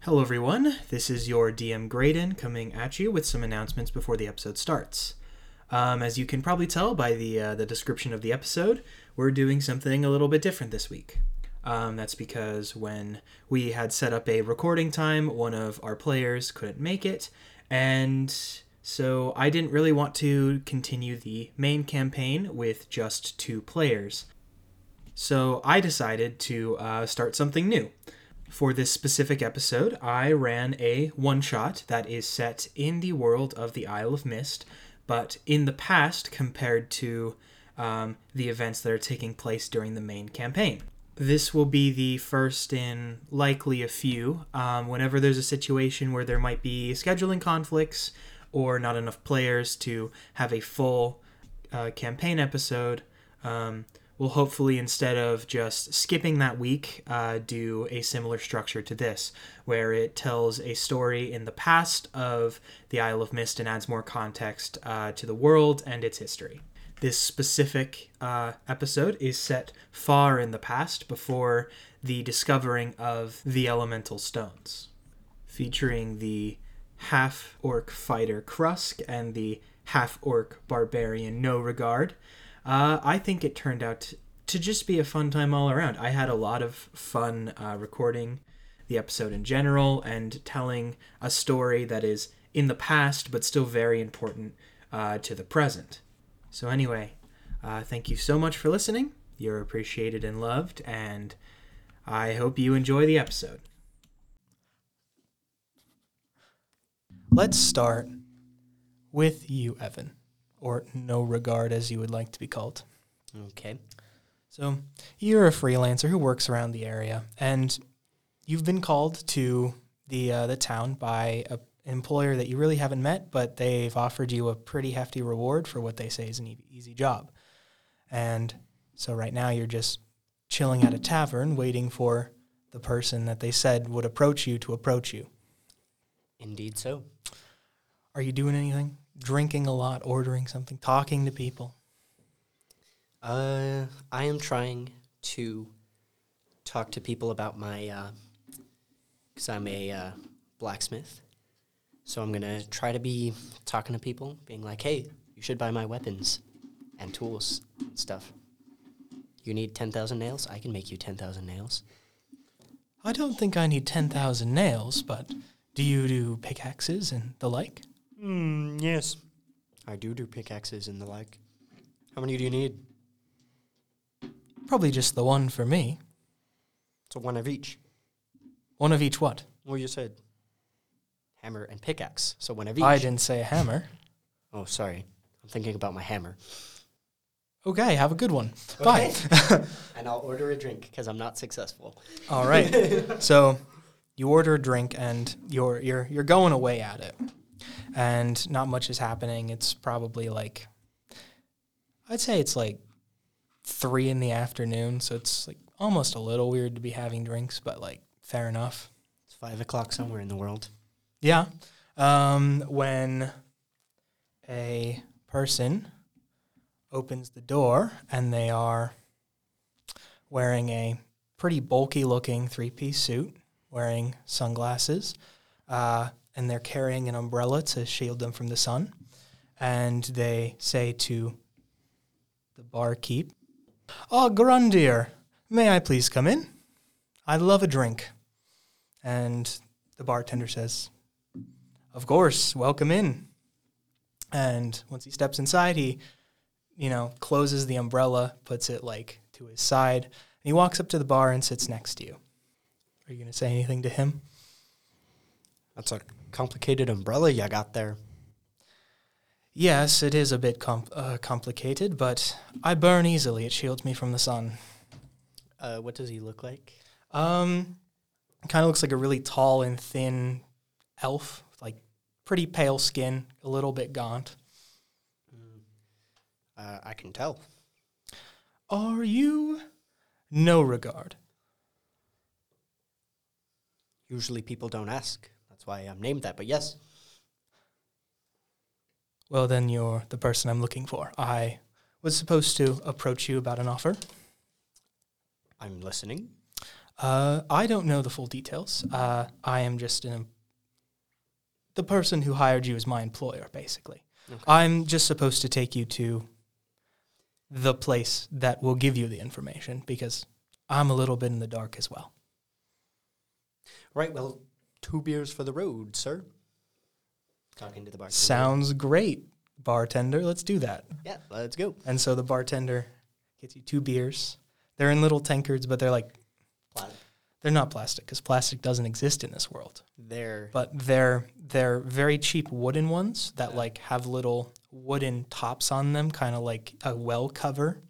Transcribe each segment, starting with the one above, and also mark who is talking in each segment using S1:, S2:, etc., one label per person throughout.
S1: Hello, everyone. This is your DM Graydon coming at you with some announcements before the episode starts. Um, as you can probably tell by the uh, the description of the episode, we're doing something a little bit different this week. Um, that's because when we had set up a recording time, one of our players couldn't make it, and so I didn't really want to continue the main campaign with just two players. So I decided to uh, start something new. For this specific episode, I ran a one shot that is set in the world of the Isle of Mist, but in the past compared to um, the events that are taking place during the main campaign. This will be the first in likely a few. Um, whenever there's a situation where there might be scheduling conflicts or not enough players to have a full uh, campaign episode, um, we'll hopefully instead of just skipping that week uh, do a similar structure to this where it tells a story in the past of the isle of mist and adds more context uh, to the world and its history this specific uh, episode is set far in the past before the discovering of the elemental stones featuring the half orc fighter Krusk and the half orc barbarian No Regard. Uh, I think it turned out to just be a fun time all around. I had a lot of fun uh, recording the episode in general and telling a story that is in the past but still very important uh, to the present. So, anyway, uh, thank you so much for listening. You're appreciated and loved, and I hope you enjoy the episode. Let's start with you, Evan, or no regard as you would like to be called.
S2: Okay.
S1: So, you're a freelancer who works around the area, and you've been called to the uh, the town by a employer that you really haven't met, but they've offered you a pretty hefty reward for what they say is an e- easy job. And so, right now, you're just chilling at a tavern, waiting for the person that they said would approach you to approach you.
S2: Indeed so.
S1: Are you doing anything? Drinking a lot, ordering something, talking to people.
S2: Uh, I am trying to talk to people about my, because I'm a uh, blacksmith. So I'm going to try to be talking to people, being like, hey, you should buy my weapons and tools and stuff. You need 10,000 nails? I can make you 10,000 nails.
S1: I don't think I need 10,000 nails, but do you do pickaxes and the like?
S2: Hmm, yes. I do do pickaxes and the like. How many do you need?
S1: Probably just the one for me.
S2: So one of each.
S1: One of each what?
S2: Well, you said hammer and pickaxe. So one of each.
S1: I didn't say a hammer.
S2: Oh, sorry. I'm thinking about my hammer.
S1: Okay, have a good one. Bye.
S2: and I'll order a drink because I'm not successful.
S1: All right. so you order a drink and you're you're you're going away at it. And not much is happening. It's probably like I'd say it's like three in the afternoon, so it's like almost a little weird to be having drinks, but like fair enough.
S2: It's five o'clock somewhere in the world.
S1: Yeah. Um, when a person opens the door and they are wearing a pretty bulky looking three piece suit, wearing sunglasses, uh, and they're carrying an umbrella to shield them from the sun. And they say to the barkeep, Oh, Grundier, may I please come in? I'd love a drink. And the bartender says, Of course, welcome in. And once he steps inside, he, you know, closes the umbrella, puts it like to his side, and he walks up to the bar and sits next to you. Are you going to say anything to him?
S2: That's a complicated umbrella you got there.
S1: Yes, it is a bit com- uh, complicated, but I burn easily. It shields me from the sun.
S2: Uh, what does he look like?
S1: Um, kind of looks like a really tall and thin elf, like pretty pale skin, a little bit gaunt.
S2: Uh, I can tell.
S1: Are you no regard?
S2: Usually people don't ask. That's why I'm named that. But yes,
S1: Well, then you're the person I'm looking for. I was supposed to approach you about an offer.
S2: I'm listening.
S1: Uh, I don't know the full details. Uh, I am just an, the person who hired you is my employer, basically.
S3: Okay.
S1: I'm just supposed to take you to the place that will give you the information because I'm a little bit in the dark as well.
S3: Right, well, two beers for the road, sir. Talking to the bartender.
S1: Sounds great, bartender. Let's do that.
S3: Yeah, let's go.
S1: And so the bartender gets you two beers. They're in little tankards, but they're like
S3: Plat-
S1: they're not plastic because plastic doesn't exist in this world.
S3: There.
S1: But they're they're very cheap wooden ones that like have little wooden tops on them, kind of like a well cover.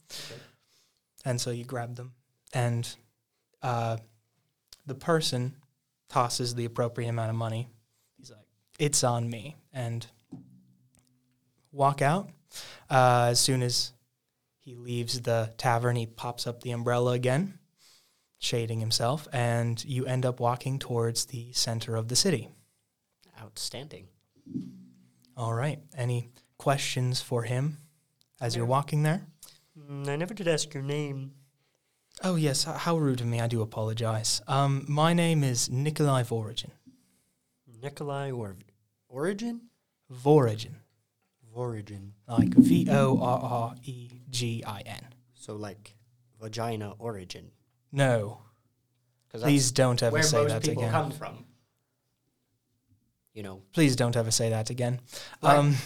S1: And so you grab them, and uh, the person tosses the appropriate amount of money. He's like, "It's on me," and walk out. Uh, as soon as he leaves the tavern, he pops up the umbrella again, shading himself, and you end up walking towards the center of the city.
S3: Outstanding.
S1: All right. Any questions for him as you're walking there?
S3: Mm, I never did ask your name.
S1: Oh yes, h- how rude of me. I do apologize. Um, my name is Nikolai Vorigin.
S3: Nikolai or Origin?
S1: Vorigin,
S3: Origin.
S1: like V O R R E G I N.
S3: So, like, vagina origin.
S1: No,
S3: Because
S1: please don't ever
S3: where
S1: say
S3: most
S1: that
S3: people
S1: again.
S3: come from. You know,
S1: Please don't ever say that again.
S3: Right.
S1: Um,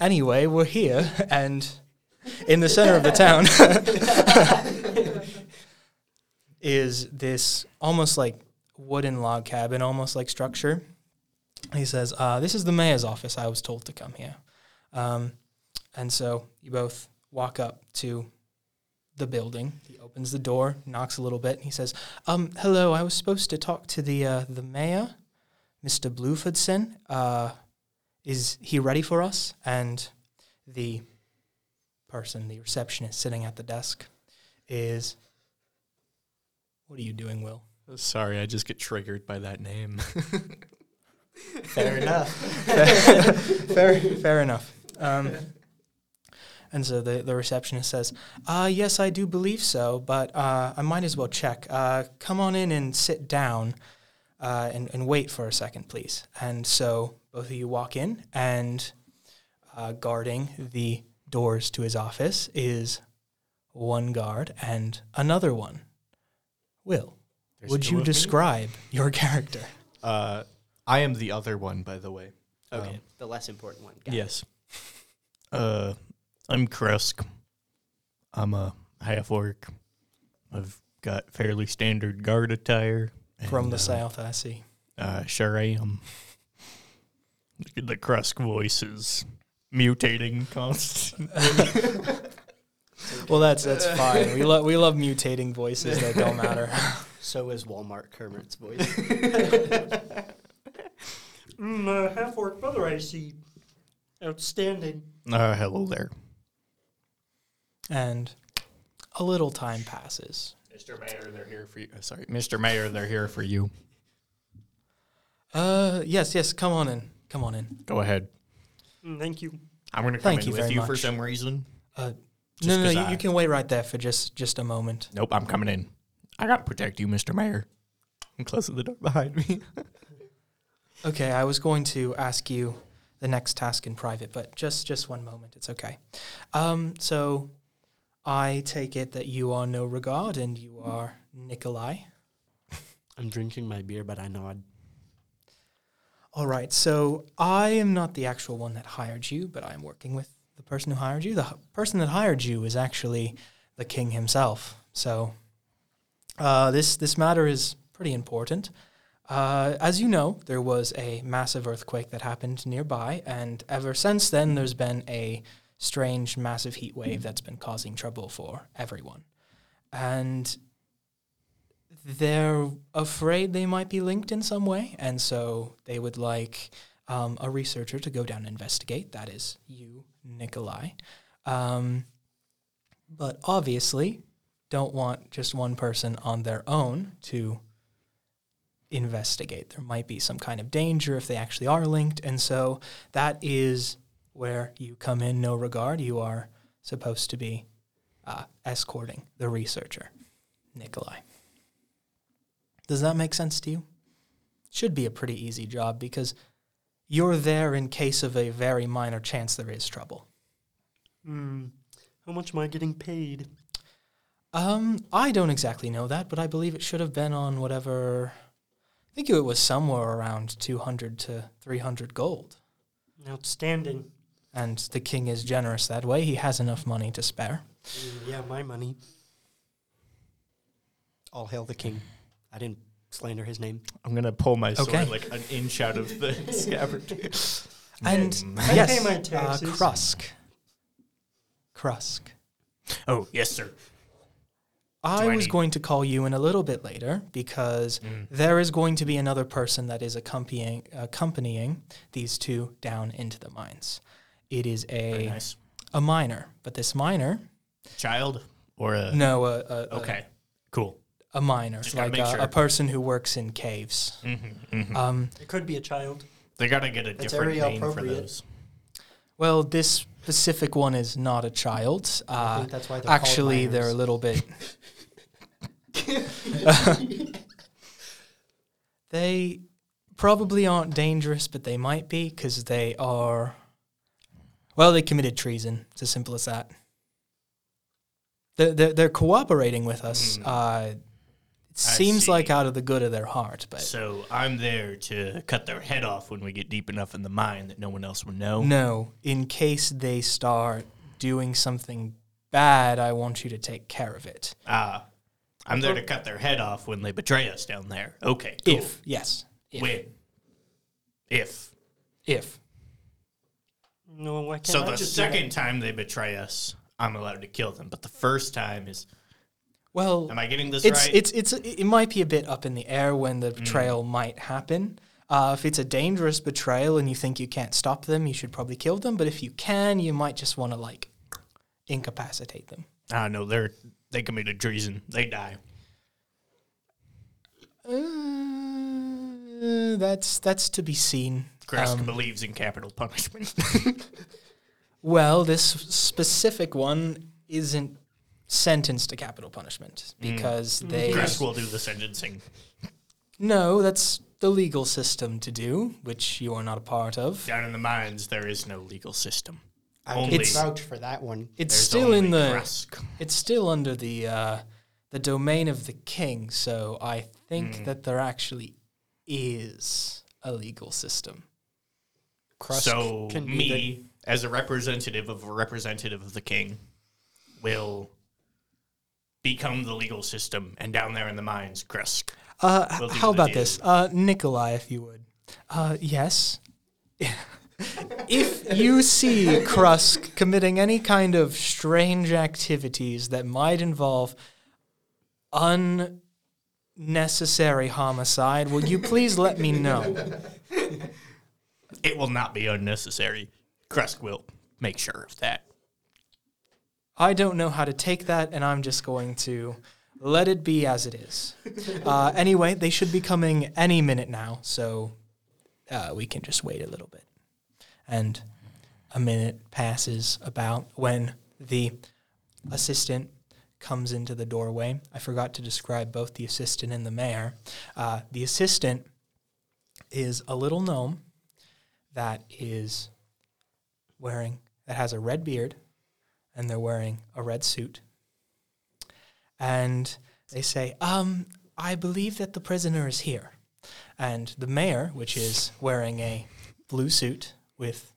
S1: anyway, we're here and in the center of the town is this almost like wooden log cabin, almost like structure. He says, uh, This is the mayor's office. I was told to come here. Um, and so you both walk up to the building. He opens the door, knocks a little bit. He says, um, Hello, I was supposed to talk to the, uh, the mayor. Mr. Blufordson, uh, is he ready for us? And the person, the receptionist sitting at the desk, is. What are you doing, Will?
S4: Sorry, I just get triggered by that name.
S3: fair enough.
S1: fair, fair enough. Um, and so the, the receptionist says, uh, Yes, I do believe so, but uh, I might as well check. Uh, come on in and sit down uh, and, and wait for a second, please. And so both of you walk in, and uh, guarding the doors to his office is one guard and another one. Will,
S4: There's
S1: would
S4: two
S1: you
S4: of me?
S1: describe your character?
S4: Uh, I am the other one, by the way.
S3: Okay,
S4: Um,
S3: the less important one. Got it.
S4: yes. Uh, I'm Kresk. I'm a half orc. I've got fairly standard guard attire. and,
S1: From the
S4: uh,
S1: south, I see.
S4: Uh, sure I am. The Kresk voice is mutating constantly.
S1: Well, that's that's fine. We love we love mutating voices that don't matter.
S3: So is Walmart Kermit's voice. mm, uh, half orc brother, I see. Outstanding.
S4: Uh, hello there.
S1: And a little time passes.
S4: Mr. Mayor, they're here for you. uh, Sorry, Mr. Mayor, they're here for you.
S1: Uh, yes, yes. Come on in. Come on in.
S4: Go ahead.
S3: Mm, thank you.
S4: I'm going to come
S1: Thank
S4: in
S1: you
S4: with
S1: very
S4: you for
S1: much.
S4: some reason.
S1: Uh,
S4: Just
S1: no, no,
S4: 'cause
S1: no.
S4: I-
S1: You, you can wait right there for just just a moment.
S4: Nope, I'm coming in. I gotta protect you, Mr. Mayor. I'm closing the door behind me.
S1: Okay, I was going to ask you the next task in private, but just just one moment. It's okay. Um, so I take it that you are no regard, and you are Nikolai.
S3: I'm drinking my beer, but I nod.
S1: All right. So I am not the actual one that hired you, but I am working with the person who hired you. The h- person that hired you is actually the king himself. So uh, this this matter is pretty important. Uh, as you know, there was a massive earthquake that happened nearby, and ever since then, there's been a strange, massive heat wave that's been causing trouble for everyone. And they're afraid they might be linked in some way, and so they would like um, a researcher to go down and investigate. That is you, Nikolai. Um, but obviously, don't want just one person on their own to investigate. There might be some kind of danger if they actually are linked, and so that is where you come in. No regard. You are supposed to be uh, escorting the researcher, Nikolai. Does that make sense to you? Should be a pretty easy job because you're there in case of a very minor chance there is trouble.
S3: Hmm. How much am I getting paid?
S1: Um, I don't exactly know that, but I believe it should have been on whatever. I think it was somewhere around 200 to 300 gold.
S3: Outstanding.
S1: And the king is generous that way. He has enough money to spare.
S3: Mm, Yeah, my money. All hail the king. I didn't slander his name.
S4: I'm gonna pull my sword
S1: Okay.
S4: like an inch out of the scabbard.
S1: And
S4: Mm.
S3: I
S1: yes,
S3: pay my
S1: uh,
S3: taxes.
S1: Krusk. Krusk.
S4: Oh yes, sir.
S1: I
S4: Do I
S1: was
S4: need-
S1: going to call you in a little bit later because
S4: Mm.
S1: there is going to be another person that is accompanying accompanying these two down into the mines. It is
S4: Very
S1: a
S4: nice
S1: a miner, but this miner,
S4: child or a
S1: no, a, a a-
S4: Uh-huh. okay, cool.
S1: a miner,
S4: Just gotta
S1: like
S4: make
S1: a,
S4: sure. Mm.
S1: a person who works in caves. Um,
S3: It could be a child.
S4: Mm-hmm, They gotta get a
S3: That's
S4: different
S3: very
S4: name for
S3: appropriate.
S4: those.
S1: well, this specific one is not a child.
S3: I
S1: Uh,
S3: think that's why they're
S1: actually,
S3: called
S1: they're a
S3: minors.
S1: little bit. they probably aren't dangerous, but they might be because they are. Well, they committed treason. It's as simple as that. They're, they're, they're cooperating with us. Uh, it seems
S4: Hmm. see.
S1: like out of the good of their heart, but
S4: So I'm there to cut their head off when we get deep enough in the mine that no one else will know.
S1: No, in case they start doing something bad, I want you to take care of it.
S4: Ah, I'm there to cut their head off when they betray us down there. Okay, cool.
S1: If, yes, if.
S4: when if
S1: if.
S3: No, why can't
S4: so
S3: I
S4: the
S3: just
S4: second time they betray us, I'm allowed to kill them. But the first time is,
S1: Well,
S4: am I getting this
S1: it's,
S4: right? Mm.
S1: it's it's it might be a bit up in the air when the betrayal might happen. Uh, if it's a dangerous betrayal and you think you can't stop them, you should probably kill them. But if you can, you might just want to like incapacitate them.
S4: Ah, no, they're they committed treason. They die.
S1: Uh, that's that's to be seen.
S4: Kresk
S1: Um,
S4: believes in capital punishment.
S1: Well, this specific one isn't sentenced to capital punishment
S4: Mm.
S1: because they
S4: Kresk will do the sentencing.
S1: no, that's the legal system to do, which you are not a part of.
S4: Down in the mines, there is no legal system.
S3: I
S4: Only
S3: can
S4: It's-
S3: vouch for that one.
S1: It's
S4: There's
S1: still in
S4: only
S1: the
S4: Kresk.
S1: it's still under the uh, the domain of the king, so I think
S4: Mm.
S1: that there actually is a legal system.
S3: Krusk
S4: so
S3: can be the-
S4: me, as a representative of a representative of the king, will become the legal system. And down there in the mines, Kresk.
S1: Uh,
S4: We'll
S1: h-
S4: do
S1: how
S4: the
S1: about
S4: deal.
S1: this, uh, Nikolai, if you would? Uh, yes. if you see Krusk committing any kind of strange activities that might involve unnecessary homicide, will you please let me know?
S4: It will not be unnecessary. Kresk will make sure of that.
S1: I don't know how to take that, and I'm just going to let it be as it is. Uh, anyway, they should be coming any minute now, so uh, we can just wait a little bit. And a minute passes about when the assistant comes into the doorway. I forgot to describe both the assistant and the mayor. Uh, the assistant is a little gnome that is wearing, that has a red beard and they're wearing a red suit. And they say, um, I believe that the prisoner is here. And the mayor, which is wearing a blue suit with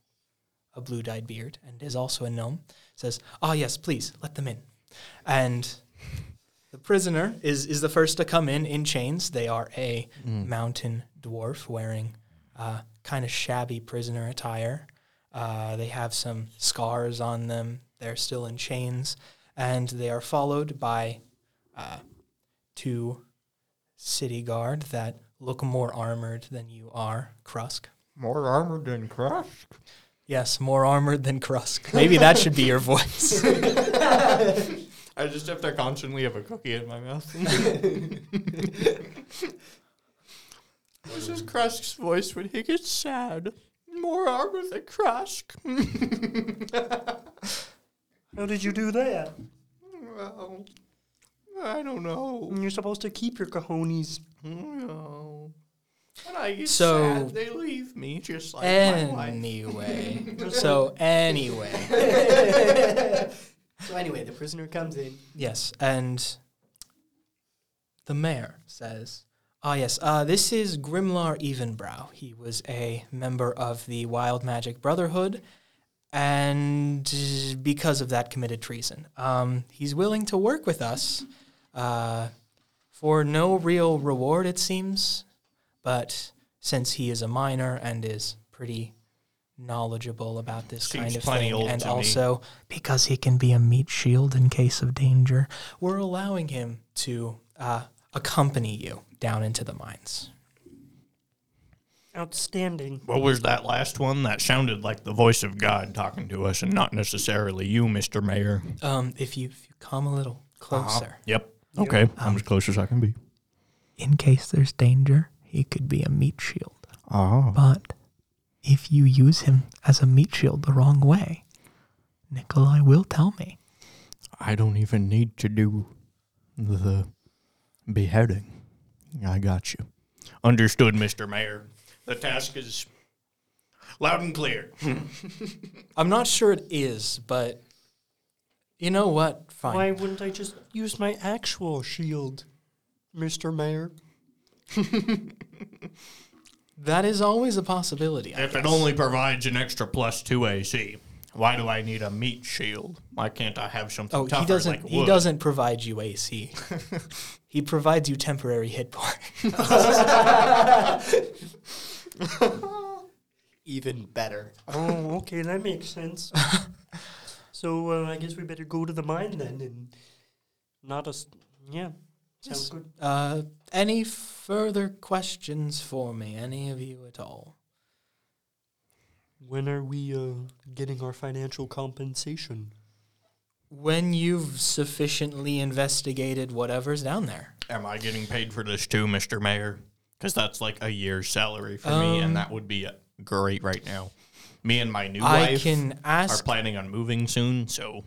S1: a blue dyed beard and is also a gnome, says, Ah, yes, please, let them in. And the prisoner is, is the first to come in in chains. They are a mountain dwarf wearing uh, kind of shabby prisoner attire. Uh, they have some scars on them. They're still in chains, and they are followed by uh, two city guard that look more armored than you are, Krusk.
S4: More armored than Kresk?
S1: Yes, more armored than Krusk. Maybe that should be your voice.
S4: I just have to constantly have a cookie in my mouth. this is Kresk's voice when he gets sad. More armor than Kresk.
S3: How did you do that?
S4: Well, I don't know.
S3: You're supposed to keep your cojones.
S4: No. When I get
S1: So-
S4: sad, they leave me just like my wife.
S1: Anyway, so anyway,
S3: So anyway, the prisoner comes in.
S1: yes, and the mayor says, "Ah, yes, uh, this is Grimlar Evenbrow. He was a member of the Wild Magic Brotherhood, and uh, because of that, committed treason. Um, he's willing to work with us uh, for no real reward, it seems, but since he is a minor and is pretty." knowledgeable about this
S4: Seems
S1: kind of
S4: plenty
S1: thing
S4: old
S1: and
S4: to me.
S1: also because he can be a meat shield in case of danger we're allowing him to uh, accompany you down into the mines
S3: Outstanding.
S4: What was that last one? That sounded like the voice of God talking to us and not necessarily you, Mr. Mayor.
S1: um, if, you, if you come a little
S4: Uh-huh.
S1: closer
S4: Yep. Okay. I'm as close as I can be.
S1: in case there's danger he could be a meat shield
S4: Oh.
S1: but if you use him as a meat shield the wrong way nikolai will tell me
S4: I don't even need to do the beheading. I got you. Understood, Mr. Mayor. The task is loud and clear.
S1: i'm not sure it is but you know what fine
S3: Why wouldn't I just use my actual shield, Mr. Mayor?
S1: that is always a possibility I
S4: If it
S1: guess.
S4: only provides an extra plus two AC, why do I need a meat shield? Why can't I have something
S1: Oh,
S4: tougher
S1: he doesn't.
S4: like
S1: he
S4: wood?
S1: doesn't provide you AC. he provides you temporary hit points.
S3: Even better. Oh, okay, that makes sense. so uh, I guess we better go to the mine then and not us. Yeah. Sounds good.
S1: Uh, any further questions for me? Any of you at all?
S3: When are we uh, getting our financial compensation?
S1: When you've sufficiently investigated whatever's down there,
S4: Am I getting paid for this too, Mr. Mayor? Because that's like a year's salary for me,
S1: Um,
S4: and that would be great right now. Me and my new
S1: I
S4: wife
S1: can
S4: are
S1: ask.
S4: planning on moving soon, so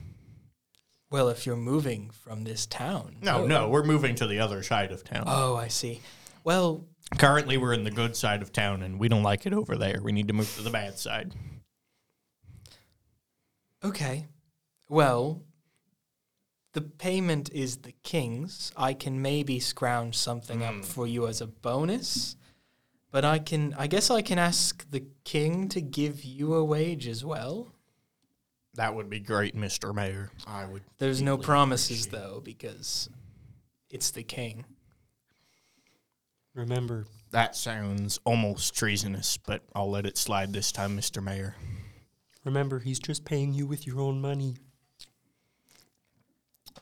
S1: well, if you're moving from this town.
S4: no, no, we're moving to the other side of town.
S1: Oh, I see. Well,
S4: Currently, we're in the good side of town, and we don't like it over there. We need to move to the bad side.
S1: okay. Well, the payment is the king's. I can maybe scrounge something
S4: Hmm.
S1: up for you as a bonus. But I can I guess I can ask the king to give you a wage as well.
S4: That would be great, Mr. Mayor. I would.
S1: There's no promises though because it's the king.
S3: Remember,
S4: That sounds almost treasonous, but I'll let it slide this time, Mr. Mayor.
S3: remember, he's just paying you with your own money.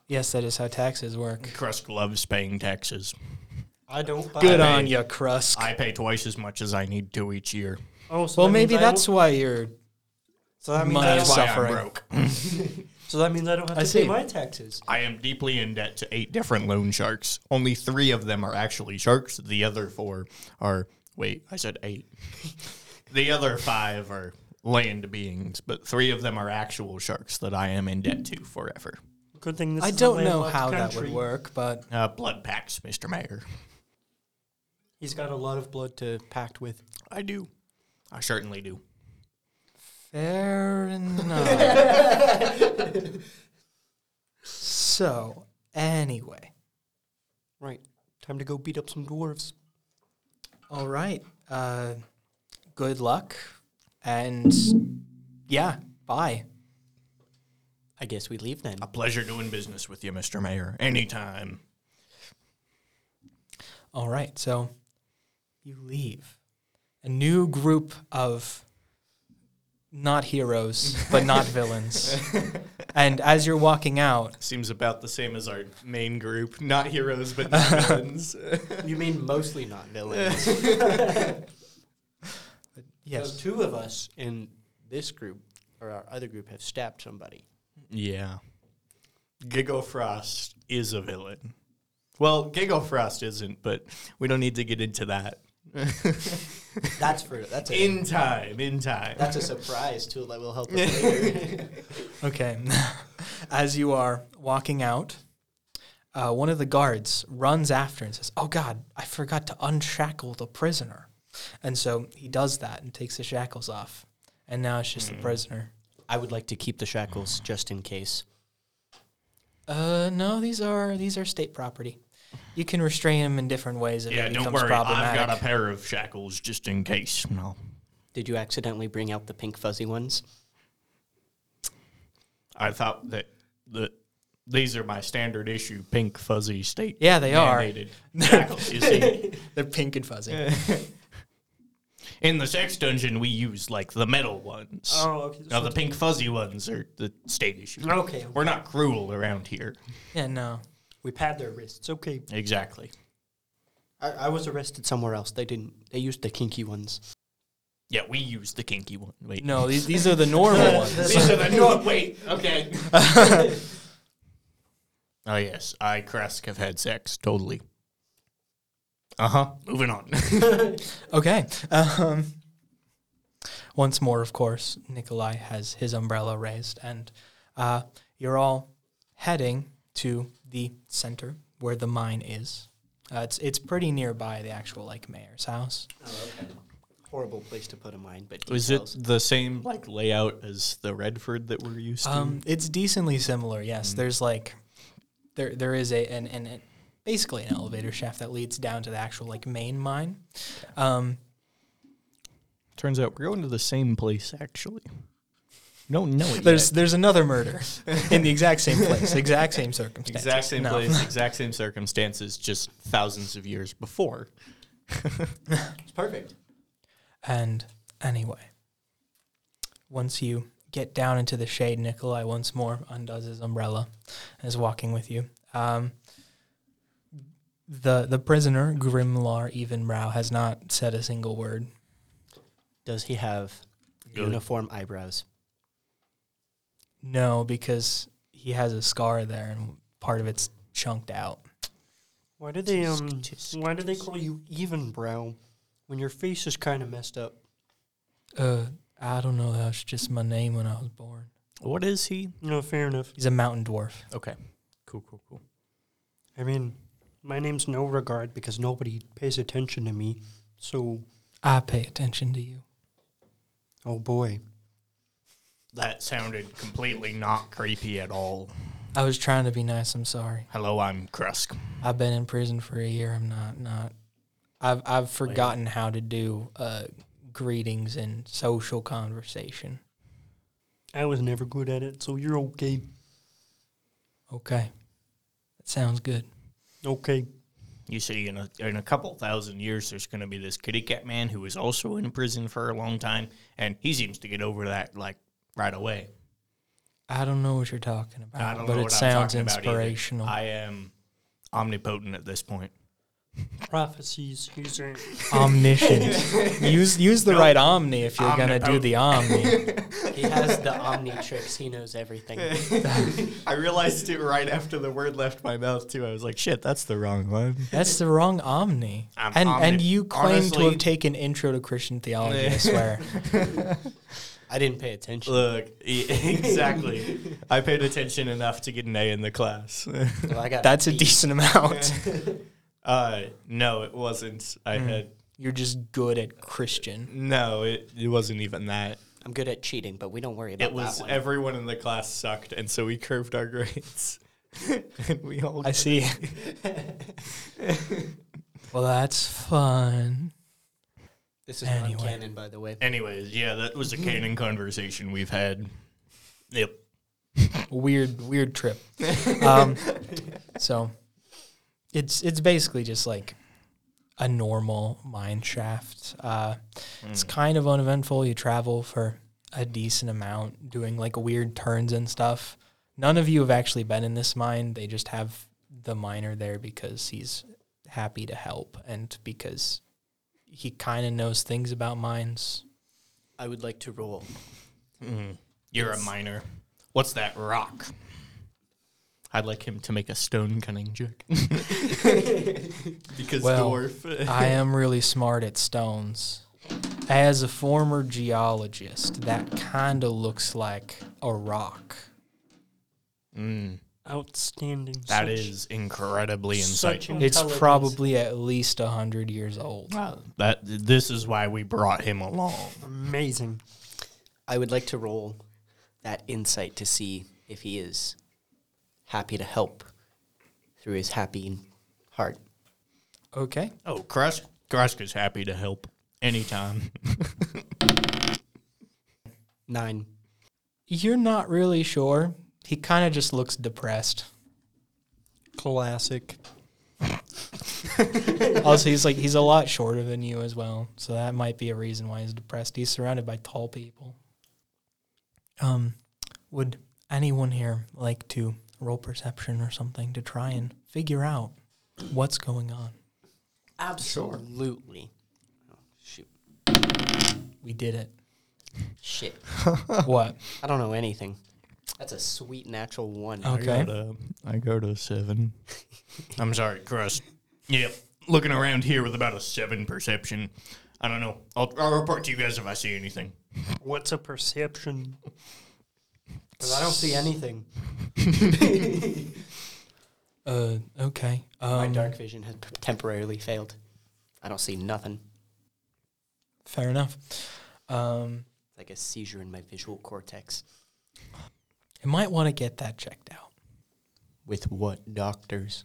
S1: Yes, that is how taxes work.
S4: Krusk loves paying taxes.
S3: I don't buy
S1: Good
S4: I
S1: on
S4: mean,
S1: you, Krusk.
S4: I pay twice as much as I need to each year.
S3: Oh, so
S1: well,
S3: that
S1: maybe
S3: means I don't-
S1: that's why you're
S3: so that means I
S1: money
S3: don't,
S4: That's why
S1: suffering.
S4: I'm broke.
S3: so that means I don't have
S1: I
S3: to
S1: see.
S3: pay my taxes.
S4: I am deeply in debt to eight different loan sharks. Only three of them are actually sharks. The other four are wait, I said eight. the other five are land beings, but three of them are actual sharks that I am in debt to forever.
S3: Good thing this
S1: I
S3: is a
S1: don't know
S3: landlocked
S1: how that would
S3: country.
S1: work, but
S4: Uh, blood packs, Mr. Mayor.
S3: He's got a lot of blood to pact with.
S4: I do. I certainly do.
S1: Fair enough. so, anyway.
S3: Right. Time to go beat up some dwarves.
S1: All right. Uh, good luck. And yeah, bye.
S3: I guess we leave then.
S4: A pleasure doing business with you, Mr. Mayor. Anytime.
S1: All right. So, you leave. A new group of not heroes, but not villains. And as you're walking out,
S4: Seems about the same as our main group. Not heroes, but not villains.
S3: You mean mostly not villains?
S1: yes.
S3: two of us in this group or our other group have stabbed somebody.
S4: Yeah. Giggle Frost is a villain. Well, Giggle Frost isn't, but we don't need to get into that.
S3: That's for that's a
S4: In time, in time.
S3: that's a surprise too that will help us later.
S1: Okay. As you are walking out, uh, one of the guards runs after and says, "Oh God, I forgot to unshackle the prisoner," and so he does that and takes the shackles off, and now it's just the prisoner.
S3: I would like to keep the shackles just in case.
S1: Uh, no, these are these are state property. You can restrain him in different ways if
S4: Yeah,
S1: it
S4: don't
S1: becomes
S4: worry. I've
S1: problematic.
S4: got a pair of shackles just in case. No,
S3: Did you accidentally bring out the pink fuzzy ones?
S4: I thought that the these are my standard issue pink fuzzy state.
S1: Yeah, they are.
S4: mandated shackles. You see,
S1: They're pink and fuzzy.
S4: in the sex dungeon we use like the metal ones.
S2: Oh,
S1: okay.
S4: Now the pink fuzzy ones are the state issue.
S1: Okay.
S4: We're not cruel around here.
S1: Yeah, no.
S3: We pad their wrists. Okay.
S4: Exactly.
S3: I, I was arrested somewhere else. They didn't. They used the kinky ones.
S4: Yeah, we use the kinky one. Wait,
S1: No, these, these are the normal ones.
S4: These are the no. Wait, okay. oh yes, I Kresk have had sex. Totally. Uh huh. Moving on.
S1: Okay. Um, once more, of course, Nikolai has his umbrella raised, and uh, you're all heading to the center where the mine is. Uh, it's it's pretty nearby the actual like mayor's house.
S3: Horrible place to put a mine, but
S4: Is it
S3: details.
S4: the same like layout as the Redford that we're used to?
S1: Um, it's decently similar. Yes,
S4: Mm.
S1: there's like there there is a an, an, an basically an elevator shaft that leads down to the actual like main mine. Um,
S4: Turns out we're going to the same place actually. No, no.
S1: there's there's another murder in the exact same place, exact same circumstances.
S4: exact same
S1: No.
S4: place, exact same circumstances, just thousands of years before.
S3: It's perfect.
S1: And anyway, once you get down into the shade, Nikolai once more undoes his umbrella and is walking with you. Um, the the prisoner, Grimlar Evenbrow, has not said a single word.
S3: Does he have
S4: Good.
S3: uniform eyebrows?
S1: No, because he has a scar there and part of it's chunked out.
S3: Why do they um? Why do they call you even brow when your face is kind of messed up?
S1: Uh, I don't know. That was just my name when I was born.
S4: What is he?
S3: No, fair enough.
S1: He's a mountain dwarf.
S4: Okay. Cool, cool, cool.
S3: I mean, my name's no regard because nobody pays attention to me. So,
S1: I pay attention to you.
S3: oh boy.
S4: That sounded completely not creepy at all.
S1: I was trying to be nice. I'm sorry.
S4: Hello, I'm Krusk.
S1: I've been in prison for a year. I'm not not. I've I've forgotten how to do uh, greetings and social conversation.
S3: I was never good at it, so you're okay.
S1: Okay, that sounds good.
S3: Okay.
S4: You see, in a, in a couple thousand years, there's going to be this kitty cat man who was also in prison for a long time, and he seems to get over that like right away.
S1: I don't know what you're talking about,
S4: I don't
S1: but
S4: know
S1: it
S4: what
S1: sounds
S4: I'm talking about either.
S1: inspirational.
S4: I am omnipotent at this point.
S3: Prophecies. He's a
S1: Omniscient. use use the right omni if you're gonna do
S4: Omnipotent.
S1: the omni.
S3: He has the omni tricks. He knows everything.
S4: I realized it right after the word left my mouth too. I was like, "Shit, that's the wrong one."
S1: That's the wrong omni.
S4: I'm
S1: and and
S4: omni-
S1: you claim to
S4: honestly-
S1: have taken Intro to Christian Theology. I swear.
S3: I didn't pay attention.
S4: Look, e- exactly. I paid attention enough to get an A in the class.
S3: Well, I got
S1: That's a
S3: beat.
S1: decent amount.
S4: uh, no, it wasn't. I
S1: Hmm.
S4: had
S1: You're just good at Christian.
S4: no. It, it wasn't even that.
S3: I'm good at cheating, but we don't worry about
S4: It was
S3: that one.
S4: everyone in the class sucked, and so we curved our grades. and we all.
S1: I see. well, that's fun.
S3: this is
S1: Anyway.
S3: not canon, by the way.
S4: Anyways, yeah, that was a canon conversation we've had. Yep.
S1: Weird, weird trip. Um, so it's it's basically just like a normal mine shaft. Uh, It's kind of uneventful. You travel for a decent amount, doing like weird turns and stuff. None of you have actually been in this mine. They just have the miner there because he's happy to help and because he kind of knows things about mines.
S3: I would like to roll.
S4: You're a miner. What's that rock? I'd like him to make a stone cunning check. because
S1: Well,
S4: dwarf.
S1: I am really smart at stones. As a former geologist, that kind of looks like a rock.
S3: Outstanding.
S4: That is incredibly
S3: such
S4: insightful.
S1: It's
S3: intelligence.
S1: probably at least 100 years old.
S4: That this is why we brought him along.
S3: amazing. I would like to roll that insight to see if he is happy to help through his happy heart.
S1: Okay.
S4: Oh, Krask Kraska's happy to help anytime.
S3: Nine.
S1: You're not really sure. He kind of just looks depressed.
S3: Classic.
S1: Also, he's like he's a lot shorter than you as well, so that might be a reason why he's depressed. He's surrounded by tall people. Um, would anyone here like to roll perception or something to try and figure out what's going on?
S3: Absolutely. Oh, shoot.
S1: We did it.
S3: Shit.
S1: what?
S3: I don't know anything. That's a sweet natural one.
S4: I
S1: Okay.
S4: got a, uh, I got a seven. I'm sorry, Krask. Yep, looking around here with about a seven perception. I don't know. I'll, I'll report to you guys if I see anything.
S3: What's a perception? Because I don't see anything.
S1: Uh, okay. Um,
S3: My dark vision has p- temporarily failed. I don't see nothing.
S1: Fair enough. Um,
S3: It's like a seizure in my visual cortex.
S1: you might want to get that checked out.
S3: With what doctors?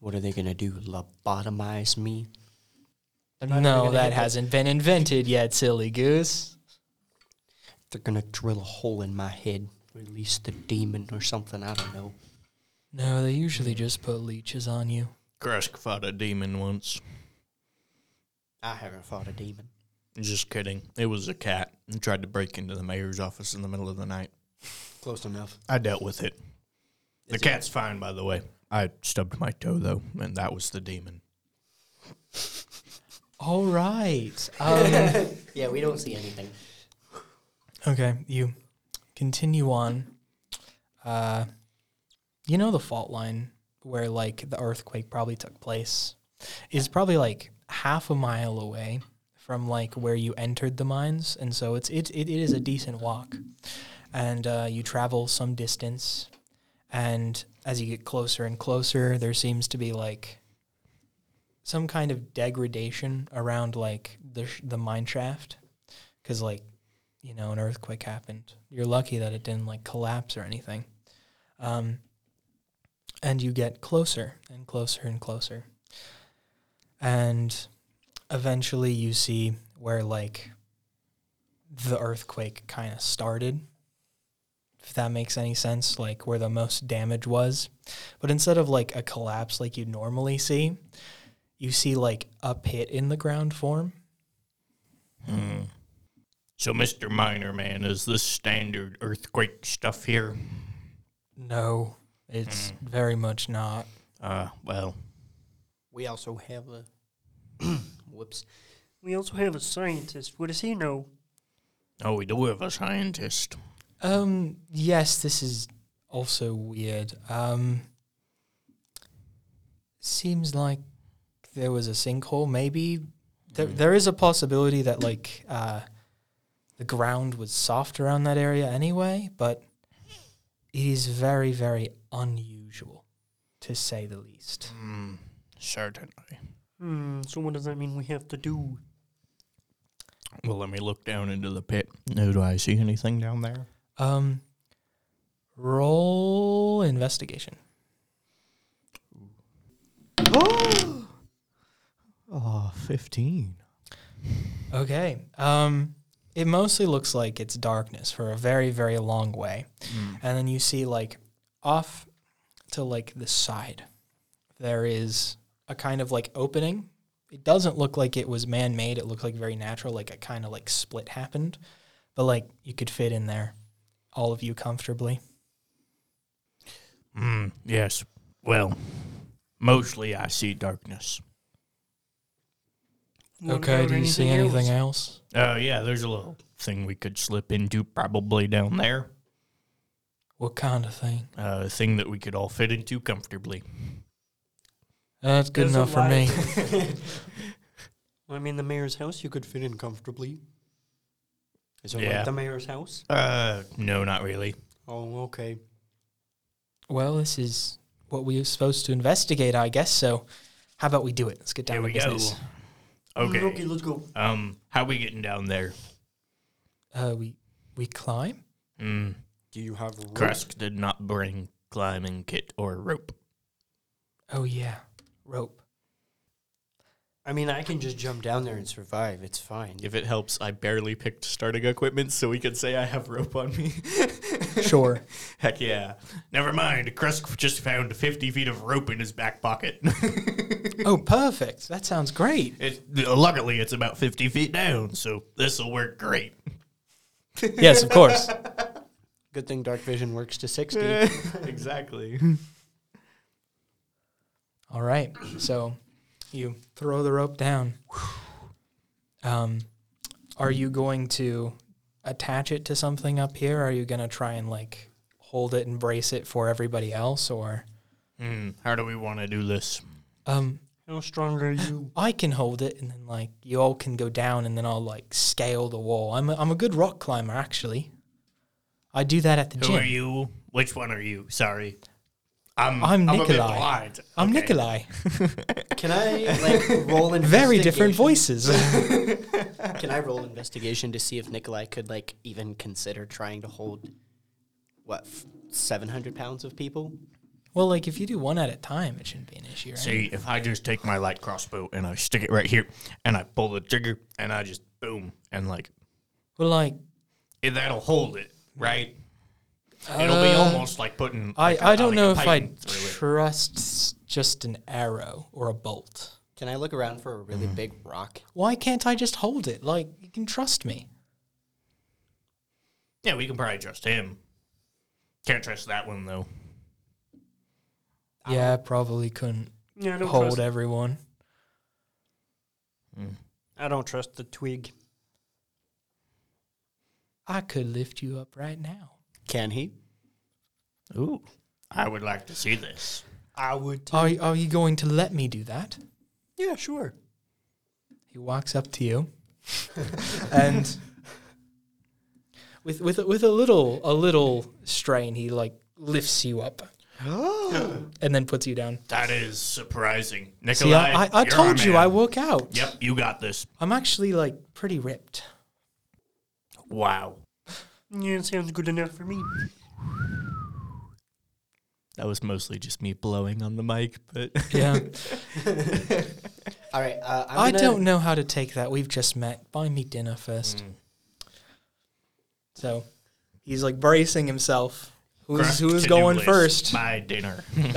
S3: What are they going to do? Lobotomize me?
S1: No, that hasn't been invented yet, silly goose.
S3: They're going to drill a hole in my head, release the demon or something. I don't know.
S1: No, they usually just put leeches on you.
S4: Krask fought a demon once.
S3: I haven't fought a demon.
S4: Just kidding. It was a cat and tried to break into the mayor's office in the middle of the night.
S3: Close enough.
S4: I dealt with it. The cat's fine, by the way. I stubbed my toe though, and that was the demon.
S1: All right. Um,
S3: Yeah, we don't see anything.
S1: okay, you continue on. Uh, you know the fault line where like the earthquake probably took place is probably like half a mile away from like where you entered the mines, and so it's it it, it is a decent walk, and uh, you travel some distance, and as you get closer and closer, there seems to be like some kind of degradation around like the sh- the mine shaft, because like you know an earthquake happened. You're lucky that it didn't like collapse or anything. Um, and you get closer and closer and closer, and eventually you see where like the earthquake kind of started. If that makes any sense, like where the most damage was. But instead of like a collapse like you normally see, you see like a pit in the ground form.
S4: Hmm. So, Mr. Miner Man, is this standard earthquake stuff here?
S1: No, it's very much not.
S4: Uh, well,
S3: We also have a. whoops.
S2: We also have a scientist. What does he know?
S4: oh, we do have a scientist.
S1: Um, yes, this is also weird. Um, seems like there was a sinkhole. Maybe there, there is a possibility that like uh, the ground was soft around that area anyway, but it is very, very unusual to say the least.
S4: Mm, certainly.
S2: Hmm, so what does that mean we have to do?
S4: Well, let me look down into the pit. No, do I see anything down there?
S1: Um, roll investigation.
S4: Oh, 15.
S1: Okay. Um, it mostly looks like it's darkness for a very, very long way.
S4: Hmm.
S1: And then you see, like, off to, like, the side, there is a kind of, like, opening. It doesn't look like it was man made. It looked like very natural, like a kind of, like, split happened. But, like, you could fit in there, all of you comfortably.
S4: Mm, yes. Well, mostly I see darkness.
S2: What about else?
S1: else?
S4: Oh, yeah, there's a little thing we could slip into probably down there.
S1: What kind of thing?
S4: Uh, a thing that we could all fit into comfortably.
S1: That's good enough for me.
S2: I mean, the mayor's house you could fit in comfortably.
S3: Is it
S4: Yeah.
S3: like the mayor's house?
S4: Uh, no, not really.
S3: Oh, okay.
S1: Well, this is what we are supposed to investigate, I guess. So, how about we do it? Let's get down
S4: Here
S1: to
S4: we
S1: business.
S4: go. Okay.
S2: let's go.
S4: Um, how we getting down there?
S1: Uh, we we climb.
S4: Hmm.
S3: Do you have
S4: Kresk did not bring climbing kit or rope.
S1: Oh yeah, rope.
S3: I mean, I can just jump down there and survive. It's fine.
S4: If it helps, I barely picked starting equipment so we could say I have rope on me.
S1: Sure.
S4: Heck yeah. Never mind. Kresk just found 50 feet of rope in his back pocket.
S1: oh, perfect. That sounds great.
S4: It, luckily, it's about 50 feet down, so this will work great.
S1: Yes, of course.
S3: Good thing dark vision works to 60.
S4: exactly.
S1: All right. So, you throw the rope down. Um, are you going to attach it to something up here? Are you going to try and like hold it and brace it for everybody else, or
S4: Hmm, how do we want to do this?
S1: um,
S2: How strong are you?
S1: I can hold it, and then like you all can go down, and then I'll like scale the wall. I'm a, I'm a good rock climber, actually. I do that at the
S4: Who
S1: gym.
S4: are you? Which one are you? Sorry. I'm,
S1: I'm
S4: a bit
S1: Nikolai.
S4: blind.
S1: I'm
S4: Okay.
S1: Nikolai.
S3: can I like roll investigation?
S1: Very different voices.
S3: Can I roll investigation to see if Nikolai could like even consider trying to hold what f- 700 pounds of people?
S1: well, like if you do one at a time, it shouldn't be an issue, right?
S4: See, if I just take my light crossbow and I stick it right here and I pull the trigger and I just boom and like
S1: Well, like
S4: eh, that'll hold it, right? It'll be
S1: Uh,
S4: almost like putting.
S1: I
S4: like a-
S1: I don't
S4: like a
S1: know if
S4: pipe
S1: I
S4: through it.
S1: trust s- just an arrow or a bolt.
S3: Can I look around for a really big rock?
S1: Why can't I just hold it? Like you can trust me.
S4: Yeah, we can probably trust him. Can't trust that one though.
S1: Yeah, probably couldn't
S2: Yeah, I don't
S1: hold
S2: trust.
S1: everyone.
S2: I don't trust the twig.
S1: I could lift you up right now.
S3: Can he?
S4: Ooh, I would like to see this.
S3: I would.
S1: Are are you going to let me do that?
S3: yeah, sure.
S1: He walks up to you, and with with a- with a little a little strain, he like lifts you up, and then puts you down.
S4: That is surprising, Nikolai.
S1: See, I, I, I
S4: you're
S1: told
S4: our
S1: you
S4: man.
S1: I work out.
S4: Yep, you got this.
S1: I'm actually like pretty ripped.
S4: Wow,
S2: Yeah, it sounds good enough for me.
S4: that was mostly just me blowing on the mic, but
S1: Yeah,
S3: All right. Uh, I'm
S1: I
S3: gonna-
S1: don't know how to take that. We've just met. Buy me dinner first. Mm. So he's like bracing himself. Who's who is
S4: to-do
S1: going
S4: list,
S1: first?
S4: My dinner.
S1: Who's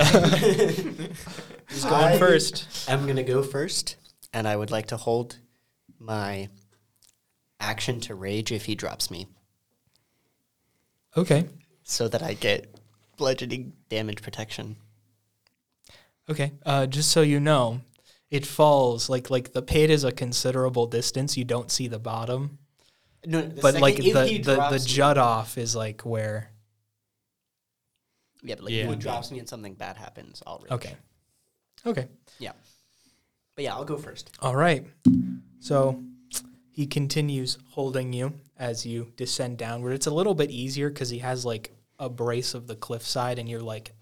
S1: going
S3: I-
S1: first?
S3: I'm going to go first, and I would like to hold my action to rage if he drops me
S1: Okay.
S3: so that I get bludgeoning damage protection.
S1: Okay. Uh, just so you know, it falls like like the pit is a considerable distance. You don't see the bottom,
S3: No, the
S1: but
S3: second-
S1: like the
S3: if he
S1: the, the
S3: drops me-
S1: jut off is like where.
S3: Yeah, but like
S4: Yeah.
S3: if he drops me and something bad happens, I'll rage.
S1: Okay. Okay.
S3: Yeah. But yeah, I'll go first.
S1: All right. So he continues holding you as you descend downward. It's a little bit easier because he has like a brace of the cliffside, and you're like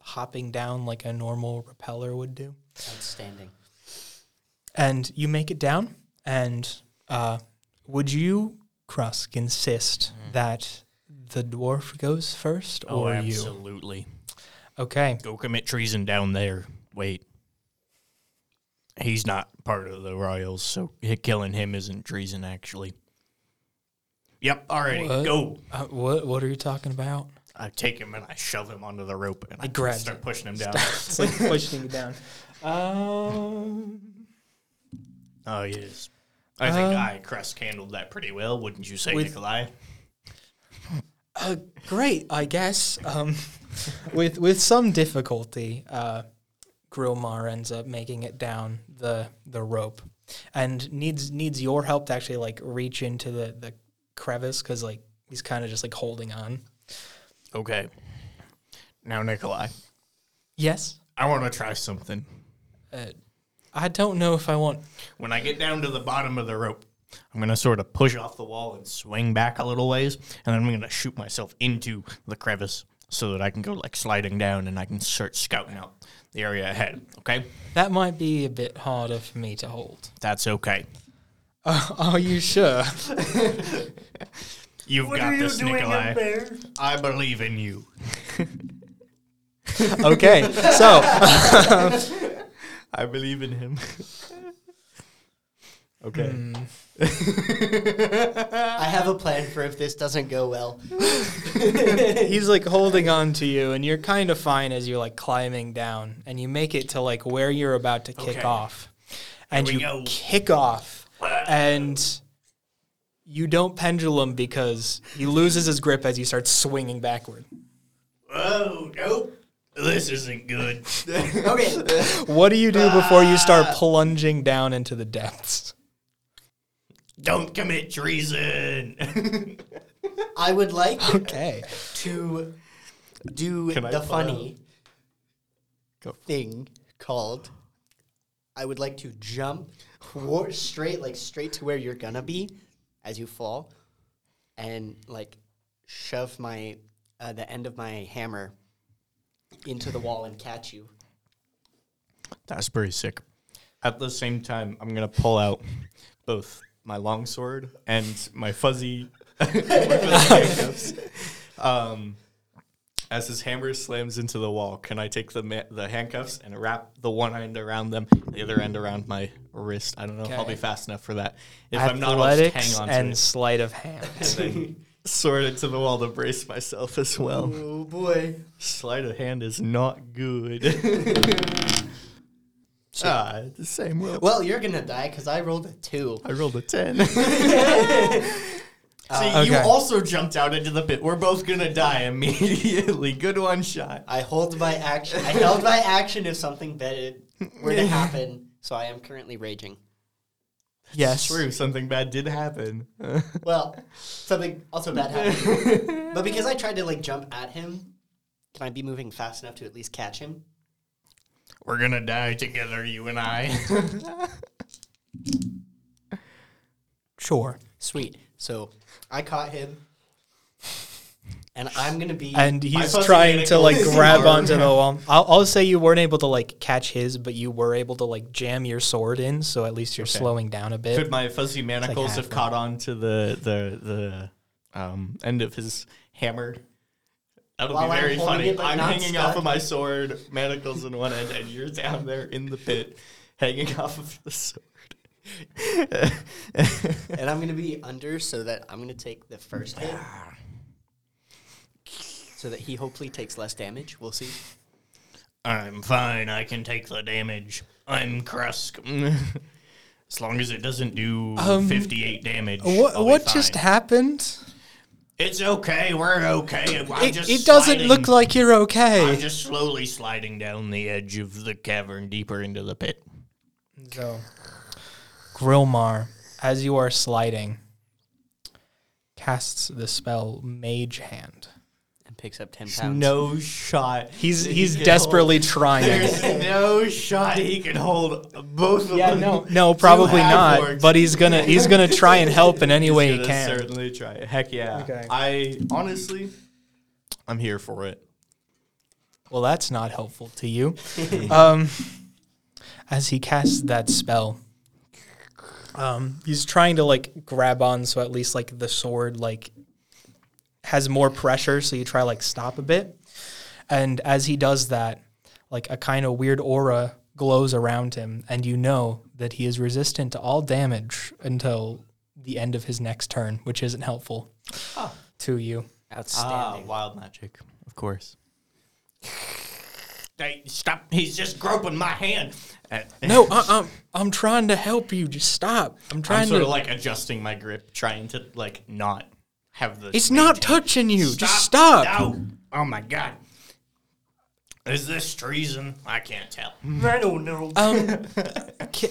S1: hopping down like a normal repeller would do.
S3: Outstanding.
S1: and you make it down. And uh, would you, Krusk, insist that the dwarf goes first,
S4: Mm. Oh,
S1: or you?
S4: absolutely.
S1: Okay,
S4: Go commit treason down there. Wait. He's not part of the royals, so hi- killing him isn't treason, actually. Yep, alrighty,
S1: What?
S4: go.
S1: uh, what what are you talking about?
S4: I take him and I shove him onto the rope and I,
S1: grab
S4: start
S1: you.
S4: pushing him down.
S1: It's like pushing it down. Um,
S4: oh, yes. I think
S1: Um,
S4: I, Crest, handled that pretty well, wouldn't you say,
S1: with-
S4: Nikolai?
S1: uh, great, I guess. Um, with with some difficulty, uh, Grilmar ends up making it down the the rope, and needs needs your help to actually like reach into the the crevice because like he's kind of just like holding on.
S4: Okay. Now, Nikolai,
S1: Yes.
S4: I want to try something.
S1: I don't know if I want.
S4: When I get down to the bottom of the rope, I'm going to sort of push off the wall and swing back a little ways, and then I'm going to shoot myself into the crevice so that I can go like sliding down and I can start scouting out the area ahead. Okay,
S1: That might be a bit harder for me to hold.
S4: that's okay.
S1: are you sure?
S4: You've
S2: What
S4: got
S2: are you
S4: this,
S2: doing
S4: Nikolai.
S2: up there?
S4: I believe in you.
S1: okay, so
S4: I believe in him. okay.
S3: I have a plan for if this doesn't go well.
S1: he's like holding on to you, and you're kind of fine as you're like climbing down, and you make it to like where you're about to kick
S4: Okay.
S1: off, and
S4: we
S1: you
S4: go.
S1: kick off, and you don't pendulum because he loses his grip as you start swinging backward.
S4: Oh nope. This isn't good.
S3: Okay.
S1: What do you do before you
S4: Ah.
S1: start plunging down into the depths?
S4: Don't commit treason.
S3: I would like
S1: Okay.
S3: to do
S4: Can I
S3: the
S4: file?
S3: funny
S4: Go.
S3: thing called I would like to jump war straight like straight to where you're gonna be as you fall and like shove my uh, the end of my hammer into the wall and catch you.
S4: That's pretty sick. At the same time, I'm gonna pull out both my longsword and my fuzzy, my fuzzy handcuffs. Um, as his hammer slams into the wall, can I take the ma- the handcuffs and wrap the one end around them, the other end around my wrist? I don't know if I'll be
S1: Okay.
S4: fast enough for that. If I'm not, I'll just
S1: Athletics
S4: hang on to
S1: and
S4: it.
S1: sleight of hand.
S4: sword it to the wall to brace myself as well.
S3: Oh boy.
S4: Sleight of hand is not good. ah, the same will.
S3: Well, you're gonna die because I rolled a two.
S4: I rolled a 10. See, you
S1: Okay.
S4: also jumped out into the pit. We're both going to die immediately. Good one shot.
S3: I hold my action. I held my action if something bad were to happen. So I am currently raging.
S1: yes.
S4: True, something bad did happen.
S3: Well, something also bad happened. but because I tried to like jump at him, can I be moving fast enough to at least catch him?
S4: We're going to die together, you and I.
S1: Sure.
S3: Sweet. So I caught him, and I'm gonna be.
S1: And
S4: My
S1: he's
S4: fuzzy
S1: trying to
S4: ankle
S1: like
S4: is
S1: grab
S4: hard.
S1: onto the wall. I'll, I'll say you weren't able to like catch his, but you were able to like jam your sword in, so at least you're slowing down a bit.
S4: Could my fuzzy manacles have
S1: halfway.
S4: caught on to the, the, the um, end of his hammer? That'll
S3: While
S4: be
S3: I'm
S4: very
S3: holding
S4: funny.
S3: it, like,
S4: I'm
S3: not
S4: hanging off
S3: stuck.
S4: of my sword, manacles in one end, and you're down there in the pit, hanging off of the sword.
S3: and I'm gonna be under so that I'm gonna take the first hit. So that he hopefully takes less damage. We'll see.
S4: I'm fine. I can take the damage. I'm Krusk. as long as it doesn't do 58 damage. I'll
S1: what
S4: be
S1: Um, what
S4: fine.
S1: just happened?
S4: It's okay. We're okay. I'm
S1: It,
S4: just
S1: it doesn't look
S4: sliding-
S1: like you're
S4: I'm
S1: okay.
S4: just slowly sliding down the edge of the cavern deeper into the pit.
S1: So, Grillmar, as you are sliding, casts the spell Mage Hand.
S3: And picks up ten pounds.
S4: No shot.
S1: He's he's desperately trying.
S4: There's no shot he can hold both of
S1: Yeah,
S4: them.
S1: no, no, probably not.
S4: half-orcs.
S1: But he's gonna he's gonna try and help in any way he
S4: gonna
S1: can.
S4: Certainly try. it. Heck yeah.
S1: Okay.
S4: I honestly, I'm here for it.
S1: Well, that's not helpful to you. um, as he casts that spell, um, he's trying to like grab on, so at least like the sword like has more pressure, so you try like stop a bit. And as he does that, like a kind of weird aura glows around him, and you know that he is resistant to all damage until the end of his next turn, which isn't helpful to you. Ah,
S3: Outstanding.
S4: wild magic, of course. Hey, stop! He's just groping my hand. Uh, And-
S1: No, uh, I, I'm I'm trying to help you. Just stop. I'm trying
S4: I'm sort
S1: to.
S4: of like adjusting my grip, trying to like not have the.
S1: it's not touching you. Just stop.
S4: No. Oh my god! Is this treason? I can't tell.
S1: Mm-hmm.
S2: I don't know.
S1: Can,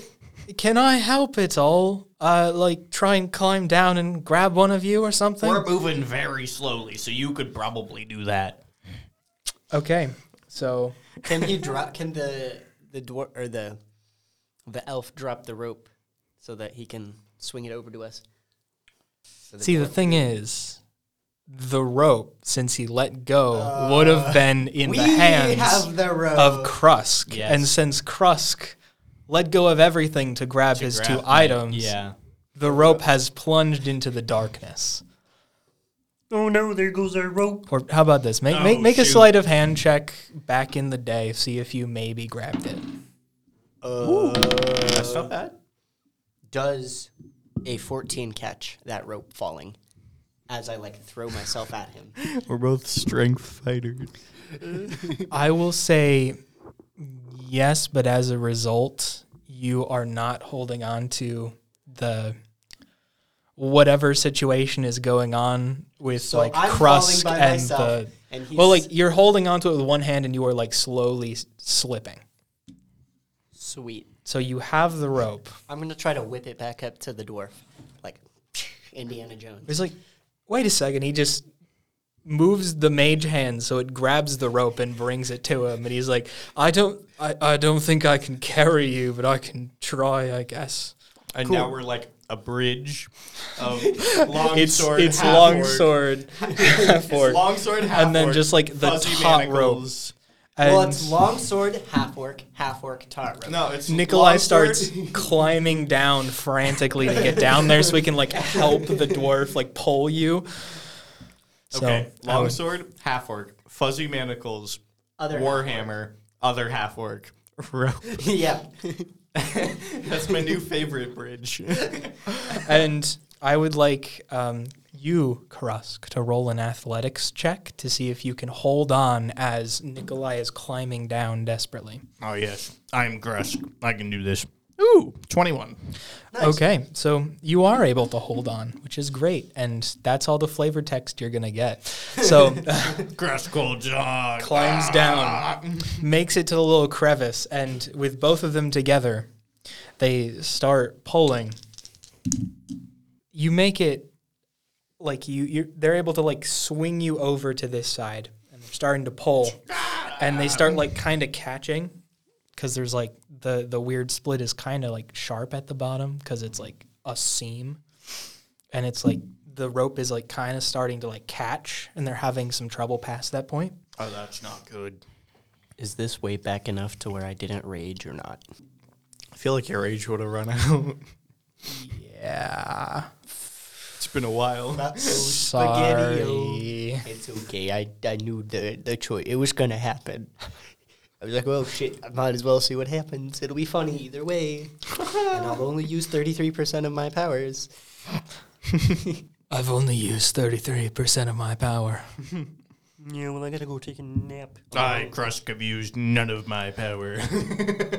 S1: can I help at all? Uh, like try and climb down and grab one of you or something.
S4: We're moving very slowly, so you could probably do that.
S1: okay, so
S3: Can he drop? Can the the dwarf or the the elf drop the rope so that he can swing it over to us? So
S1: see the
S3: dwarf-
S1: thing is, the rope, since he let go, would have been in the hands
S3: the rope.
S1: of Krusk.
S5: Yes.
S1: And since Krusk let go of everything to grab his two items,
S5: Yeah.
S1: the rope has plunged into the darkness.
S2: Oh no, there goes our rope.
S1: Or how about this? Make make,
S4: Oh,
S1: make a
S4: shoot.
S1: sleight of hand check back in the day, see if you maybe grabbed it.
S5: That's not
S4: uh,
S5: bad.
S3: Does a 14 catch that rope falling as I like throw myself at him?
S4: We're both strength fighters.
S1: I will say yes, but as a result, you are not holding on to the whatever situation is going on with
S3: So
S1: like
S3: I'm falling
S1: crust
S3: by
S1: and
S3: myself,
S1: the
S3: and he's
S1: well, like you're holding onto it with one hand and you are like slowly s- slipping.
S3: sweet.
S1: So you have the rope.
S3: I'm gonna try to whip it back up to the dwarf, like Indiana Jones.
S1: It's like, wait a second. He just moves the mage hand so it grabs the rope and brings it to him, and he's like, I don't, I, I don't think I can carry you, but I can try, I guess.
S4: And now we're like a bridge of long
S1: it's
S4: sword.
S1: it's
S4: half
S1: long
S4: orc.
S1: sword, half
S4: It's
S1: orc.
S4: long sword, half
S1: and then
S4: orc,
S1: just like the
S4: fuzzy
S1: top rope.
S4: manacles.
S3: well,
S1: And
S3: it's long sword, half orc, half orc tar rope.
S4: No, it's
S1: Nikolai
S4: long sword.
S1: starts climbing down frantically to get down there so we can like help the dwarf like pull you. So
S4: okay,
S1: I
S4: long
S1: would-
S4: sword, half orc, fuzzy manacles,
S3: Other
S4: warhammer, other half orc. rope.
S3: yeah.
S4: That's my new favorite bridge.
S1: and I would like um, you, Karusk, to roll an athletics check to see if you can hold on as Nikolai is climbing down desperately.
S4: oh yes, I'm Grusk. I can do this. Ooh, 21.
S1: Okay, so you are able to hold on, which is great, and that's all the flavor text you're gonna get. So
S4: Grusk old John.
S1: climbs down, makes it to the little crevice, and with both of them together, they start pulling. You make it like you you they're able to like swing you over to this side, and they're starting to pull, and they start like kind of catching because there's like the the weird split is kind of like sharp at the bottom because it's like a seam and it's like the rope is like kind of starting to like catch and they're having some trouble past that point
S4: Oh, that's not good.
S3: Is this way back enough to where I didn't rage or not?
S4: I feel like your age would have run out.
S1: yeah
S4: it's been a while.
S1: sorry
S3: It's okay. I, I knew the the choice. It was gonna happen. I was like, well, shit. I might as well see what happens. It'll be funny either way. and I'll only use thirty three percent of my powers.
S1: i've only used 33% of my power
S2: Yeah, well, I gotta go take a nap.
S4: I, Krusk, have used none of my power.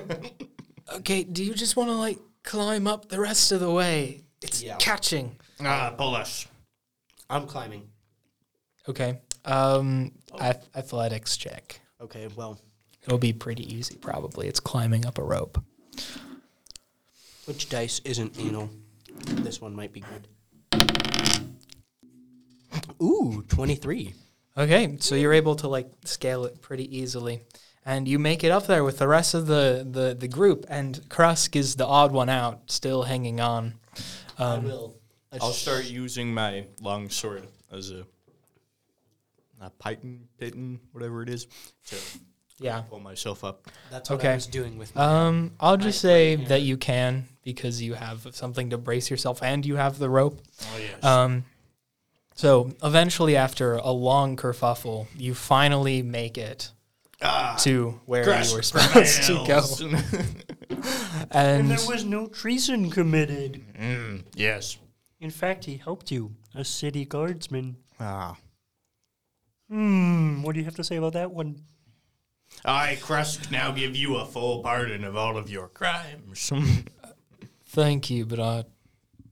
S1: okay do you just want to like climb up the rest of the way it's
S3: Yeah.
S1: catching
S4: ah, pull us.
S3: I'm climbing.
S1: okay um ath- athletics check
S3: Okay. Well,
S1: it'll be pretty easy probably it's climbing up a rope
S3: which dice isn't anal? This one might be good. Ooh, twenty three.
S1: Okay, so you're able to like scale it pretty easily, and you make it up there with the rest of the the, the group. And Krusk is the odd one out, still hanging on. Um,
S3: I will.
S4: I'll start using my long sword as a, a python, pitten, whatever it is, to
S1: Yeah.
S4: pull myself up.
S3: That's what
S1: okay.
S3: I was doing with. My,
S1: Um, I'll just say that you can because you have something to brace yourself, and you have the rope.
S4: Oh, yes.
S1: Um, so eventually, after a long kerfuffle, you finally make it to where you were supposed to go.
S2: And
S1: And
S2: there was no treason committed.
S4: Mm, yes.
S2: In fact, he helped you, a city guardsman.
S4: Ah.
S2: Hmm, what do you have to say about that one?
S4: I, Krusk, now give you a full pardon of all of your crimes.
S1: Mm. thank you, but I,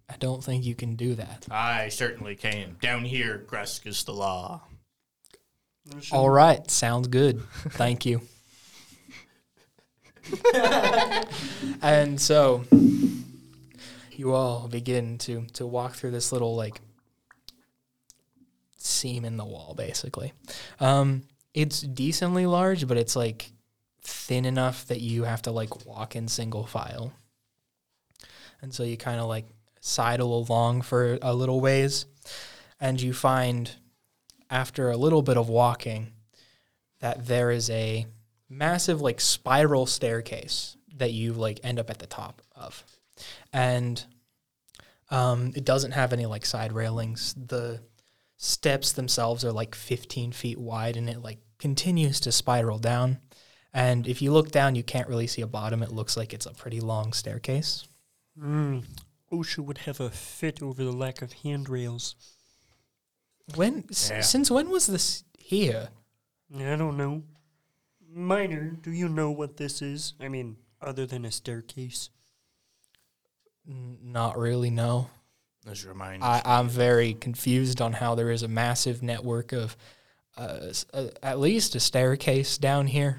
S1: I don't think you can do that.
S4: I certainly can. Down here, Krusk is the law.
S1: All right, sounds good. Thank you. and so you all begin to to walk through this little like seam in the wall basically. Um it's decently large, but it's like thin enough that you have to like walk in single file. And so you kind of like sidle along for a little ways and you find after a little bit of walking that there is a massive like spiral staircase that you like end up at the top of. And um, it doesn't have any like side railings. The steps themselves are like 15 feet wide and it like continues to spiral down. And if you look down, you can't really see a bottom. It looks like it's a pretty long staircase.
S2: Mm. OSHA would have a fit over the lack of handrails.
S1: When s-
S4: Yeah.
S1: since when was this here?
S2: I don't know. Minor, do you know what this is? I mean, other than a staircase.
S1: N- Not really. No,
S4: This reminds
S1: I, I'm very confused on how there is a massive network of uh, s- uh, at least a staircase down here.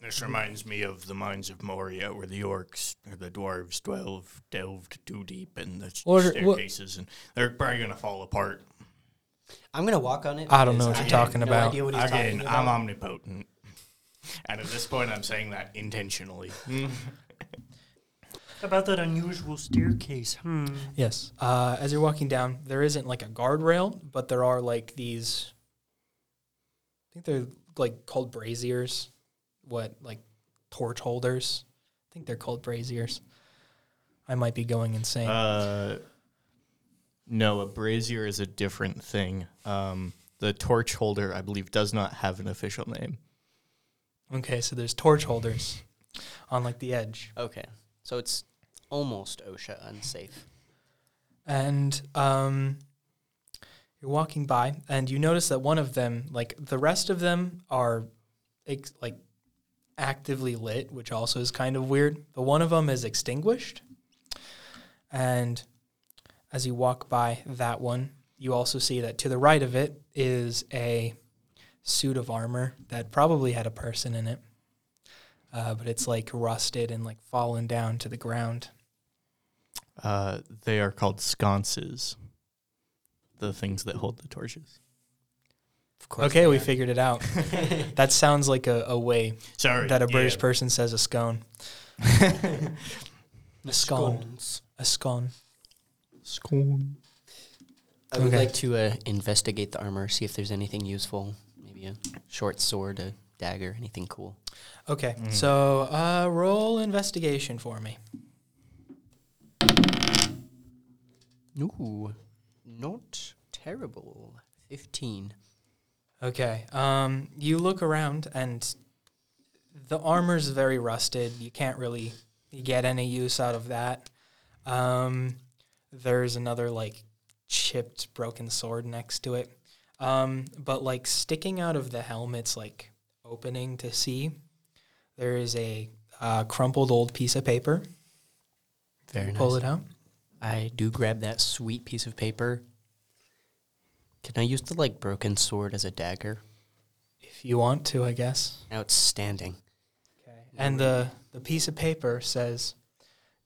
S4: this reminds me of the mines of Moria, where the orcs or the dwarves delved delved too deep in the
S1: Or- wha-
S4: staircases, and they're probably gonna fall apart.
S3: I'm gonna walk on it.
S1: I don't
S3: because
S1: know what you're
S3: have
S1: talking
S3: no
S1: about.
S3: idea what he's
S4: Again,
S3: talking about.
S4: I'm omnipotent, and at this point, I'm saying that intentionally.
S2: How About that unusual staircase. Hmm.
S1: Yes. Uh, as you're walking down, there isn't like a guardrail, but there are like these. I think they're like called braziers. What like torch holders? I think they're called braziers. I might be going insane.
S4: Uh, no, a brazier is a different thing. Um, the torch holder, I believe, does not have an official name.
S1: okay, so there's torch holders on like the edge,
S3: Okay, so it's almost OSHA unsafe.
S1: and um, you're walking by, and you notice that one of them, like the rest of them, are ex- like actively lit, which also is kind of weird. But one of them is extinguished. And as you walk by that one, you also see that to the right of it is a suit of armor that probably had a person in it. Uh, but it's like rusted and like fallen down to the ground.
S4: Uh, they are called sconces, the things that hold the torches.
S3: Of course.
S1: Okay,
S3: they
S1: we
S3: are.
S1: figured it out. that sounds like a, a way
S4: Sorry,
S1: that a British
S4: yeah.
S1: person says a scone. a scone.
S2: Scones.
S1: A scone.
S3: I would
S1: Okay.
S3: like to uh, investigate the armor, see if there's anything useful, maybe a short sword, a dagger, anything cool.
S1: Okay,
S4: Mm.
S1: so uh, roll investigation for me.
S3: Ooh, not terrible. Fifteen.
S1: Okay. Um, you look around, and the armor's very rusted. You can't really get any use out of that. Um, there's another like chipped, broken sword next to it. Um, but like sticking out of the helmet's like opening to see, there is a uh, crumpled old piece of paper.
S3: Very
S1: Pull
S3: nice.
S1: it out.
S3: I do grab that sweet piece of paper. Can I use the like broken sword as a dagger?
S1: If you want to, I guess.
S3: Outstanding.
S1: Okay. And the, the piece of paper says,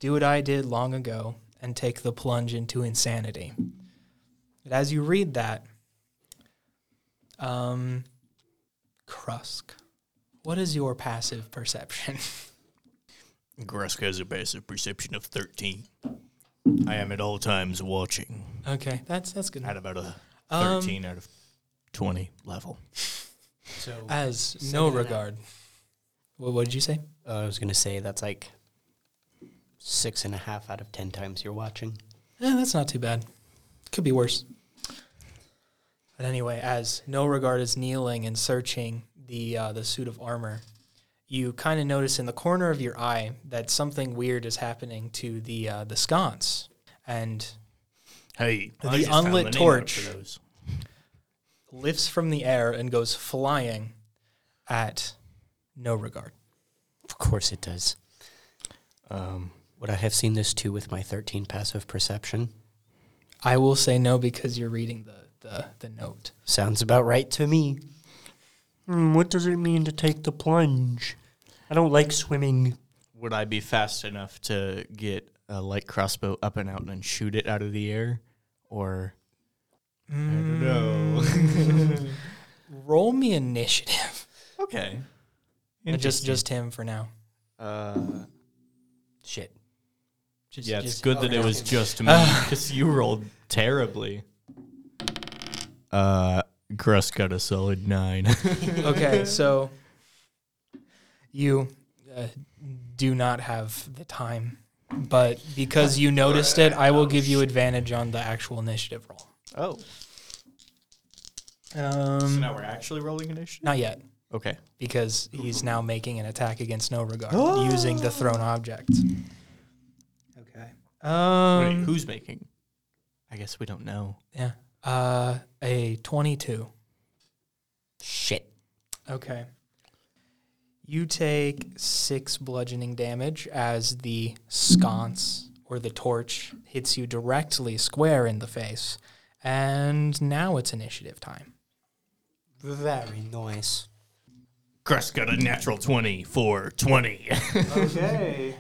S1: Do what I did long ago and take the plunge into insanity. But as you read that, um, Krusk, what is your passive perception?
S4: Grusk has a passive perception of 13. I am at all times watching
S1: okay, that's that's good.
S4: at about a
S1: Um,
S4: 13 out of 20 level.
S3: So
S1: As
S3: Say
S1: no
S3: that out.
S1: regard. What, what did you say?
S3: I was gonna say that's like six and a half out of ten times you're watching.
S1: Eh, that's not too bad. Could be worse. But anyway, as No Regard is kneeling and searching the uh, the suit of armor, you kind of notice in the corner of your eye that something weird is happening to the uh, the sconce, and
S4: Hey,
S1: The
S4: just found
S1: unlit
S4: the name out for
S1: torch.
S4: those.
S1: lifts from the air and goes flying at No Regard.
S3: Of course it does.
S4: Um,
S3: Would I have seen this too with my thirteen passive perception?
S1: I will say no because you're reading the the, the note.
S3: Sounds about right to me.
S2: Hmm, what does it mean to take the plunge? I don't like swimming.
S4: would I be fast enough to get a light crossbow up and out and shoot it out of the air? Or I don't know.
S1: Roll me initiative.
S4: okay.
S1: just just him for now.
S4: uh,
S3: Shit.
S1: Just,
S4: yeah, it's
S1: just-
S4: good that it was just me because you rolled terribly. Uh, Chris got a solid nine.
S1: okay, so you uh, do not have the time, but because you noticed it, I will give you advantage on the actual initiative roll.
S4: oh,
S1: Um,
S4: we're actually rolling initiative.
S1: not yet,
S4: Okay.
S1: because he's now making an attack against No Regard using the thrown object.
S6: Okay.
S1: Um,
S4: Wait, who's making? I guess we don't know.
S1: yeah, uh, a twenty-two.
S3: Shit.
S1: Okay. You take six bludgeoning damage as the sconce or the torch hits you directly square in the face. And now it's initiative time.
S3: Very nice.
S4: Chris got a natural 20 for 20.
S6: Okay.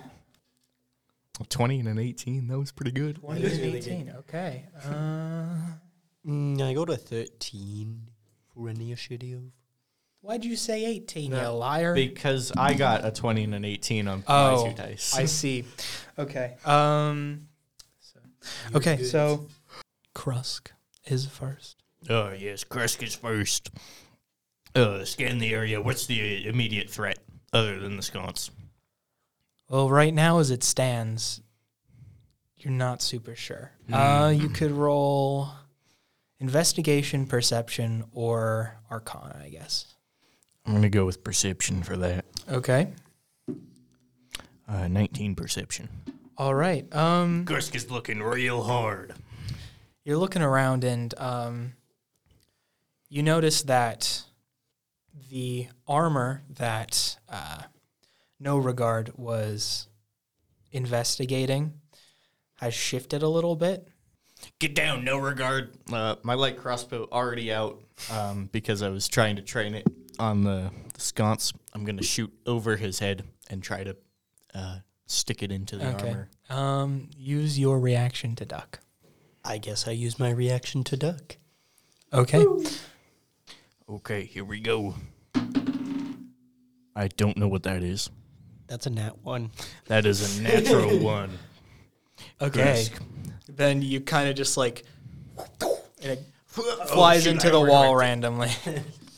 S4: 20 and an 18. That was pretty good.
S1: 20 and 18. Okay. Uh,
S3: Mm, I got a 13 for initiative.
S1: why'd you say 18, you liar?
S4: Because I got a 20 and an 18 on
S1: Oh,
S4: my two dice.
S1: I see. Okay. Um, so. Okay, so Krusk is first.
S4: Oh, yes. Chris gets first. Uh, scan the area. What's the immediate threat other than the sconce?
S1: Well, right now, as it stands, you're not super sure. Uh, you could roll investigation, perception, or arcana, I guess.
S4: I'm going to go with perception for that.
S1: Okay.
S4: Uh, 19 perception.
S1: All right. Um,
S4: Grisk is looking real hard.
S1: you're looking around and um, you notice that the armor that uh, No Regard was investigating has shifted a little bit.
S4: Get down, no regard. Uh, my light crossbow already out um, because I was trying to train it on the, the sconce. I'm going to shoot over his head and try to uh, stick it into the
S1: Okay.
S4: armor.
S1: Um, use your reaction to duck.
S3: I guess I use my reaction to duck.
S1: Okay.
S4: Okay, here we go. I don't know what that is.
S3: That's a nat one.
S4: That is a natural one.
S1: Okay.
S4: Grisk.
S1: Then you kind of just like and it
S4: Oh,
S1: flies into the wall randomly.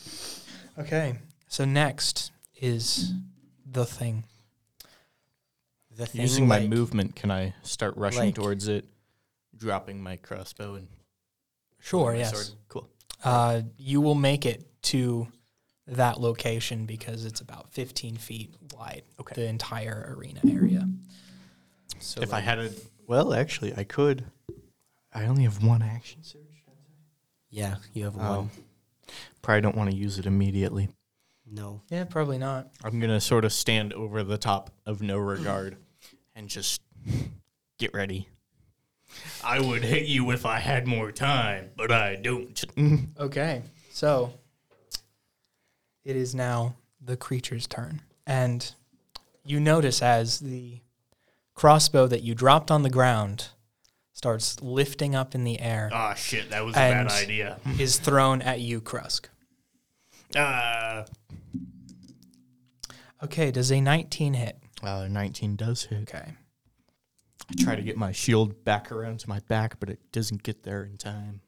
S1: okay. So next is the thing.
S3: The thing
S4: Using my
S3: like-
S4: movement, can I start rushing
S3: like-
S4: towards it, dropping my crossbow and
S1: Sure,
S4: my
S1: yes.
S4: sword? Cool.
S1: Uh, you will make it to that location because it's about 15 feet wide,
S4: Okay.
S1: the entire arena area. So
S4: if I
S1: like-
S4: had a well, actually, I could. I only have one action surge.
S3: Yeah, you have
S4: Oh.
S3: one.
S4: Probably don't want to use it immediately.
S3: No.
S1: Yeah, probably not.
S4: I'm gonna sort of stand over the top of no regard, and just get ready. I would hit you if I had more time, but I don't.
S1: Okay. So it is now the creature's turn. And you notice as the crossbow that you dropped on the ground starts lifting up in the air,
S4: Ah, shit, that was
S1: And-
S4: idea.
S1: is thrown at you, Krusk.
S4: Uh,
S1: Okay, does a 19 hit?
S4: 19 Uh, does hit.
S1: Okay.
S4: I try to get my shield back around to my back, but it doesn't get there in time.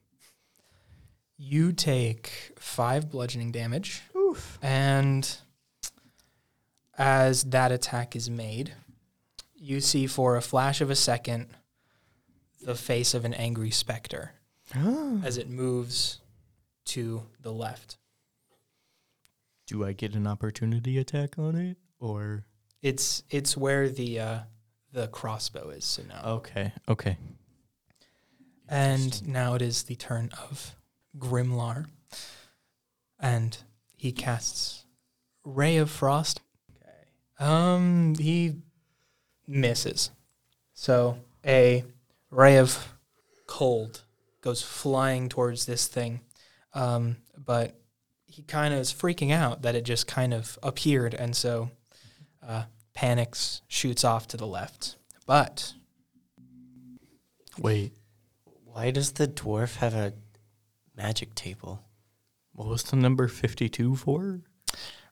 S1: You take five bludgeoning damage. And as that attack is made, you see for a flash of a second the face of an angry specter as it moves to the left.
S4: Do I get an opportunity attack on it, or
S1: It's it's where the uh, the crossbow is, so now.
S4: okay, okay?
S1: And now it is the turn of Grimlar. And he casts Ray of Frost. Okay. Um he misses. So a ray of cold goes flying towards this thing. Um but he kind of is freaking out that it just kind of appeared and so uh, panics, shoots off to the left. But
S4: Wait,
S3: Why does the dwarf have a magic table?
S4: what was the number 52 for?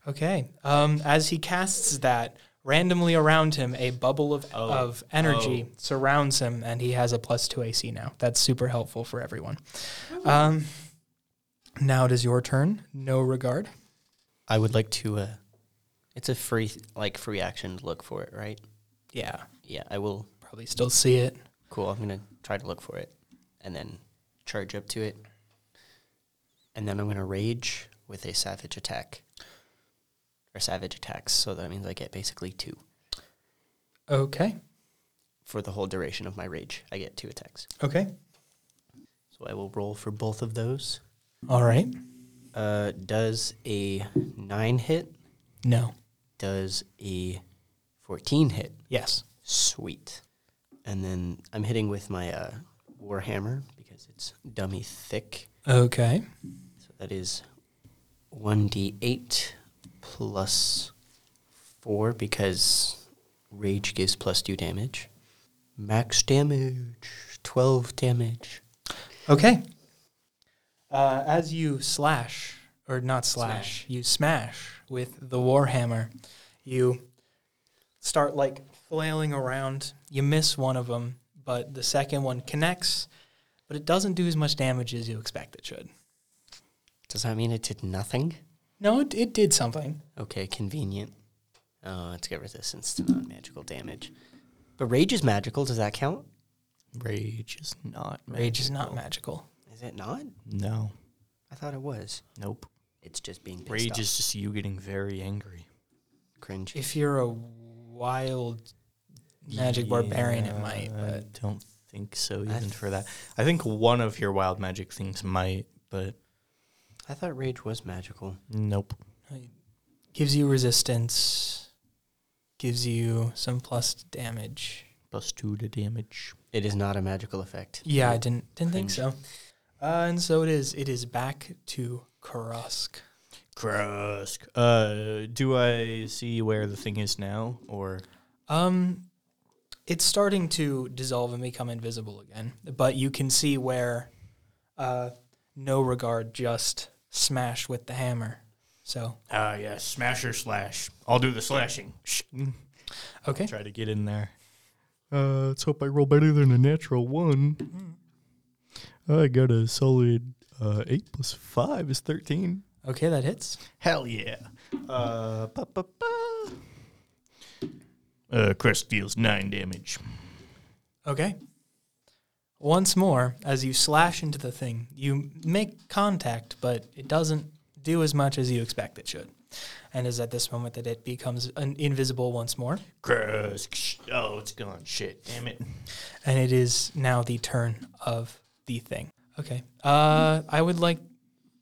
S1: Okay. Um, as he casts that, randomly around him, a bubble of, of energy surrounds him, and he has a plus two AC now. That's super helpful for everyone. Um, Now it is your turn. No regard.
S3: I would like to. Uh, it's a free like free action to look for it, right?
S1: Yeah.
S3: Yeah, I will.
S1: Probably still see it.
S3: Cool. I'm gonna try to look for it, and then charge up to it, and then I'm gonna rage with a savage attack. Or savage attacks, so that means I get basically two
S1: Okay.
S3: for the whole duration of my rage. I get two attacks,
S1: Okay.
S3: so I will roll for both of those.
S1: All right.
S3: Uh, does a nine hit?
S1: No.
S3: Does a fourteen hit?
S1: Yes.
S3: Sweet. And then I'm hitting with my uh, warhammer because it's dummy thick.
S1: Okay.
S3: So that is 1d8 plus 4 because rage gives plus 2 damage. Max damage, 12 damage.
S1: Okay. Uh, as you slash, or not slash, you smash with the warhammer, you start like flailing around. You miss one of them, but the second one connects, but it doesn't do as much damage as you expect it should.
S3: Does that mean it did nothing?
S1: No, it, it did something.
S3: Okay, convenient. Oh, it's got resistance to non magical damage. But rage is magical. Does that count?
S4: Rage is not
S1: Rage is not magical.
S3: Is it not?
S4: No.
S3: I thought it was.
S4: Nope.
S3: It's just being pissed
S4: Rage
S3: off.
S4: is just you getting very angry.
S3: cringe.
S1: If you're a wild magic barbarian, it might,
S4: I
S1: but
S4: don't think so
S3: I
S4: even for that. I think one of your wild magic things might, but
S3: I thought rage was magical.
S4: nope.
S1: gives you resistance, gives you some plus damage.
S4: Plus two to damage.
S3: It is not a magical effect.
S1: Yeah, I didn't didn't think so.
S3: Cringe.
S1: Uh, and so it is. It is back to Karusk.
S4: Krusk. Uh, do I see where the thing is now, or
S1: Um, it's starting to dissolve and become invisible again, but you can see where uh, no regard just smashed with the hammer. So
S4: Ah, yeah, smash or slash. I'll do the slashing. Shh.
S1: okay,
S4: Try to get in there. Uh, let's hope I roll better than a natural one. Uh, I got a solid uh, eight plus five is thirteen.
S1: okay, that hits.
S4: Hell yeah. Uh, ba, ba, ba. Uh, Crest deals nine damage.
S1: Okay. Once more, as you slash into the thing, you make contact, but it doesn't do as much as you expect it should. And is at this moment that it becomes un- invisible once more.
S4: Krusk. Oh, it's gone. Shit. Damn it.
S1: and it is now the turn of the thing. Okay. Uh, I would like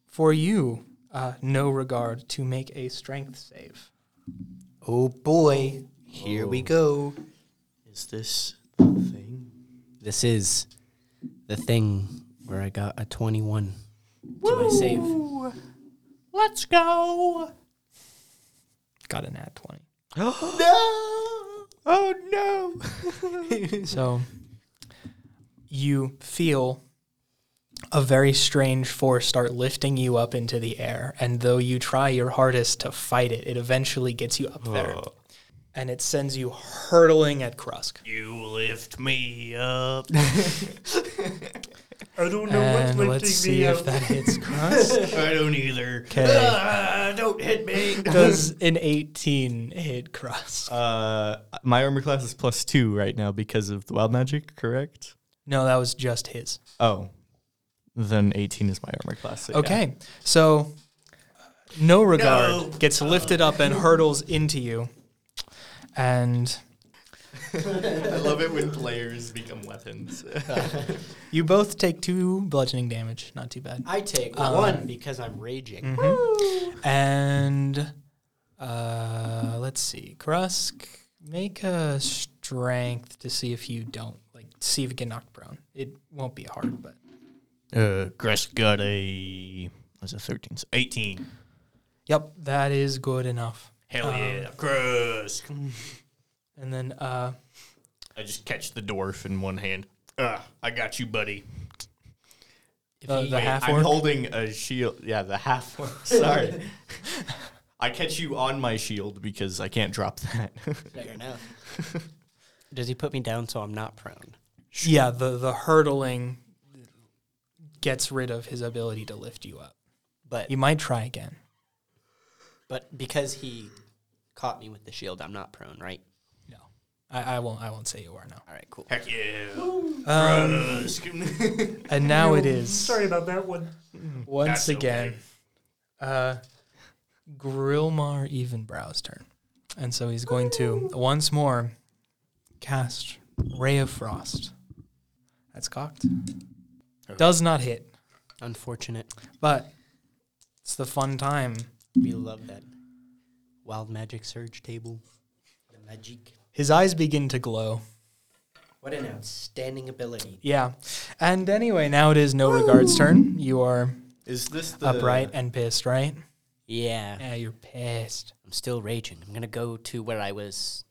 S1: for you, uh, no regard, to make a strength save.
S3: Oh boy, here we go.
S4: Is this the thing?
S3: This is the thing where I got a 21. Do I save?
S4: Let's go.
S1: Got a nat twenty.
S4: no. Oh no.
S1: So you feel a very strange force start lifting you up into the air, and though you try your hardest to fight it, it eventually gets you up there, and it sends you hurtling at Krusk.
S4: You lift me up.
S2: I don't know what's
S1: And
S2: lifting
S1: let's
S2: me
S1: see
S2: up.
S1: if that hits Krusk.
S4: I don't either.
S1: 'Kay.
S4: Ah, don't hit me.
S1: Does an 18 hit cross?
S4: Uh, my armor class is plus two right now because of the wild magic, correct?
S1: no, that was just his.
S4: Oh, then 18 is my armor class. so yeah.
S1: Okay. So, no regard gets lifted up and hurtles into you. And
S4: I love it when players become weapons.
S1: you both take two bludgeoning damage. Not too bad. Mm-hmm.
S3: I take one because I'm raging.
S1: And uh, let's see. Krusk, make a strength to see if you don't, like, see if you get knocked prone. It won't be hard, but.
S4: uh, Gresk got a. Was it 13? So 18.
S1: Yep, that is good enough. Um,
S4: Hell yeah, Gresk.
S1: And then uh,
S4: I just catch the dwarf in one hand. Ah, I got you, buddy.
S1: the,
S3: Oh,
S1: the
S4: Wait,
S1: half
S4: I'm
S1: orc.
S4: holding a shield. Yeah, the half orc. Sorry. I catch you on my shield because I can't drop that.
S3: Fair enough. Does he put me down so I'm not prone?
S1: Yeah, the the hurtling gets rid of his ability to lift you up.
S3: But
S1: You might try again.
S3: but because he caught me with the shield, I'm not prone, right?
S1: No, I, I won't. I won't say you are now.
S3: All right, cool.
S4: Heck yeah.
S1: Um, and now it is
S2: Sorry about that one.
S1: once
S4: That's
S1: again, uh, Grillmar Evenbrow's turn, and so he's going to once more cast Ray of Frost. That's cocked. Does not hit,
S3: Unfortunate.
S1: but it's the fun time.
S3: We love that wild magic surge table. The magic.
S1: His eyes begin to glow.
S3: What an outstanding ability.
S1: Yeah. And anyway, now it is no regards turn. You are
S4: Is this the
S1: upright and pissed, right?
S3: Yeah.
S1: Yeah, you're pissed.
S3: I'm still raging. I'm gonna go to where I was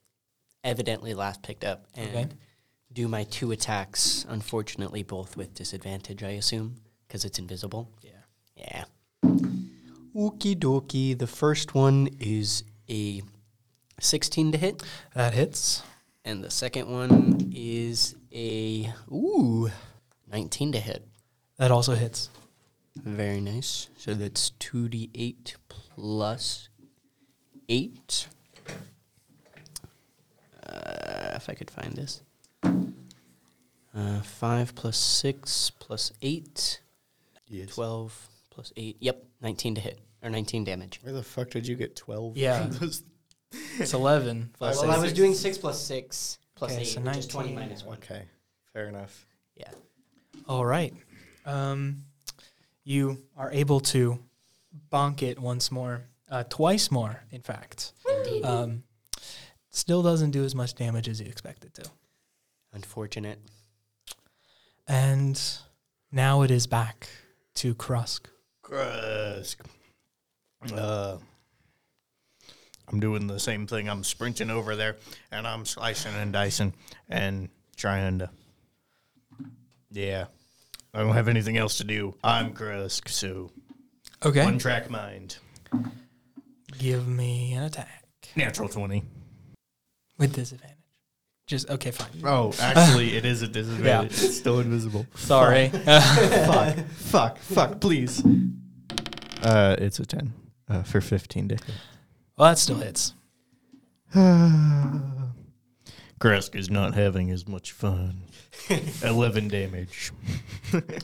S3: evidently last picked up and
S1: Okay.
S3: do my two attacks. Unfortunately, both with disadvantage, I assume, because it's invisible. Yeah. Yeah. Okie dokie. The first one is a 16 to hit,
S1: That hits.
S3: and the second one is a ooh 19 to hit.
S1: That also hits.
S3: Very nice. So that's 2d8 plus 8. Uh, if I could find this. Uh, 5 plus 6 plus 8.
S4: Yes.
S3: 12 plus 8. Yep, 19 to hit. Or 19 damage.
S4: Where the fuck did you get 12?
S1: Yeah.
S4: Those-
S1: It's 11. plus
S3: well, I was
S1: six.
S3: doing 6 plus 6 plus
S1: Okay,
S3: 8,
S1: so
S3: which is 20
S1: 19.
S3: minus 1.
S4: okay. Fair enough.
S3: Yeah.
S1: All right. Um, you are able to bonk it once more, uh, twice more, in fact. Um, still doesn't do as much damage as you expected to.
S3: Unfortunate.
S1: And now it is back to Krusk.
S4: Grusk. Uh, I'm doing the same thing. I'm sprinting over there and I'm slicing and dicing and trying to. Yeah. I don't have anything else to do. I'm Grusk, so
S1: Okay.
S4: one track mind.
S1: Give me an attack
S4: Natural 20.
S1: with disadvantage. Just, okay, fine.
S4: Oh, actually, it is a disadvantage. It's still invisible.
S1: Sorry.
S4: fuck, fuck, fuck, please. Uh, it's a 10 uh, for 15 to
S1: Well, that still hits.
S4: Kresk is not having as much fun. 11 damage.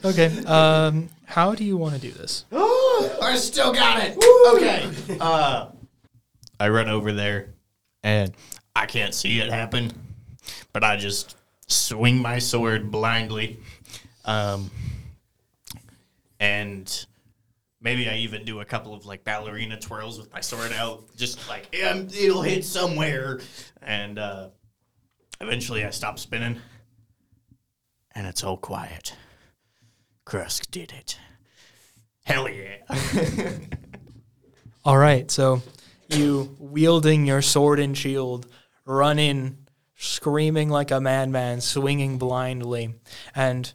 S1: Okay. Um, how do you want to do this?
S4: I still got it. Okay. Uh, I run over there and I can't see it happen, but I just swing my sword blindly. Um, and maybe I even do a couple of like ballerina twirls with my sword out, just like "Yeah, it'll hit somewhere. And uh, eventually I stop spinning and it's all quiet. Krusk did it. Hell yeah.
S1: All right. So you, wielding your sword and shield, run in, screaming like a madman, swinging blindly, and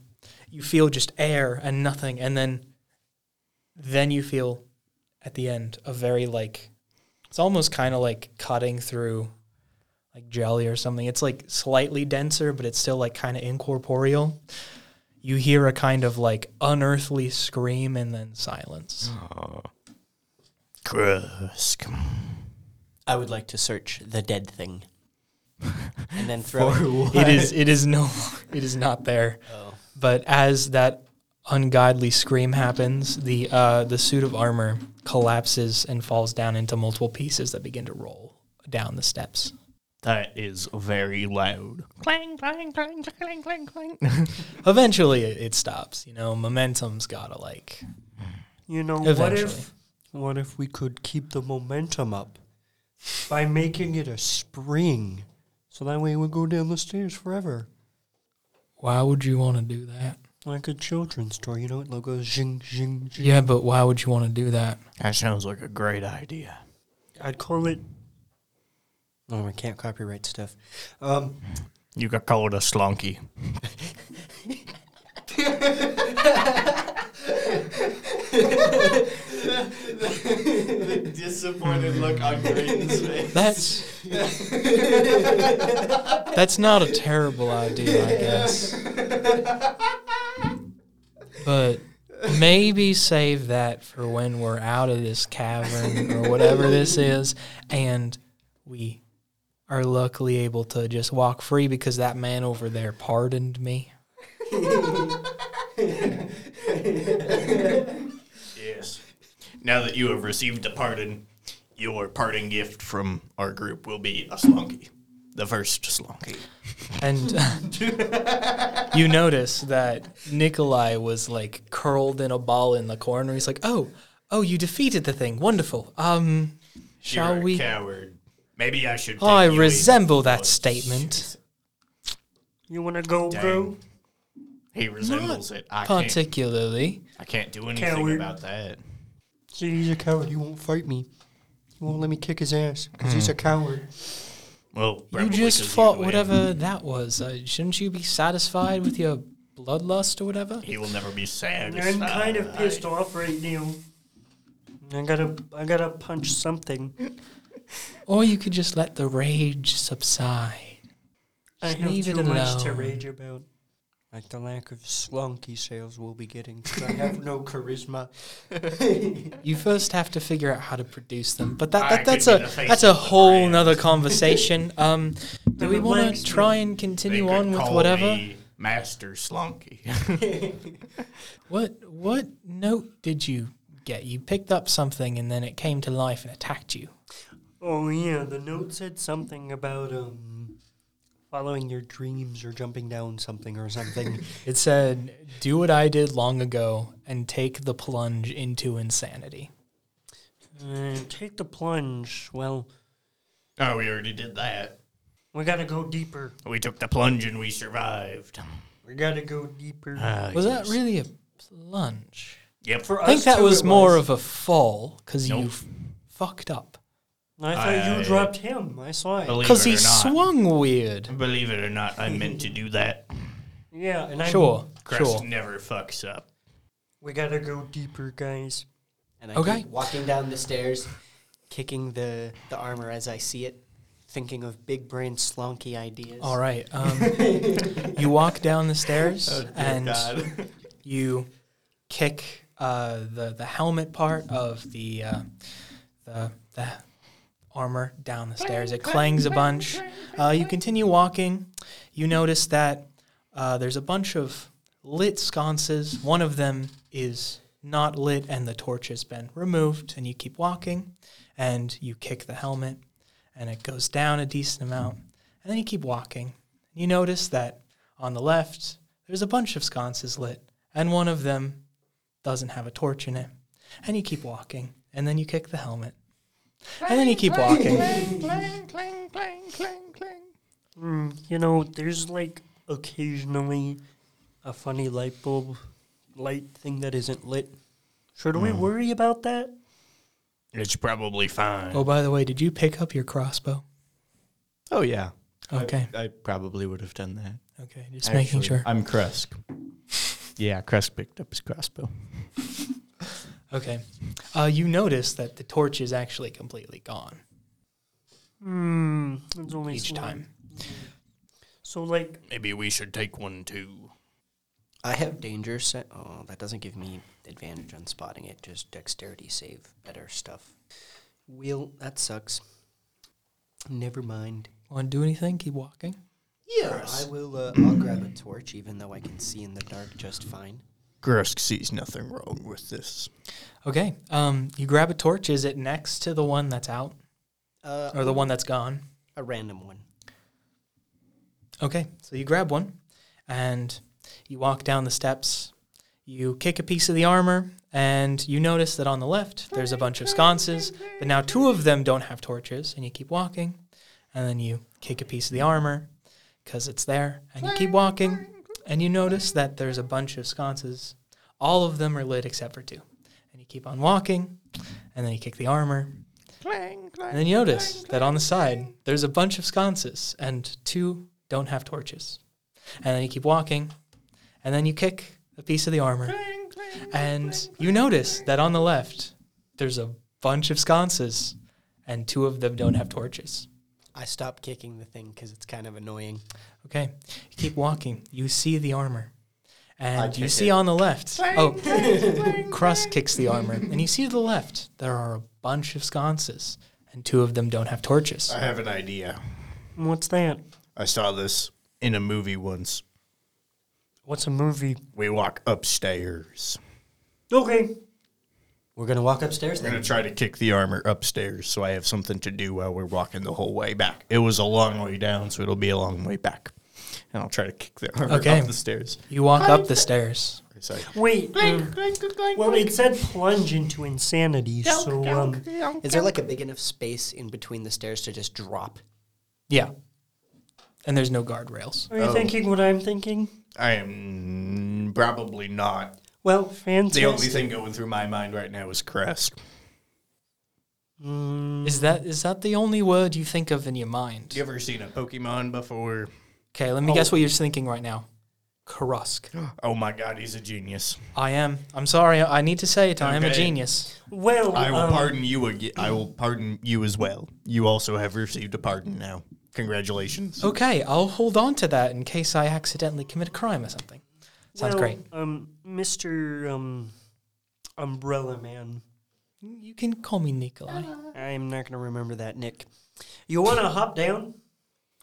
S1: you feel just air and nothing, and then, then you feel, at the end, a very like, it's almost kind of like cutting through, like jelly or something. It's like slightly denser, but it's still like kind of incorporeal. You hear a kind of like unearthly scream and then silence.
S4: Grusk.
S3: I would like to search the dead thing. and then throw it.
S1: it is it is no it is not there.
S3: Oh.
S1: But as that ungodly scream happens, the uh, the suit of armor collapses and falls down into multiple pieces that begin to roll down the steps.
S4: That is very loud. Clang, clang, clang, clang, clang, clang.
S1: Eventually, it, it stops. You know, momentum's gotta like.
S2: You know, what
S1: Eventually,
S2: if what if we could keep the momentum up by making it a spring? So that way it would go down the stairs forever.
S1: why would you want to do that?
S2: Like a children's toy, you know, it goes zing, zing, zing.
S1: Yeah, but why would you want to do that?
S4: That sounds like a great idea.
S2: I'd call it. Oh, I can't copyright stuff. Um,
S4: You could call it a slonky. the disappointed look on Graydon's face.
S1: That's that's not a terrible idea, I guess. But maybe save that for when we're out of this cavern or whatever this is, and we are luckily able to just walk free because that man over there pardoned me.
S4: Yes. Now that you have received a pardon, your parting gift from our group will be a slonky. The first slonky.
S1: And you notice that Nikolai was like curled in a ball in the corner. He's like, "Oh, oh, you defeated the thing. Wonderful. Um, shall
S4: You're a
S1: we?"
S4: coward. Maybe I should.
S1: Oh, I
S4: take you in.
S1: resemble that
S4: Oh,
S1: statement
S2: You want to go,
S4: dang.
S2: bro?
S4: He resembles it. I can't.
S1: particularly.
S4: I can't do anything
S2: Coward.
S4: about that.
S2: See, he's a coward. He won't fight me. He won't let me kick his ass because he's a coward.
S4: Well,
S1: You
S4: probably
S1: just
S4: 'cause
S1: fought
S4: win.
S1: whatever that was. Uh, shouldn't you be satisfied with your bloodlust or whatever?
S4: He will never be
S2: And
S4: satisfied.
S2: I'm kind of pissed off right now. I gotta, I gotta punch something.
S1: Or you could just let the rage subside.
S2: I
S1: Just
S2: have
S1: leave it
S2: too much to
S1: alone.
S2: rage about. Like the lack of slunky sales we'll be getting 'cause I have no charisma.
S1: You first have to figure out how to produce them, but that,
S4: I
S1: that
S4: could
S1: that's
S4: be
S1: a
S4: the face
S1: that's
S4: of
S1: a
S4: the
S1: whole
S4: brand.
S1: nother conversation. Um, do
S2: No,
S1: we
S2: but
S1: want
S2: legs
S1: to
S2: don't-
S1: try and
S4: They
S1: continue
S4: could
S1: on with
S4: call
S1: whatever?
S4: me Master Slonky.
S1: What what note did you get? You picked up something and then it came to life and attacked you.
S2: Oh yeah, the note said something about um following your dreams or jumping down something or something.
S1: It said, "Do what I did long ago and take the plunge into insanity."
S2: uh, take the plunge. Well,
S4: oh, we already did that.
S2: we gotta go deeper.
S4: We took the plunge and we survived.
S2: We gotta go deeper.
S4: Ah,
S1: Was
S4: yes.
S1: that really a plunge?
S4: Yep.
S2: For
S1: Uh, I think
S2: us
S1: that
S2: two,
S1: was
S2: it
S1: more of a fall because you
S4: Nope.
S1: f- fucked up.
S2: I thought
S4: I-
S2: you dropped him. I saw it.
S4: Believe
S1: Because
S4: it
S1: he
S4: or not.
S1: swung weird.
S4: Believe it or not, I meant to do that.
S2: Yeah, and I
S1: Sure,
S4: Crest
S1: sure.
S4: never fucks up.
S2: We gotta go deeper, guys.
S3: And I
S1: Okay.
S3: keep walking down the stairs, kicking the, the armor as I see it, thinking of big brain slonky ideas.
S1: All right. Um, you walk down the stairs
S3: Oh,
S1: and you kick uh, the the helmet part of the uh, the the armor down the stairs. It clangs a bunch. Uh, you continue walking. You notice that uh, there's a bunch of lit sconces. One of them is not lit, and the torch has been removed. And you keep walking, and you kick the helmet, and it goes down a decent amount. And then you keep walking. You notice that on the left, there's a bunch of sconces lit, and one of them doesn't have a torch in it. And you keep walking, and then you kick the helmet. And then you keep walking.
S2: Mm, you know, there's like occasionally a funny light bulb light thing that isn't lit. Should
S1: Mm.
S2: we worry about that?
S4: It's probably fine.
S1: Oh, by the way, did you pick up your crossbow?
S4: Oh yeah.
S1: Okay.
S4: I probably would have done that.
S1: Okay, just making
S4: Actually,
S1: sure.
S4: I'm Kresk. Yeah, Kresk picked up his crossbow.
S1: Okay. Uh, you notice that the torch is actually completely gone
S2: Hmm, it's only
S1: each
S2: slight.
S1: time.
S2: So like,
S4: Maybe we should take one too.
S3: I have danger set. Oh, that doesn't give me advantage on spotting it. Just dexterity save, better stuff. Wheel, that sucks. Never mind.
S1: Want to do anything? Keep walking.
S3: Yeah, I will. Uh, I'll grab a torch, even though I can see in the dark just fine.
S4: Kresk sees nothing wrong with this.
S1: Okay. Um, you grab a torch. Is it next to the one that's out
S3: Uh,
S1: or the one that's gone?
S3: a random one.
S1: Okay, so you grab one and you walk down the steps. You kick a piece of the armor, and you notice that on the left there's a bunch of sconces, but now two of them don't have torches, and you keep walking, and then you kick a piece of the armor because it's there, and you keep walking, and you notice that there's a bunch of sconces. All of them are lit except for two. And you keep on walking, and then you kick the armor, and then you notice that on the side, there's a bunch of sconces, and two don't have torches. And then you keep walking, and then you kick a piece of the armor. And you notice that on the left, there's a bunch of sconces, and two of them don't have torches.
S3: I stopped kicking the thing because it's kind of annoying.
S1: Okay, you keep walking. You see the armor, And you
S4: kick
S1: see
S4: it.
S1: on the left. Oh, Crust kicks the armor. And you see to the left, there are a bunch of sconces, and two of them don't have torches.
S4: I have an idea.
S2: What's that?
S4: I saw this in a movie once.
S2: What's a movie?
S4: We walk upstairs.
S2: Okay.
S3: We're gonna walk upstairs
S4: I'm
S3: then.
S4: gonna try to kick the armor upstairs so I have something to do while we're walking the whole way back. It was a long way down, so it'll be a long way back. And I'll try to kick the armor
S1: Okay.
S4: up the stairs.
S1: You walk up the stairs.
S4: Sorry.
S2: Wait. um, well, it said plunge into insanity, so um,
S3: Is there like a big enough space in between the stairs to just drop?
S1: Yeah. And there's no guardrails.
S2: are you
S4: Oh.
S2: thinking what I'm thinking?
S4: I am probably not.
S2: Well, fantastic.
S4: The only thing going through my mind right now is crest.
S1: Is that is that the only word you think of in your mind?
S4: You ever seen a Pokemon before?
S1: Okay, let me guess what you're thinking right now. Karusk.
S4: Oh my god, he's a genius.
S1: I am. I'm sorry. I need to say it. I am a
S4: Okay.
S1: genius.
S2: Well,
S4: I will
S2: um,
S4: pardon you again. I will pardon you as well. You also have received a pardon now. Congratulations.
S1: Okay, I'll hold on to that in case I accidentally commit a crime or something. Sounds
S2: well,
S1: great.
S2: Um, Mr. Um, Umbrella Man.
S1: You can call me Nikolai.
S2: I'm not going to remember that, Nick. You want to hop down?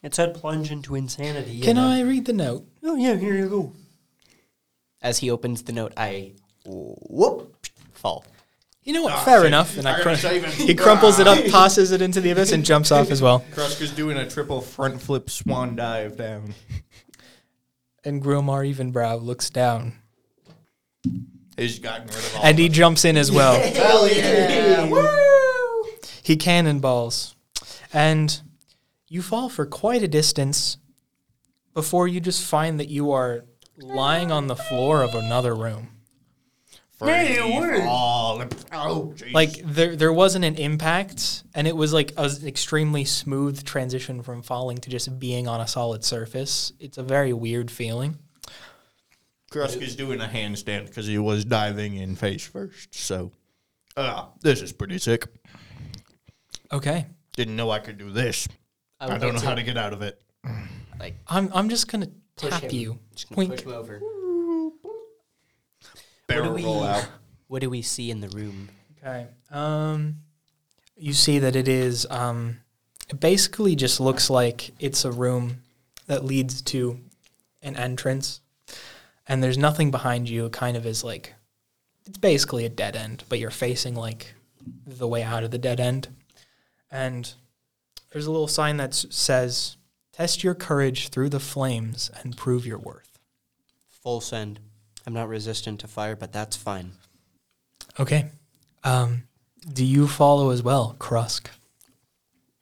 S2: It said plunge into insanity.
S1: Can
S2: and, uh,
S1: I read the note?
S2: Oh, yeah, here you go.
S3: As he opens the note, I whoop fall.
S1: You know what? Fair
S4: shit.
S1: enough. And I
S4: I
S1: crum-
S4: gotta save him.
S1: he crumples it up, tosses it into the abyss, and jumps off as well.
S4: Krusker's doing a triple front flip swan dive down.
S1: And Gromar Evenbrow looks down,
S4: He's gotten rid of all.
S1: and he jumps in as well.
S4: Hell yeah!
S1: he cannonballs, and you fall for quite a distance before you just find that you are lying on the floor of another room.
S2: Hey, it worked.
S4: all. Oh, jeez.
S1: like there there wasn't an impact and it was like a s- extremely smooth transition from falling to just being on a solid surface it's a very weird feeling
S4: Krusker's doing a handstand because he was diving in face first. So, uh, this is pretty sick.
S1: okay
S4: Didn't know I could do this.
S3: I,
S4: I don't know how to get out of it.
S1: i'm i'm just going to tap
S3: him.
S1: you
S3: push
S1: Wink.
S3: him over.
S4: Barrel
S3: we-
S4: roll out.
S3: What do we see in the room?
S1: okay um you see that it is um it basically just looks like it's a room that leads to an entrance and there's nothing behind you it kind of is like it's basically a dead end but you're facing like the way out of the dead end and there's a little sign that s- says test your courage through the flames and prove your worth
S3: Full send. I'm not resistant to fire, but that's fine.
S1: okay um, do you follow as well krusk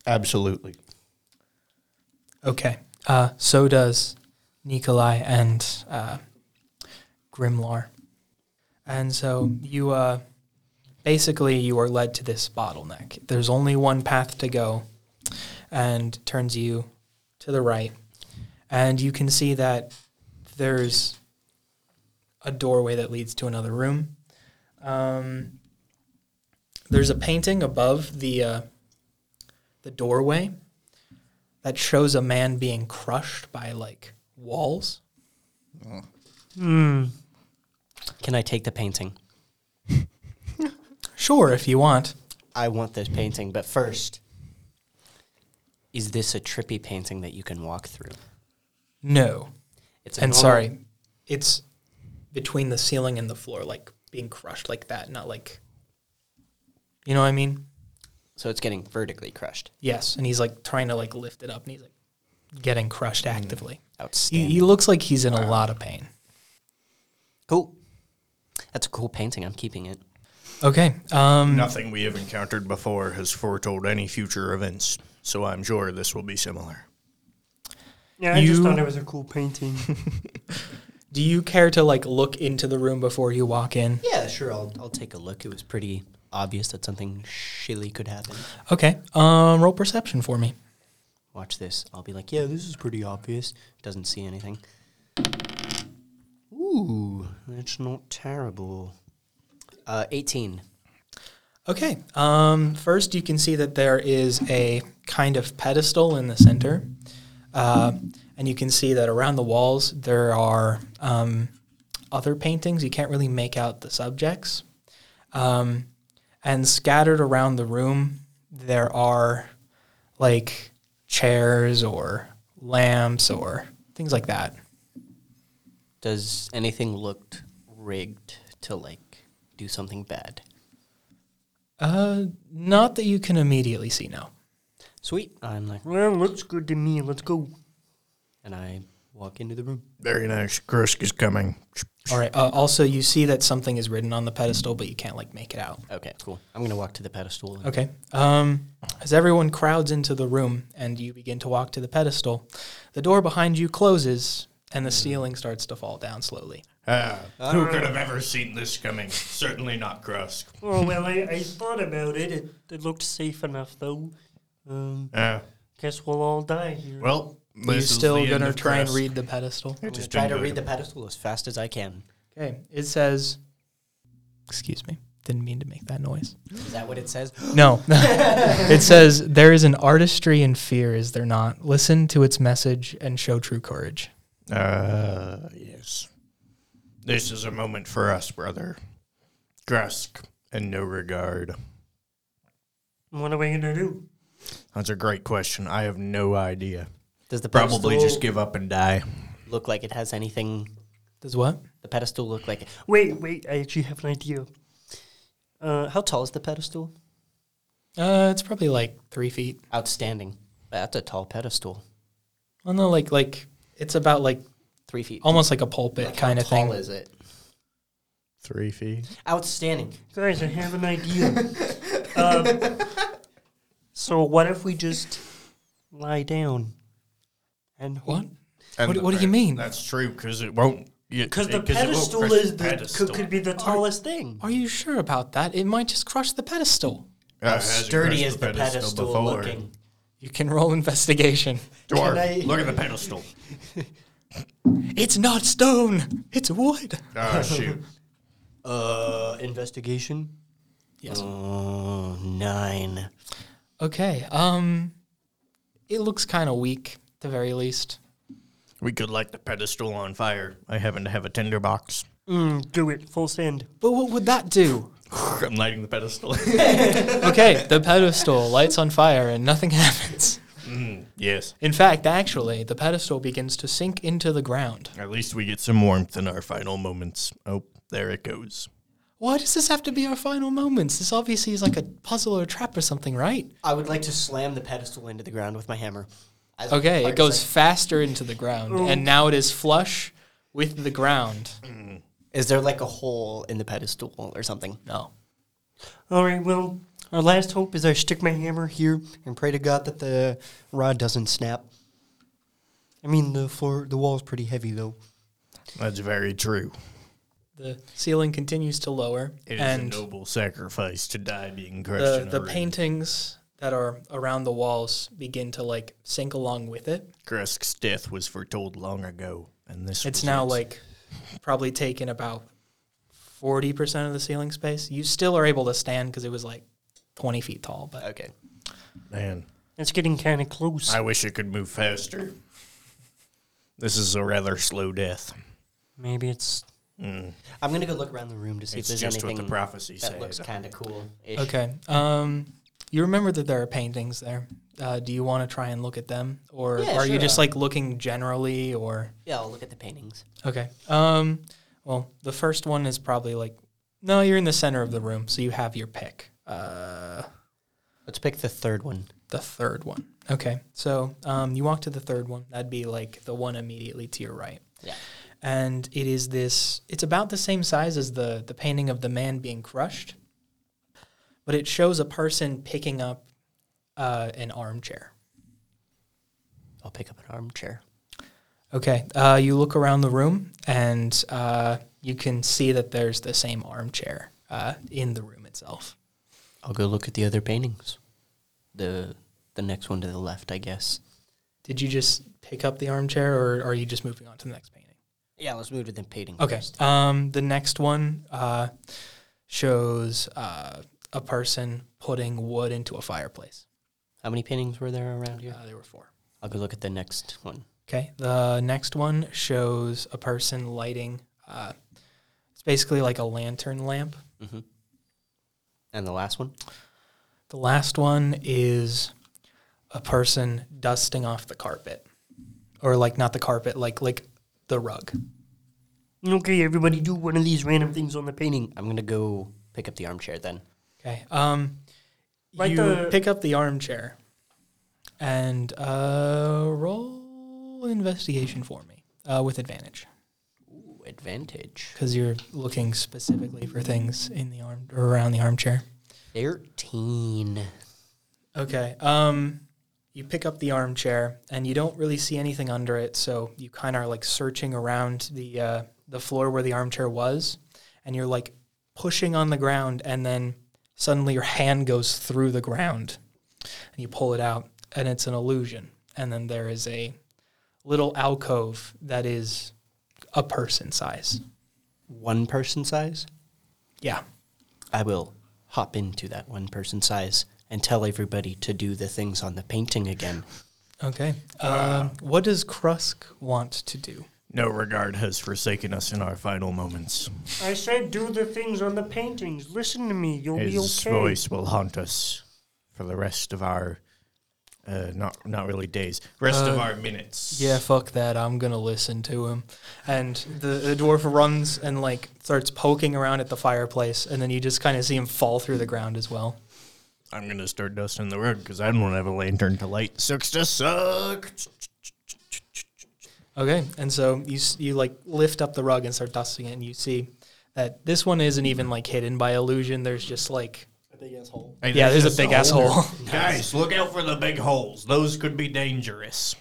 S4: Absolutely.
S1: Okay. Uh, so does Nikolai and uh, Grimlar. And so you uh, basically you are led to this bottleneck. There's only one path to go, and turns you to the right, and you can see that there's a doorway that leads to another room. Um, there's a painting above the uh, the doorway that shows a man being crushed by like walls.
S3: Can I take the painting?
S1: Sure, if you want.
S3: I want this painting, but first, is this a trippy painting that you can walk through?
S1: No.
S3: It's
S1: And
S3: normal-
S1: sorry, it's between the ceiling and the floor, like being crushed like that, not like. You know what I mean?
S3: So it's getting vertically crushed.
S1: Yes. And he's like trying to like lift it up and he's like getting crushed actively. Mm. He,
S3: Outstanding.
S1: he looks like he's in a lot of pain.
S3: cool. That's a cool painting. I'm keeping it.
S1: Okay. Um,
S4: Nothing we have encountered before has foretold any future events, so I'm sure this will be similar.
S2: Yeah, I just
S1: You-
S2: thought it was a cool painting.
S1: Do you care to like look into the room before you walk in?
S3: Yeah, sure. I'll, I'll take a look. It was pretty obvious that something shilly could happen.
S1: Okay. Um, roll perception for me.
S3: Watch this. I'll be like, yeah, this is pretty obvious. Doesn't see anything. Ooh, that's not terrible. Uh, 18.
S1: Okay. Um, first, you can see that there is a kind of pedestal in the center. Uh, and you can see that around the walls, there are um, other paintings. You can't really make out the subjects. Um, and scattered around the room, there are like chairs or lamps or things like that.
S3: Does anything look rigged to like do something bad?
S1: Uh, not that you can immediately see, no.
S3: Sweet. I'm like,
S2: Well, looks good to me. Let's go.
S3: and I walk into the room.
S4: Very nice. Grusk is coming.
S1: All right. Uh, also, you see that something is written on the pedestal, but you can't like make it out.
S3: Okay, cool. I'm gonna walk to the pedestal. And
S1: Okay. Um, as everyone crowds into the room and you begin to walk to the pedestal, the door behind you closes and
S4: Hmm.
S1: the ceiling starts to fall down slowly.
S4: Ah, who could have ever seen this coming? Certainly not Grusk.
S2: Oh, well, I, I thought about it. it. It looked safe enough, though. Um,
S4: Ah,
S2: guess we'll all die here.
S4: well,
S1: Are
S4: this
S1: you
S4: is
S1: still
S4: the end
S1: gonna
S4: of
S1: try and
S4: Grusk.
S1: read the pedestal?
S3: I'm
S4: It
S3: gonna
S4: has
S3: try
S4: been
S3: to
S4: good.
S3: read the pedestal as fast as I can.
S1: Okay. It says, "Excuse me, didn't mean to make that noise."
S3: Is that what it says?
S1: No. it says, "There is an artistry in fear, is there not? Listen to its message and show true courage."
S4: Ah, yes. This is a moment for us, brother. Grusk and no regard.
S2: What are we going to do?
S4: That's a great question. I have no idea.
S3: Does the pedestal
S4: Probably just give up and die.
S3: look like it has anything?
S1: Does what?
S3: The pedestal look like it.
S2: Wait, wait. I actually have an idea. Uh,
S3: How tall is the pedestal?
S1: Uh, it's probably like three feet.
S3: Outstanding. That's a tall pedestal.
S1: Well, no, like like it's about like
S3: Three feet.
S4: Oh,
S1: almost like a pulpit
S3: Like,
S1: kind
S3: how
S1: of thing.
S3: tall is it?
S4: Three feet.
S3: Outstanding.
S2: guys, I have an idea. um, so what if we just lie down? And
S1: What? What do- what do you mean?
S4: That's true, because it won't.
S2: Because the pedestal is the Could, could be the tallest
S3: thing.
S1: Are you sure about that? It might just crush the pedestal.
S4: How
S3: Sturdy as the pedestal, looking.
S1: You can roll investigation.
S4: Dwarf,
S3: I-
S4: look at the pedestal.
S1: It's not stone. It's wood.
S4: Oh, shoot.
S3: Uh, investigation.
S1: Yes.
S3: Oh, nine.
S1: Okay. Um, it looks kind of weak, at the very least.
S4: We could light the pedestal on fire. I happen to have a tinderbox.
S2: Mm, do it. Full send.
S1: But what would that do?
S4: I'm lighting the pedestal.
S1: Okay, the pedestal lights on fire and nothing happens.
S4: yes.
S1: In fact, actually, the pedestal begins to sink into the ground.
S4: At least we get some warmth in our final moments. Oh, there it goes.
S1: Why does this have to be our final moments? This obviously is like a puzzle or a trap or something, right?
S3: I would like to slam the pedestal into the ground with my hammer. As
S1: Okay,
S3: hard as
S1: it goes
S3: I-
S1: faster into the ground, and now it is flush with the ground.
S3: Is there like a hole in the pedestal or something?
S1: No.
S2: All right, well,
S3: Our last hope is I stick my hammer here and pray to God that the rod doesn't snap. I mean, the floor, the wall's pretty heavy though.
S4: That's very true.
S1: The ceiling continues to lower,
S4: It is
S1: and
S4: a noble sacrifice to die being crushed
S1: the,
S4: in a
S1: the
S4: room.
S1: paintings that are around the walls begin to like sink along with it.
S4: Grusk's death was foretold long ago, and this
S1: It's
S4: was
S1: now
S4: it.
S1: like probably taken about 40% of the ceiling space. You still are able to stand because it was like 20 feet tall, but
S3: Okay.
S4: man.
S2: it's getting kind of close.
S4: I wish it could move faster. This is a rather slow death. Mm,
S2: Maybe it's
S3: I'm gonna go look around the room to see
S4: It's
S3: if there's
S4: just
S3: anything
S4: what the prophecy
S3: that
S4: said.
S3: looks kind of cool.
S1: Okay. Um, you remember that there are paintings there. Uh, do you want to try and look at them, or
S3: Yeah,
S1: are you
S3: sure.
S1: just like looking generally, or
S3: Yeah, I'll look at the paintings.
S1: okay? Um, well, the first one is probably like no, you're in the center of the room, so you have your pick. Uh,
S3: Let's pick the third one.
S1: the third one. Okay, so um, you walk to the third one. That'd be like the one immediately to your right.
S3: Yeah.
S1: And it is this. It's about the same size as the the painting of the man being crushed, but it shows a person picking up uh, an armchair.
S3: I'll pick up an armchair.
S1: Okay. Uh, you look around the room and uh, you can see that there's the same armchair uh, in the room itself.
S3: I'll go look at the other paintings. The the next one to the left, I guess.
S1: Did you just pick up the armchair or are you just moving on to the next painting?
S3: Yeah, let's move to the painting.
S1: Okay.
S3: first.
S1: Um, the next one uh, shows uh, a person putting wood into a fireplace.
S3: How many paintings were there around here?
S1: Uh, there were four.
S3: I'll go look at the next one.
S1: Okay. The next one shows a person lighting uh, It's basically like a lantern lamp.
S3: Mm-hmm. And the last one?
S1: The last one is a person dusting off the carpet, or like not the carpet, like like the rug.
S2: Okay, everybody, do one of these random things on the painting.
S3: I'm going to go pick up the armchair then.
S1: Okay. Um,
S2: Like
S1: you
S2: the-
S1: pick up the armchair and uh, roll investigation for me uh, with advantage
S3: Ooh, advantage.
S1: because you're looking specifically for things in the arm or around the armchair.
S3: 13.
S1: Okay. Um, you pick up the armchair and you don't really see anything under it, so you kind of are like searching around the uh, the floor where the armchair was, and you're like pushing on the ground, and then suddenly your hand goes through the ground, and you pull it out, and it's an illusion, and then there is a little alcove that is a person size.
S3: One person size?
S1: Yeah.
S3: I will hop into that one person size and tell everybody to do the things on the painting again.
S1: Okay. Um, what does Krusk want to do?
S4: No regard has forsaken us in our final moments.
S2: I said do the things on the paintings. Listen to me. You'll be
S4: His
S2: okay.
S4: voice will haunt us for the rest of our, uh, not not really days, rest of
S1: Uh,
S4: our minutes.
S1: yeah, fuck that. I'm gonna listen to him. And the, the dwarf runs and like starts poking around at the fireplace, and then you just kind of see him fall through the ground as well.
S4: I'm gonna start dusting the rug because I don't have a lantern to light. Sucks to suck.
S1: Okay, and so you s- you like lift up the rug and start dusting it, and you see that this one isn't even like hidden by illusion. There's just like
S4: Hey,
S1: yeah, there's a
S4: just
S1: big asshole.
S4: Guys, look out for the big holes. Those could be dangerous.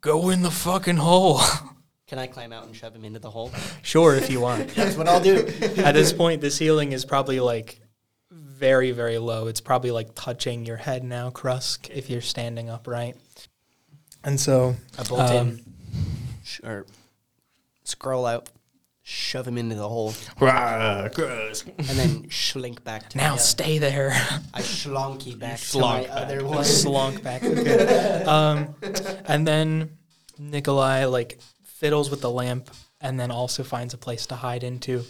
S1: Go in the fucking hole.
S3: Can I climb out and shove him into the hole?
S1: sure, if you want.
S3: That's what I'll do.
S1: at this point, the ceiling is probably like very very low. It's probably like touching your head now, Krusk, if you're standing upright. And so um,
S3: I bolt in, sh- or scroll out, shove him into the hole,
S4: Rah, gross.
S3: and then slink back to
S1: Now
S3: the other.
S1: stay there.
S3: I schlonky back
S4: slunk
S3: to my other one.
S1: Slunk back. Okay. um, and then Nikolai like fiddles with the lamp and then also finds a place to hide into.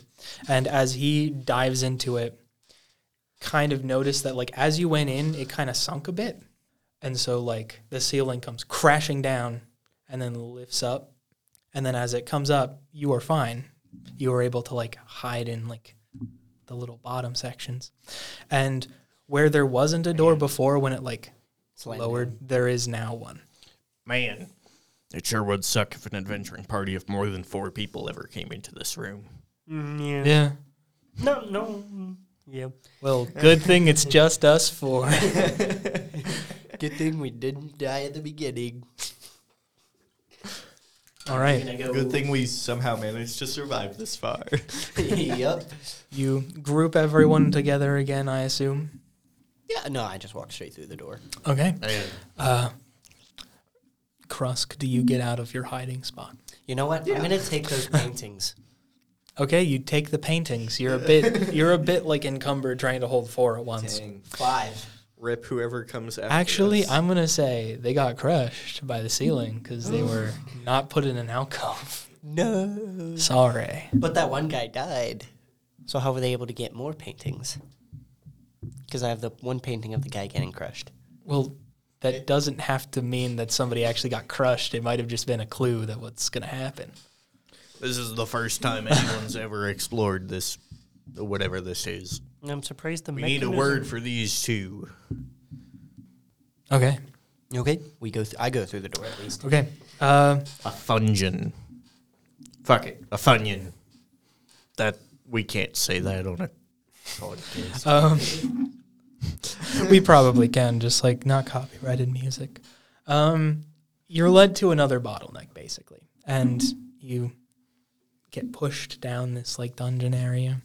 S1: And as he dives into it, kind of notice that like as you went in, it kind of sunk a bit. And so like the ceiling comes crashing down and then lifts up. And then as it comes up, you are fine. You are able to like hide in like the little bottom sections. And where there wasn't a door before when it like
S3: Slam
S1: lowered, there is now one.
S4: Man, it sure would suck if an adventuring party of more than four people ever came into this room.
S2: Mm, yeah.
S1: Yeah.
S2: No, no. mm, Yeah.
S1: Well, good thing it's just us four.
S3: Good thing we didn't die at the beginning.
S1: All right.
S4: Good thing we somehow managed to survive this far.
S3: yep.
S1: You group everyone together again, I assume.
S3: Yeah, no, I just walked straight through the door.
S1: Okay.
S4: Man,
S1: Uh, Krusk, do you get out of your hiding spot?
S3: You know what? I'm gonna take those paintings.
S1: Okay, you take the paintings. You're a bit you're a bit like encumbered trying to hold four at once.
S3: Five.
S4: rip whoever comes after
S1: Actually,
S4: us.
S1: I'm gonna say they got crushed by the ceiling because they were not put in an alcove.
S3: No.
S1: Sorry.
S3: But that one guy died. So how were they able to get more paintings? Because I have the one painting of the guy getting crushed.
S1: Well, that doesn't have to mean that somebody actually got crushed. It might have just been a clue that what's gonna happen.
S4: This is the first time anyone's ever explored this, whatever this is.
S2: I'm surprised the
S4: We need a word for these two.
S1: Okay.
S3: Okay. We go. Th- I go through the door at least.
S1: Okay. Uh,
S4: A fungin. Fuck it. A funion. That we can't say that on a podcast.
S1: um, we probably can, just like not copyrighted music. Um, you're led to another bottleneck, basically, and you get pushed down this like dungeon area,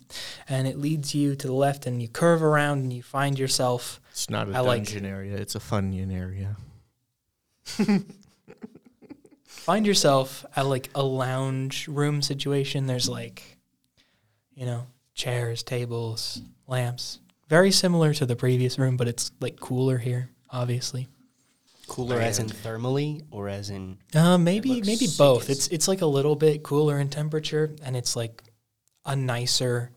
S1: and it leads you to the left, and you curve around, and you find yourself.
S4: it's not a
S1: I like-
S4: dungeon area. It's a funion area.
S1: find yourself at like a lounge room situation. There's like, you know, chairs, tables, lamps. Very similar to the previous room, but it's like cooler here, obviously. Oh,
S3: Cooler as in thermally, or as in
S1: Uh, maybe
S3: looks
S1: maybe
S3: sick
S1: both.
S3: as-
S1: It's it's like a little bit cooler in temperature, and it's like a nicer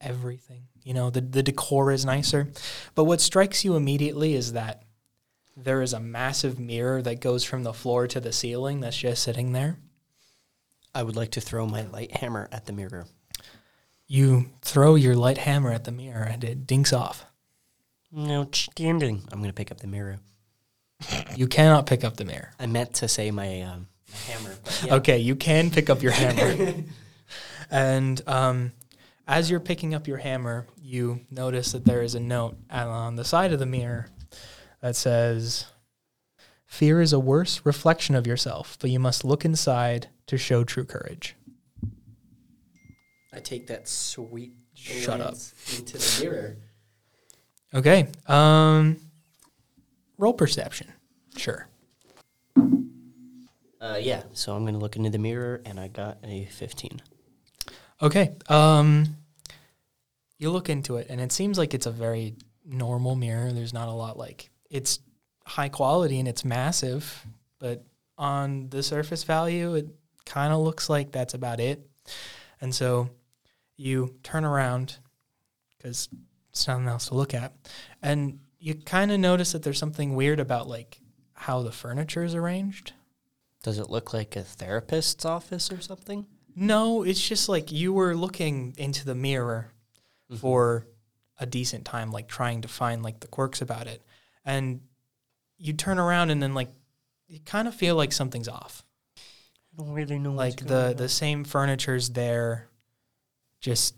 S1: everything. You know, the, the decor is nicer. But what strikes you immediately is that there is a massive mirror that goes from the floor to the ceiling that's just sitting there.
S3: I would like to throw my light hammer at the mirror.
S1: You throw your light hammer at the mirror and it dinks off.
S3: Outstanding. I'm going to pick up the mirror.
S1: You cannot pick up the mirror.
S3: I meant to say my, um, my hammer. But yeah.
S1: Okay, you can pick up your hammer. and um, as you're picking up your hammer, you notice that there is a note on the side of the mirror that says, Fear is a worse reflection of yourself, but you must look inside to show true courage.
S3: I take that sweet
S1: Shut up.
S3: glance into the mirror.
S1: Okay. Um, roll perception. Sure.
S3: Uh, yeah, so I'm going to look into the mirror, and I got a 15.
S1: Okay. Um, you look into it, and it seems like it's a very normal mirror. There's not a lot like it's high quality and it's massive, but on the surface value, it kind of looks like that's about it. And so you turn around because it's nothing else to look at, and you kind of notice that there's something weird about like how the furniture is arranged.
S3: Does it look like a therapist's office or something?
S1: No, it's just like you were looking into the mirror for a decent time, like trying to find like the quirks about it. And you turn around and then like you kind of feel like something's off.
S2: I don't really know.
S1: Like
S2: what's
S1: the
S2: going
S1: the same furniture's there, just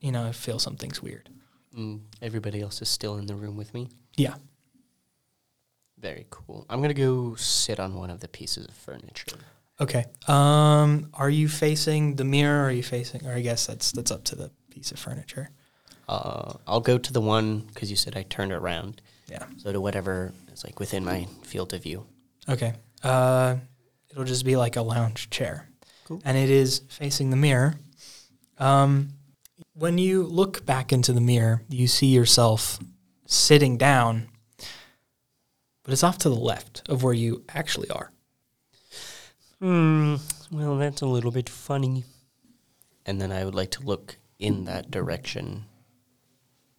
S1: you know, I feel something's weird.
S3: Mm, everybody else is still in the room with me.
S1: Yeah.
S3: Very cool. I'm going to go sit on one of the pieces of furniture.
S1: Okay. Um are you facing the mirror or are you facing or I guess that's that's up to the piece of furniture.
S3: Uh, I'll go to the one because you said I turned around.
S1: Yeah.
S3: So to whatever is like within my field of view.
S1: Okay. Uh, it'll just be like a lounge chair.
S3: Cool.
S1: And it is facing the mirror. Um, when you look back into the mirror, you see yourself sitting down, but it's off to the left of where you actually are.
S2: on. Hmm. Well, that's a little bit funny.
S3: And then I would like to look in that direction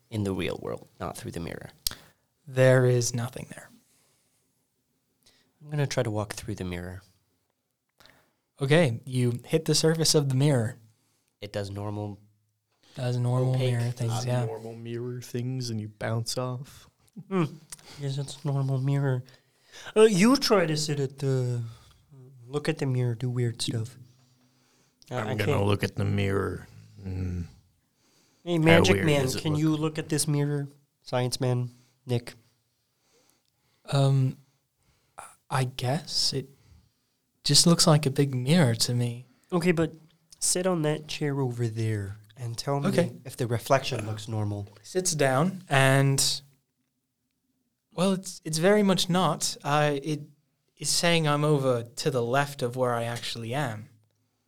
S3: in the real world, not through the mirror.
S1: There is nothing there.
S3: I'm going to try to walk through the mirror.
S1: Okay, you hit the surface of the mirror.
S3: It does normal.
S1: Does normal
S3: Opaque,
S1: mirror things, yeah.
S4: Normal mirror things, and you bounce off.
S2: Yes, it's a normal mirror. Uh, you try to sit at the, look at the mirror, do weird stuff.
S3: Uh,
S4: I'm
S3: I
S4: gonna
S3: can't-
S4: look at the mirror. Mm.
S2: Hey, Magic
S4: weird
S2: Man,
S4: does it
S2: can
S4: look?
S2: you look at this mirror? Science Man, Nick.
S1: Um, I guess it just looks like a big mirror to me.
S2: Okay, but sit on that chair over there and tell me
S1: Okay.
S2: if the reflection looks normal.
S1: sits down and well it's it's very much not uh, it is saying i'm over to the left of where i actually am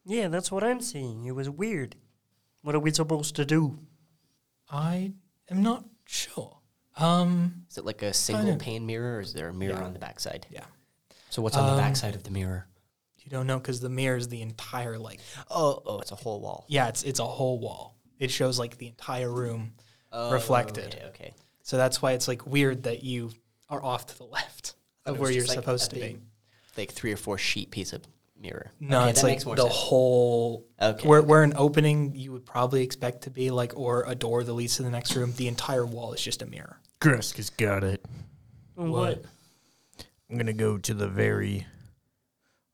S2: Yeah, that's what I'm saying. It was weird. What are we supposed to do?
S1: i am not sure um
S3: Is it like a single
S1: know.
S3: pane mirror or is there a mirror
S1: Yeah.
S3: on the backside?
S1: Yeah.
S3: So what's on
S1: Um,
S3: the backside of the mirror?
S1: you don't know because the mirror is the entire like
S3: Oh, oh, it's a whole wall.
S1: yeah it's it's a whole wall it shows like the entire room reflected
S3: Oh, Okay, okay.
S1: so that's why it's like weird that you are off to the left
S3: thought it
S1: of
S3: was
S1: where you're
S3: just, like, a
S1: supposed to
S3: big
S1: be
S3: Like three or four sheet piece of mirror.
S1: no
S3: Okay,
S1: it's
S3: that
S1: like
S3: makes more
S1: the
S3: sense.
S1: whole
S3: Okay.
S1: Where, where an opening you would probably expect to be like, or a door that leads to the next room, the entire wall is just a mirror.
S4: Grusk has got it.
S2: What?
S4: I'm gonna go to the very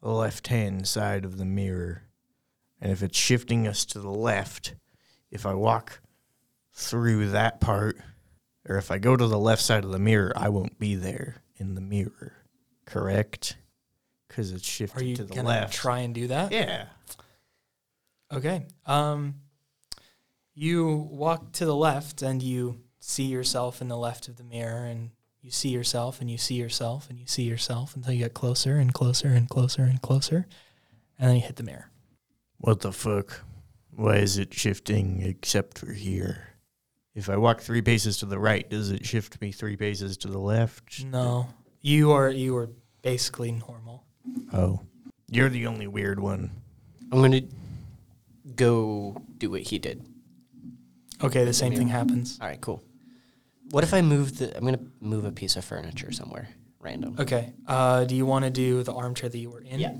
S4: left hand side of the mirror. And if it's shifting us to the left, if I walk through that part, or if I go to the left side of the mirror, I won't be there in the mirror. Correct? Because it's
S1: Are
S4: shifting
S1: you
S4: to the
S1: gonna
S4: left.
S1: try and do that?
S4: yeah.
S1: Okay. Um, you walk to the left and you see yourself in the left of the mirror, and you see yourself and you see yourself and you see yourself until you get closer and closer and closer and closer, and then you hit the mirror.
S4: What the fuck? Why is it shifting except for here? If I walk three paces to the right, does it shift me three paces to the left?
S1: No, you are you are basically normal.
S4: Oh. You're the only weird one.
S3: I'm gonna go do what he did?
S1: Okay, the same thing happens.
S3: All right, cool. What if I move the? I'm gonna move a piece of furniture somewhere random.
S1: Okay. Uh, do you want to do the armchair that you were in?
S3: Yeah.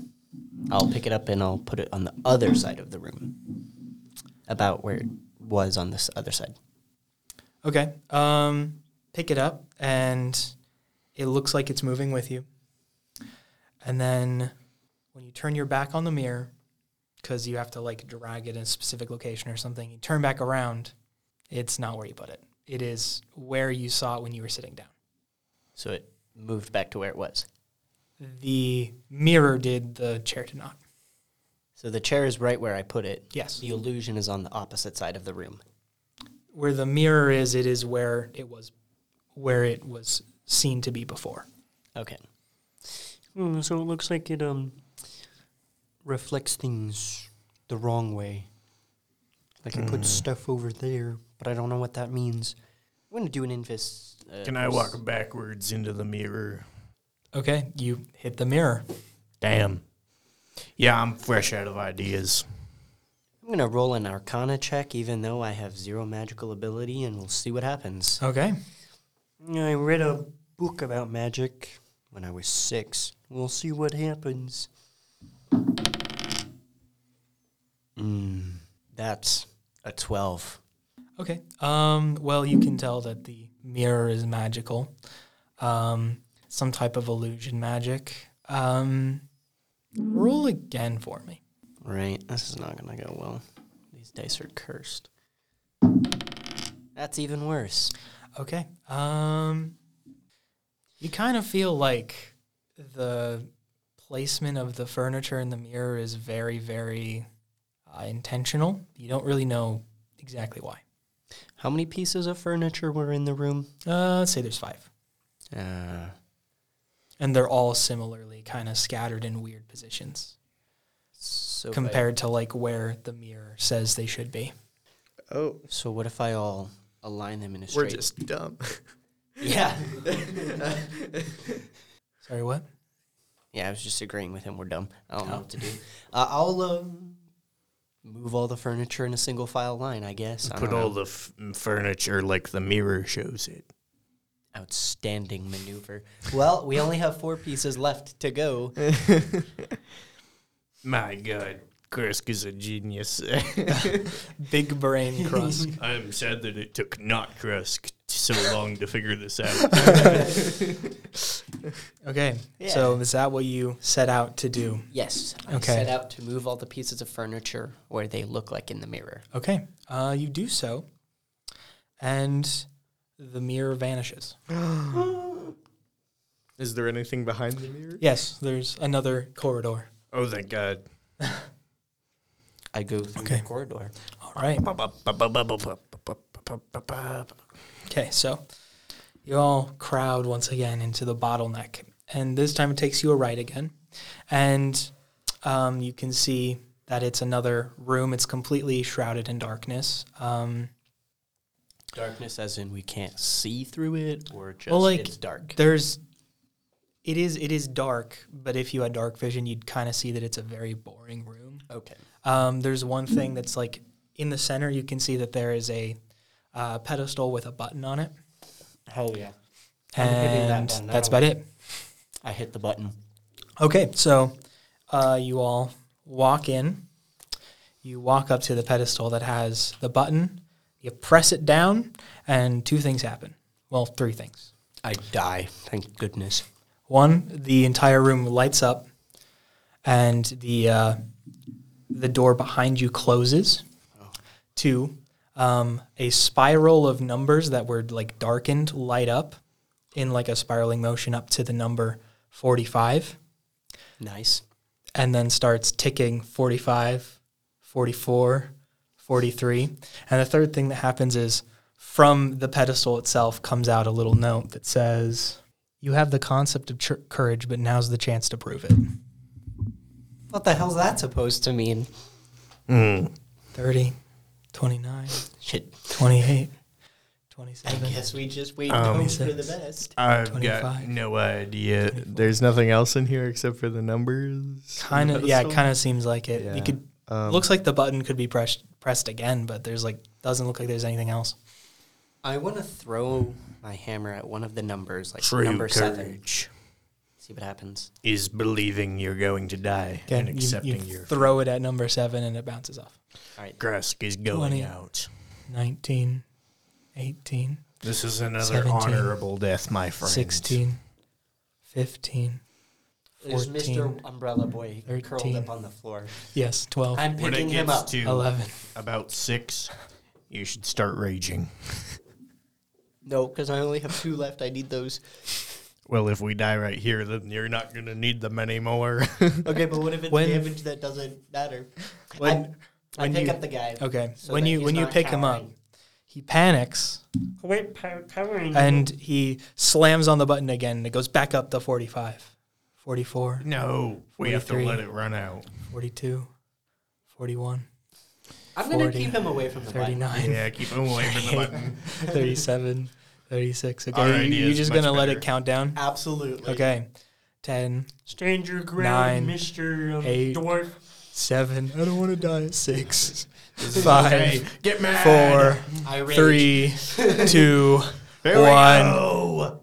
S3: I'll pick it up and I'll put it on the other side of the room, about where it was on this other side.
S1: Okay. Um, pick it up, and it looks like it's moving with you. And then when you turn your back on the mirror, because you have to like drag it in a specific location or something, you turn back around, it's not where you put it. It is where you saw it when you were sitting down.
S3: So it moved back to where it was.
S1: The mirror did, the chair did not.
S3: So the chair is right where I put it.
S1: Yes.
S3: The illusion is on the opposite side of the room.
S1: Where the mirror is, it is where it was, where it was seen to be before.
S3: Okay.
S2: Hmm, so it looks like it um reflects things the wrong way. Like I put stuff over there, but I don't know what that means.
S3: Hmm. I'm gonna do an invis. Uh,
S4: Can I walk backwards into the mirror?
S1: Okay, you hit the mirror.
S4: Damn. Yeah, I'm fresh out of ideas.
S3: I'm gonna roll an Arcana check, even though I have zero magical ability, and we'll see what happens.
S1: Okay.
S2: I read a book about magic when I was six. We'll see what happens.
S3: Mm, that's a twelve.
S1: Okay. Um, well, you can tell that the mirror is magical, um, some type of illusion magic. Um, roll again for me.
S3: Right. This is not gonna go well. These dice are cursed. That's even worse.
S1: Okay. Um, you kind of feel like the placement of the furniture in the mirror is very, very uh, intentional. You don't really know exactly why.
S3: How many pieces of furniture were in the room?
S1: Uh, let's say there's five,
S3: Uh,
S1: and they're all similarly kind of scattered in weird positions.
S3: so if I-
S1: compared to like where the mirror says they should be.
S5: Oh,
S3: so what if I all align them in a straight?
S5: we're just dumb.
S3: yeah.
S1: Sorry, what?
S3: Yeah, I was just agreeing with him. We're dumb. I don't know what to do. Uh, I'll um, move all the furniture in a single file line, I guess. I
S4: Put
S3: don't
S4: all
S3: know.
S4: the f- furniture like the mirror shows it.
S3: Outstanding maneuver. Well, we only have four pieces left to go.
S4: My God, Kresk is a genius.
S1: Big brain crust.
S4: I'm sad that it took not Kresk so long to figure this out.
S1: okay.
S3: Yeah.
S1: So is that what you set out to do?
S3: Yes, I
S1: Okay.
S3: set out to move all the pieces of furniture where they look like in the mirror.
S1: Okay. Uh, you do so, and the mirror vanishes.
S5: Is there anything behind the mirror?
S1: Yes, there's another corridor.
S4: Oh, thank God.
S3: I go through
S1: Okay.
S3: the corridor.
S1: All right. Okay. So you all crowd once again into the bottleneck, and this time it takes you a right again, and um, you can see that it's another room. It's completely shrouded in darkness. Um,
S3: Darkness, as in we can't see through it, or just
S1: Well, like,
S3: it's dark.
S1: there's it is it is dark but if you had dark vision you'd kind of see that it's a very boring room
S3: Okay.
S1: um, there's one thing that's like in the center you can see that there is a uh, pedestal with a button on it
S3: Hell yeah! I'm hitting that
S1: and
S3: one now.
S1: that's about it
S3: I hit the button.
S1: okay so uh, you all walk in you walk up to the pedestal that has the button you press it down and two things happen well three things
S3: I die. Thank goodness.
S1: One, the entire room lights up, and the uh, the door behind you closes. Two, um, a spiral of numbers that were like darkened light up in like a spiraling motion up to the number forty five,
S3: Nice.
S1: and then starts ticking 45, 44, 43. and the third thing that happens is from the pedestal itself comes out a little note that says. You have the concept of chur courage, but now's the chance to prove it.
S3: What the hell's that supposed to mean?
S1: 30, 29,
S3: Shit.
S1: 28,
S3: I
S1: 27.
S3: guess we just wait
S5: Um,
S3: and hope for the best.
S5: I've
S1: 25.
S5: no idea. There's nothing else in here except for the numbers.
S1: Kind of, yeah, it kind of seems like it.
S5: Yeah.
S1: You could
S5: Um,
S1: Looks like the button could be pressed pressed again, but there's like doesn't look like there's anything else.
S3: I want to throw my hammer at one of the numbers, like
S2: True
S3: number seven.
S2: courage
S3: See what happens.
S2: is believing you're going to die
S1: Okay,
S2: and
S1: you-
S2: accepting
S1: you
S2: your
S1: throw it at number seven and it bounces off.
S2: Grusk is going
S1: 20.
S2: out.
S1: 19, 18,
S2: This is another
S1: 17,
S2: honorable death, my friend.
S1: 16, 15,
S3: There's Mr.
S1: 14,
S3: Umbrella Boy curled
S1: 13.
S3: up on the floor.
S1: yes, 12,
S3: I'm
S4: When it
S3: picking him up.
S4: gets to
S1: 11.
S4: about six, you should start raging.
S3: No, because I only have two left. I need those.
S4: Well, if we die right here, then you're not going to need them anymore.
S3: Okay, but what if it's
S1: When-
S3: damage that doesn't matter?
S1: When-
S3: I, I
S1: when
S3: pick
S1: you-
S3: up the guy.
S1: Okay.
S3: so
S1: when
S3: that
S1: you
S3: he's
S1: when you
S3: not
S1: pick him up,
S3: cowering.
S1: he panics
S2: Wait, covering.
S1: and
S3: Mm-hmm.
S1: he slams on the button again and it goes back up to 45, 44,
S4: no, we have to
S1: 43.
S4: let it run out.
S1: 42, 41,
S3: I'm going to
S1: 40,
S3: keep him away from the button.
S1: 39,
S4: Yeah, keep him away from the button.
S1: 37, 36. Okay.
S4: Our
S1: you-
S4: idea
S1: you
S4: is
S1: just
S4: much
S1: going to let it
S4: better.
S1: count down?
S3: Absolutely.
S1: Okay. 10,
S2: Stand your
S1: ground,
S2: ground,
S1: Nine,
S2: Mr.
S1: eight,
S2: Dwarf.
S1: 7, I don't want to die. 6,
S4: This is
S1: 5,
S4: okay. Get mad.
S1: 4,
S3: I rage.
S1: 3, 2,
S4: There we
S1: one.
S4: go.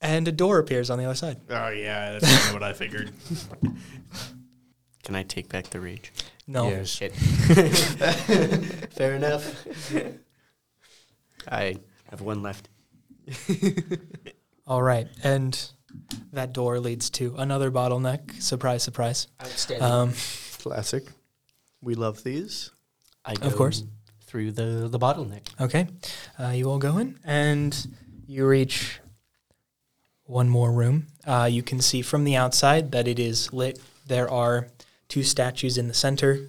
S1: and a door appears on the other side.
S4: Oh, yeah, that's kinda what I figured.
S3: Can I take back the rage?
S1: No.
S3: Shit. Fair enough. I have one left.
S1: All right. And that door leads to another bottleneck. Surprise, surprise.
S3: Outstanding.
S1: Um,
S5: classic. We love these.
S3: I
S1: of course.
S3: Through the, the bottleneck.
S1: Okay. Uh, you all go in and you reach one more room. Uh, you can see from the outside that it is lit. There are two statues in the center.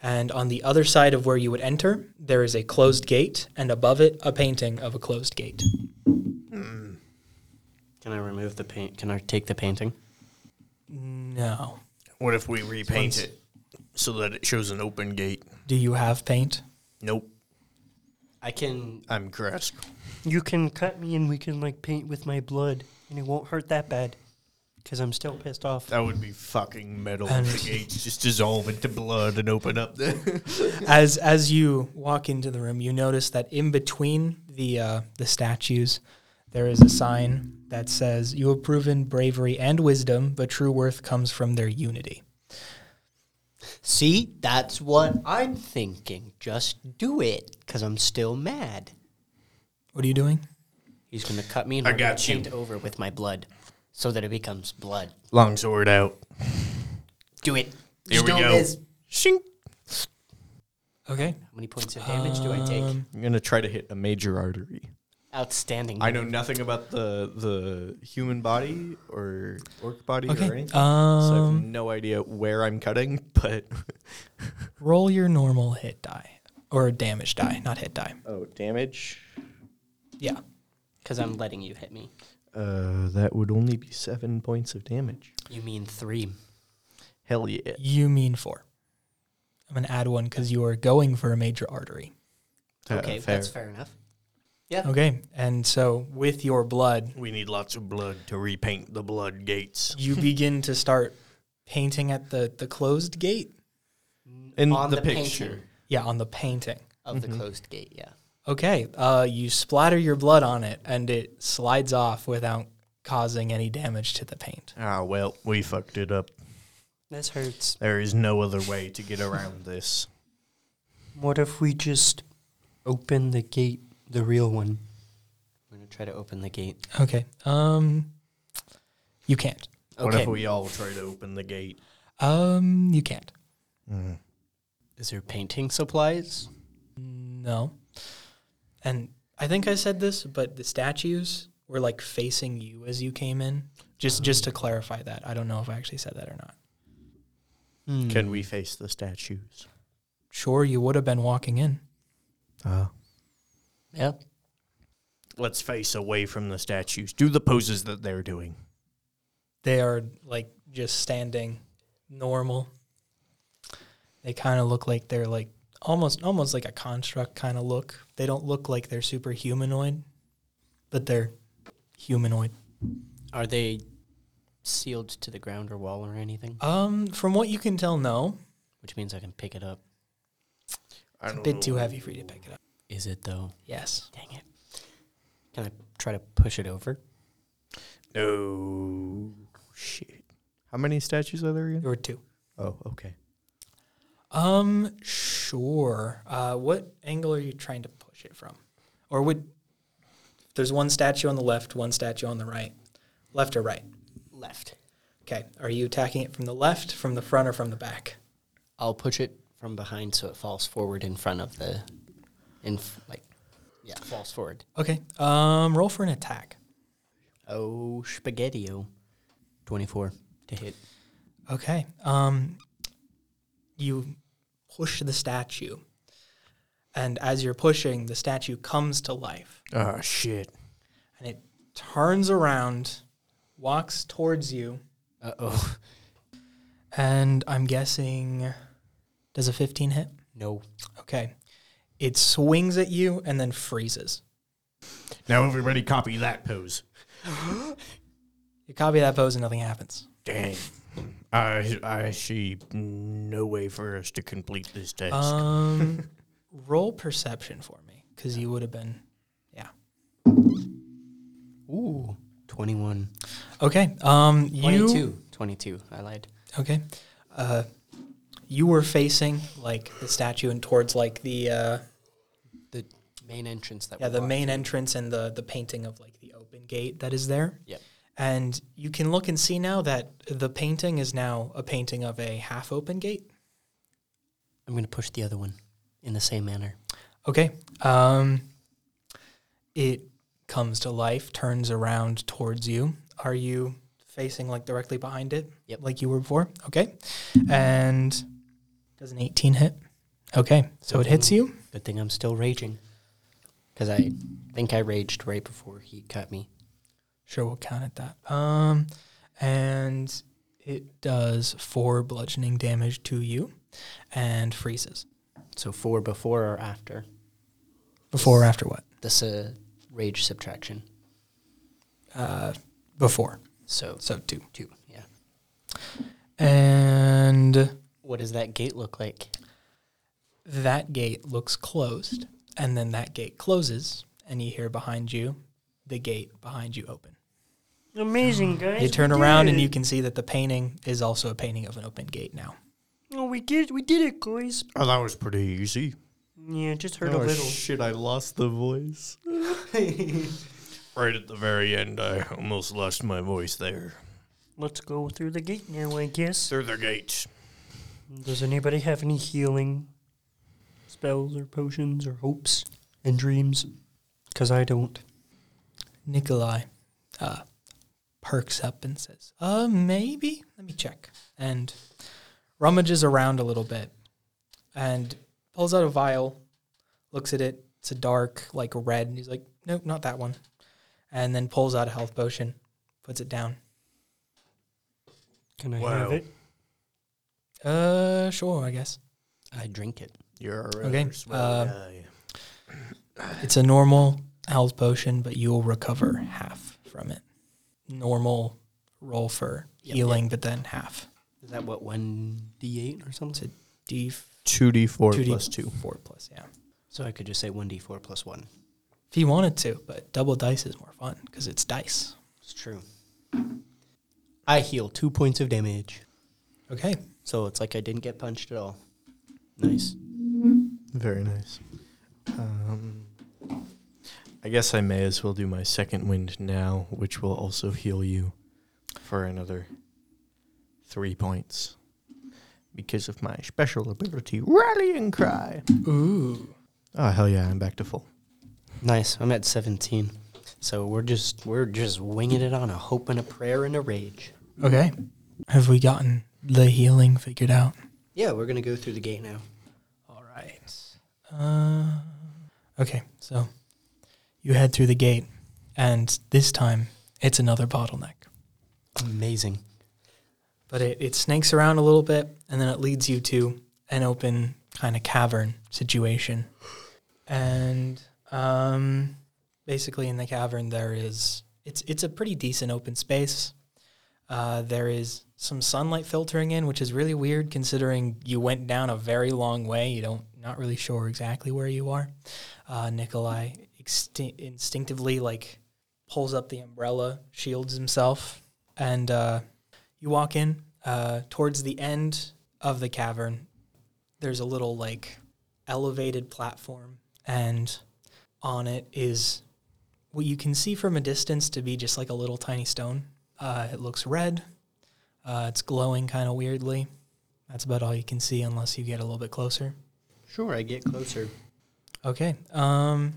S1: And on the other side of where you would enter, there is a closed gate, and above it, a painting of a closed gate.
S3: Can I remove the paint? Can I take the painting?
S1: No.
S4: What if we repaint it so that it shows an open gate?
S1: Do you have paint?
S4: Nope,
S3: I can.
S4: I'm Kresk.
S2: You can cut me and we can, like, paint with my blood, and it won't hurt that bad. Because I'm still pissed off.
S4: That would be fucking metal. if the gates just dissolve into blood and open up. The
S1: as as you walk into the room, you notice that in between the uh, the statues, there is a sign that says, "You have proven bravery and wisdom, but true worth comes from their unity."
S3: See, that's what I'm thinking. Just do it, because I'm still mad.
S1: What are you doing?
S3: He's going to cut me and
S4: I
S3: I'm gonna
S4: got you.
S3: paint over with my blood so that it becomes blood.
S4: long sword out.
S3: Do it.
S4: Here
S3: Just
S4: we
S3: don't
S4: go.
S3: miss.
S4: Shink.
S1: Okay.
S3: How many points of damage do I
S1: Um,
S3: take?
S4: I'm gonna try to hit a major artery.
S3: Outstanding.
S5: I know nothing about the the human body or orc body or
S1: Okay.
S5: anything. so I have
S1: Um,
S5: no idea where I'm cutting, but
S1: roll your normal hit die or damage die, not hit die.
S5: oh, damage.
S1: Yeah.
S3: Because I'm letting you hit me.
S5: Uh, that would only be seven points of damage.
S3: You mean three.
S5: Hell yeah!
S1: You mean four. I'm gonna add one because you are going for a major artery.
S3: Okay, that's fair enough.
S1: Okay. And so with your blood,
S4: We need lots of blood to repaint the blood gates.
S1: you begin to start painting at the the closed gate.
S5: In
S3: On
S5: the,
S3: the painting.
S5: picture, Mm-hmm.
S1: Yeah, on the painting.
S3: Of the closed gate, yeah.
S1: Okay, uh, you splatter your blood on it, and it slides off without causing any damage to the paint.
S4: Ah, well, we fucked it up.
S2: This hurts.
S4: There is no other way to get around this.
S2: What if we just open the gate, the real one?
S3: I'm going to try to open the gate.
S1: Okay, um, you can't.
S4: What
S3: Okay.
S4: if we all try to open the gate?
S1: Um, you can't.
S3: Is there painting supplies?
S1: No. And I think I said this, but the statues were like facing you as you came in. Just just to clarify that, I don't know if I actually said that or not. Hmm.
S5: can we face the statues?
S1: Sure, you would have been walking in.
S5: Uh,
S3: Yeah.
S4: Let's face away from the statues. Do the poses that they're doing.
S1: They are like just standing normal. They kind of look like they're like almost almost like a construct kind of look. They don't look like they're super humanoid, but they're humanoid.
S3: Are they sealed to the ground or wall or anything?
S1: Um from what you can tell no.
S3: which means I can pick it up.
S5: I
S1: It's a
S5: don't
S1: bit too
S5: know.
S1: heavy for you to pick it up.
S3: Is it though?
S1: Yes.
S3: Dang it. Can I try to push it over?
S5: No. Shit. How many statues are there again?
S1: There were two.
S5: Oh, okay.
S1: Um, sure. Uh, what angle are you trying to push it from? Or would there's one statue on the left, one statue on the right, left or right?
S3: Left.
S1: Okay. Are you attacking it from the left, from the front, or from the back?
S3: I'll push it from behind so it falls forward in front of the, in f- like, yeah, falls forward.
S1: Okay. Um, roll for an attack.
S3: Oh, spaghettio. Twenty-four to hit.
S1: Okay. Um, you push the statue, and as you're pushing, the statue comes to life.
S5: Oh shit.
S1: and it turns around, walks towards you,
S3: Uh oh.
S1: and I'm guessing does a 15 hit?
S3: No.
S1: Okay. It swings at you and then freezes.
S4: Now everybody copy that pose.
S1: You copy that pose and nothing happens.
S4: Dang. I I see no way for us to complete this task.
S1: Um, roll perception for me because you would have been.
S3: Ooh. Twenty-one.
S1: Okay. Um, you.
S3: Twenty-two. Twenty-two. I lied.
S1: Okay. Uh, you were facing like the statue and towards like the uh,
S3: Main entrance that.
S1: yeah
S3: we
S1: the
S3: walked
S1: main
S3: through.
S1: entrance and the the painting of like the open gate that is there.
S3: Yep.
S1: And you can look and see now that the painting is now a painting of a half open gate.
S3: I'm gonna push the other one, in the same manner.
S1: Okay. Um, it comes to life, turns around towards you. Are you facing like directly behind it?
S3: Yep.
S1: Like you were before? Okay. And does an 18 hit? Okay. So it hits you.
S3: Good thing I'm still raging, because I think I raged right before he cut me.
S1: Sure, we'll count at that. Um, and it does four bludgeoning damage to you and freezes.
S3: So four before or after.
S1: Before or after what?
S3: This a rage subtraction.
S1: Uh, before.
S3: So
S1: So two.
S3: two. Yeah.
S1: And
S3: What does that gate look like?
S1: that gate looks closed. And then that gate closes, and you hear behind you the gate behind you open.
S2: Amazing, guys.
S1: You
S2: we
S1: turn
S2: did
S1: around, and
S2: it.
S1: you can see that the painting is also a painting of an open gate now.
S2: Oh, we did. We did it, guys.
S4: oh, that was pretty easy.
S2: Yeah, just hurt
S5: oh
S2: a little.
S5: shit! I lost the voice.
S4: Right at the very end, I almost lost my voice there.
S2: Let's go through the gate now, I guess.
S4: Through the gate.
S2: Does anybody have any healing spells or potions or hopes and dreams? Because I don't.
S1: Nikolai uh, perks up and says, "Uh, maybe. Let me check." And rummages around a little bit, and pulls out a vial, looks at it. It's a dark, like red, and he's like, "Nope, not that one." And then pulls out a health potion, puts it down.
S2: Can I
S4: Wow.
S2: have it?
S1: Uh, sure, I guess.
S3: I drink it.
S4: You're a
S1: Okay,
S4: rather small
S1: uh,
S4: guy.
S1: It's a normal health potion, but you'll recover half from it. Normal roll for
S3: Yep.
S1: healing, but then half.
S3: Is that what one d eight or something?
S1: D
S5: Two D four
S1: 2D
S5: plus two.
S1: four plus, yeah.
S3: So I could just say one d four plus one.
S1: if you wanted to, but double dice is more fun because it's dice.
S3: It's true. I heal two points of damage,
S1: Okay.
S3: so it's like I didn't get punched at all. Nice.
S5: Very nice. Um, I guess I may as well do my second wind now, which will also heal you for another three points because of my special ability, Rallying Cry.
S1: Ooh.
S5: Oh hell yeah! I'm back to full.
S3: Nice. I'm at 17. So we're just we're just winging it on a hope and a prayer and a rage.
S1: Okay. Have we gotten the healing figured out?
S3: Yeah, we're gonna go through the gate now.
S1: All right. Uh, okay. So you head through the gate, and this time it's another bottleneck.
S3: Amazing.
S1: But it, it snakes around a little bit, and then it leads you to an open kind of cavern situation. And um, basically, in the cavern, there is it's it's a pretty decent open space. Uh, there is some sunlight filtering in, which is really weird considering you went down a very long way. You don't not really sure exactly where you are. Uh, Nikolai extin- instinctively like pulls up the umbrella, shields himself, and uh, you walk in uh, towards the end of the cavern. There's a little like elevated platform, and on it is what you can see from a distance to be just like a little tiny stone. Uh, it looks red. Uh, it's glowing kind of weirdly. That's about all you can see unless you get a little bit closer.
S3: Sure, I get closer.
S1: Okay. Um,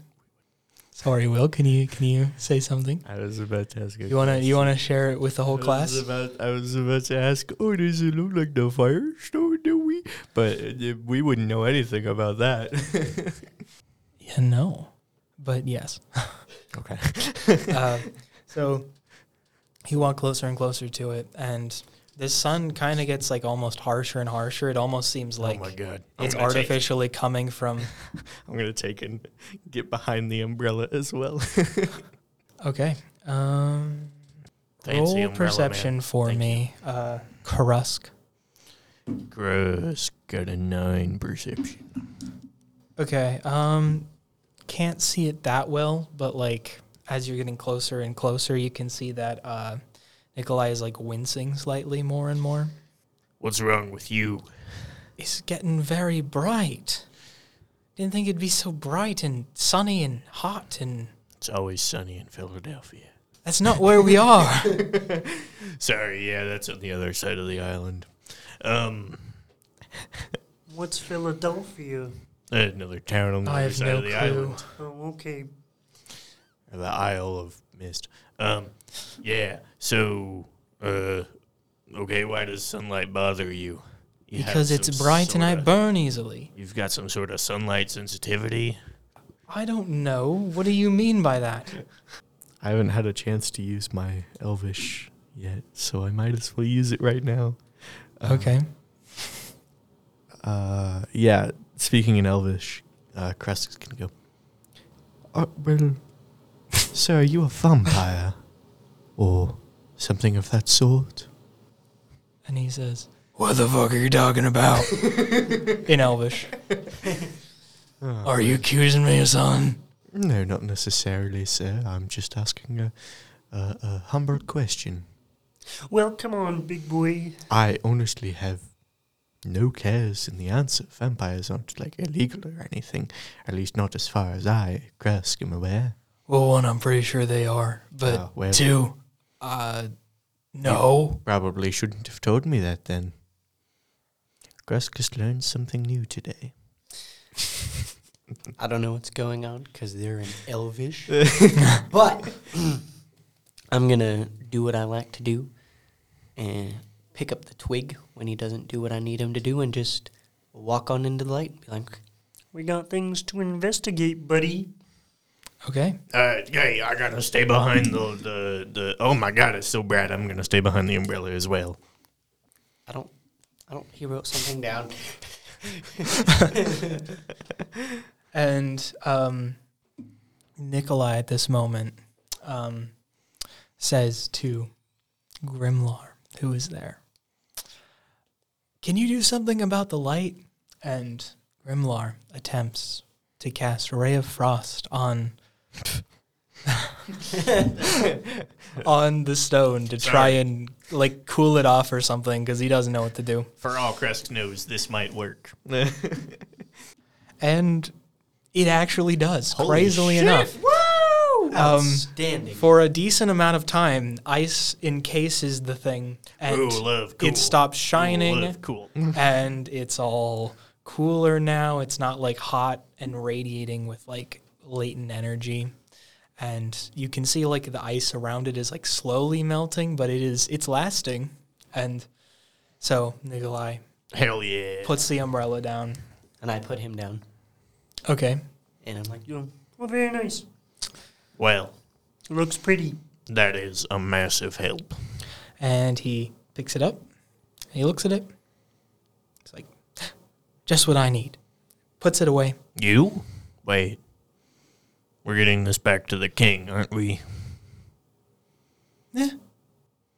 S1: sorry, Will. Can you can you say something?
S4: I was about to ask.
S1: You wanna you wanna share it with the whole
S4: I was
S1: class?
S4: about, I was about to ask, oh, does it look like the firestone? Do we? But uh, we wouldn't know anything about that.
S1: Yeah, no, but yes.
S4: okay.
S1: uh, so you walk closer and closer to it, and this sun kind of gets like almost harsher and harsher. It almost seems like
S4: oh my god!
S1: it's
S4: I'm gonna take-
S1: artificially coming from.
S4: I'm gonna take and get behind the umbrella as well.
S1: Okay. Um,
S4: Fancy
S1: roll
S4: umbrella, man.
S1: perception for
S4: Thank
S1: me, uh, Karusk.
S4: Gross. Got a nine perception.
S1: Okay. Um can't see it that well, but like as you're getting closer and closer, you can see that uh Nikolai is like wincing slightly more and more.
S4: What's wrong with you?
S1: It's getting very bright. Didn't think it'd be so bright and sunny and hot and
S4: It's always sunny in Philadelphia.
S1: that's not where we are.
S4: Sorry, yeah, that's on the other side of the island. Um,
S2: What's Philadelphia?
S4: another town on the
S1: I
S4: other
S1: have
S4: side
S1: no
S4: of the
S1: clue.
S4: island,
S2: Oh, okay.
S4: or the Isle of Mist. Um, yeah. So, uh, okay, why does sunlight bother you? You have
S1: Because it's
S4: some
S1: bright and I
S4: sorta-
S1: burn easily.
S4: You've got some sort of sunlight sensitivity.
S1: I don't know. What do you mean by that?
S4: I haven't had a chance to use my Elvish yet, so I might as well use it right now. Uh-huh.
S1: Okay.
S4: Uh, yeah. Speaking in Elvish, uh, Crest's gonna go. Uh, well, sir, are you a vampire, or something of that sort?
S1: And he says, What the fuck are you talking about? In Elvish.
S4: Oh.
S1: Are you accusing me of something?
S4: No, not necessarily, sir. I'm just asking a, a, a humble question.
S2: Well, come on, big boy.
S4: I honestly have no cares in the answer. Vampires aren't like illegal or anything, at least not as far as I, Kresk, am aware.
S1: Well, one, I'm pretty sure they are. But
S4: Ah, well.
S1: two, uh, no.
S4: Probably shouldn't have told me that then. Kresk has learned something new today.
S3: I don't know what's going on because they're in Elvish. but I'm going to do what I like to do and pick up the twig when he doesn't do what I need him to do and just walk on into the light and be like,
S2: We got things to investigate, buddy.
S1: Okay.
S4: Uh, hey, I gotta stay behind the, the, the. Oh my god, it's so bright. I'm gonna stay behind the umbrella as well.
S3: I don't, I don't, he wrote something down.
S1: And um, Nikolai at this moment um, says to Grimlar, who is there, Can you do something about the light? And Grimlar attempts to cast Ray of Frost on. on the stone to try and like cool it off or something because he doesn't know what to do.
S7: For all Kresk knows, this might work.
S1: And it actually does, crazily enough.
S3: Woo!
S1: Outstanding. For a decent amount of time, ice encases the thing and
S7: Ooh, love, cool.
S1: it stops shining
S7: Love, cool.
S1: and it's all cooler now. It's not like hot and radiating with like latent energy. And you can see like the ice around it is like slowly melting, but it is it's lasting. And so Nikolai
S7: Hell yeah.
S1: puts the umbrella down.
S3: and I put him down
S1: Okay.
S3: and I'm like,
S2: Yeah. Well, very nice.
S7: Well,
S2: Looks pretty.
S7: that is a massive help.
S1: And he picks it up. And he looks at it. It's like, just what I need. Puts it away.
S7: You? Wait. We're getting this back to the king, aren't we?
S1: Yeah.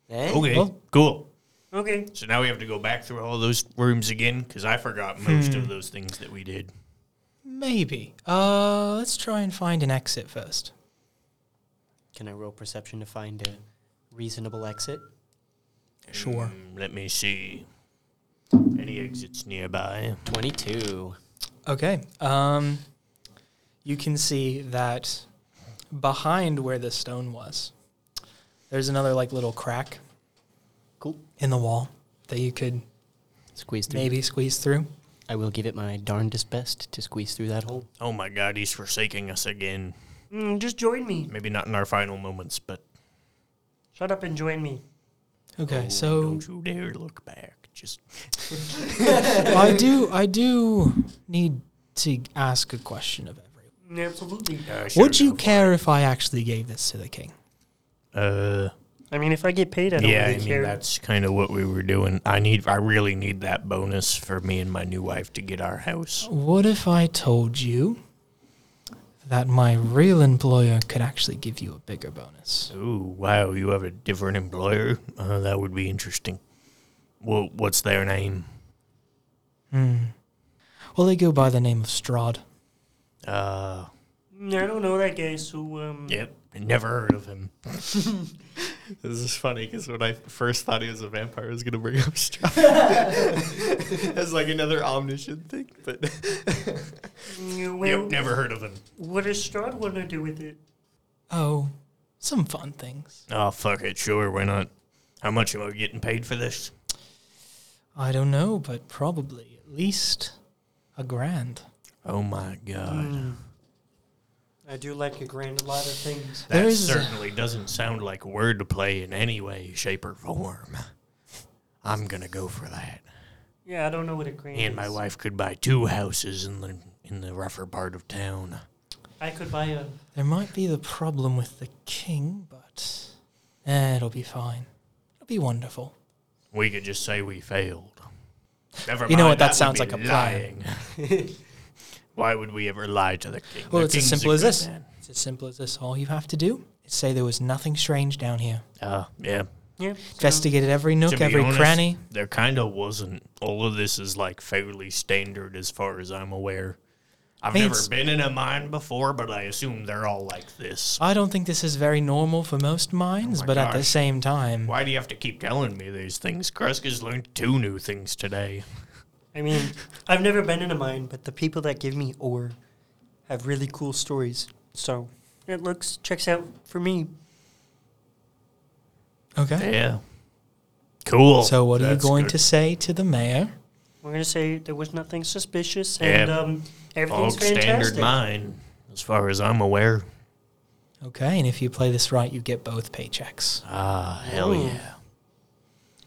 S3: eh?
S7: Okay.
S1: Well,
S4: Cool.
S2: Okay.
S4: So now we have to go back through all those rooms again because I forgot most
S1: Hmm.
S4: of those things that we did.
S1: Maybe. Uh, let's try and find an exit first.
S3: Can I roll perception to find a reasonable exit?
S1: Sure.
S4: Mm, let me see. Any exits nearby?
S3: 22.
S1: Okay. Um, you can see that behind where the stone was, there's another like little crack.
S3: Cool.
S1: In the wall that you could
S3: Squeeze through.
S1: maybe squeeze through.
S3: I will give it my darndest best to squeeze through that hole.
S4: Oh my God, he's forsaking us again.
S2: Mm, just join me.
S4: Maybe not in our final moments, but
S2: Shut up and join me.
S1: Okay.
S4: Oh,
S1: so
S4: don't you dare look back. Just
S1: I do. I do need to ask a question of everyone.
S2: Mm, Absolutely.
S1: Would you care if I actually gave this to the king?
S4: Uh,
S2: I mean, if I get paid, I don't
S4: yeah, I
S2: really
S4: mean
S2: care.
S4: that's kind of what we were doing. I need, I really need that bonus for me and my new wife to get our house.
S1: What if I told you that my real employer could actually give you a bigger bonus?
S4: Ooh, wow, you have a different employer? Uh, that would be interesting. Well, what's their name?
S1: Well, they go by the name of Strahd.
S4: Uh,
S2: Mm, I don't know that guy, so um,
S4: yep, never heard of him.
S5: This is funny because when I first thought he was a vampire, I was gonna bring up Strahd as like another omniscient thing, but
S2: mm, well,
S4: Yep, never heard of him.
S2: what does Strahd want to do with it?
S1: Oh, some fun things.
S4: Oh, fuck it, sure, why not? How much am I getting paid for this?
S1: I don't know, but probably at least a grand.
S4: Oh my god.
S2: Mm. I do like a grand a lot of things.
S4: That
S1: There is-
S4: certainly doesn't sound like wordplay in any way, shape, or form. I'm gonna go for that.
S2: Yeah, I don't know what a grand
S4: And my
S2: is.
S4: wife could buy two houses in the in the rougher part of town.
S2: I could buy a.
S1: There might be the problem with the king, but eh, it'll be fine. It'll be wonderful.
S4: We could just say we failed. Never
S1: You know what, that
S4: would
S1: sounds
S4: be
S1: like a
S4: lying.
S1: plan.
S4: Why would we ever lie to the king?
S1: Well,
S4: The
S1: it's as
S4: king's a
S1: simple as
S4: good
S1: this.
S4: man.
S1: It's as simple as this. All you have to do is say there was nothing strange down here.
S4: Uh, yeah.
S2: Yeah.
S1: Investigated every
S4: To
S1: nook,
S4: be
S1: every
S4: honest,
S1: cranny.
S4: There kind of wasn't. All of this is like fairly standard as far as I'm aware. I've
S1: I mean,
S4: never
S1: it's-
S4: been in a mine before, but I assume they're all like this.
S1: I don't think this is very normal for most mines,
S4: Oh my
S1: but at the
S4: gosh.
S1: same time,
S4: Why do you have to keep telling me these things? Kreska's learned two new things today.
S2: I mean, I've never been in a mine, but the people that give me ore have really cool stories. So it looks checks out for me.
S1: okay.
S4: Yeah. Cool.
S1: So what are you
S4: That's
S1: going
S4: good.
S1: to say to the mayor?
S2: We're gonna say there was nothing suspicious, and
S4: Yeah.
S2: um, everything's
S4: Bog
S2: fantastic.
S4: standard mine, as far as I'm aware.
S1: Okay, and if you play this right, you get both paychecks.
S4: Ah, hell
S2: Ooh.
S4: yeah.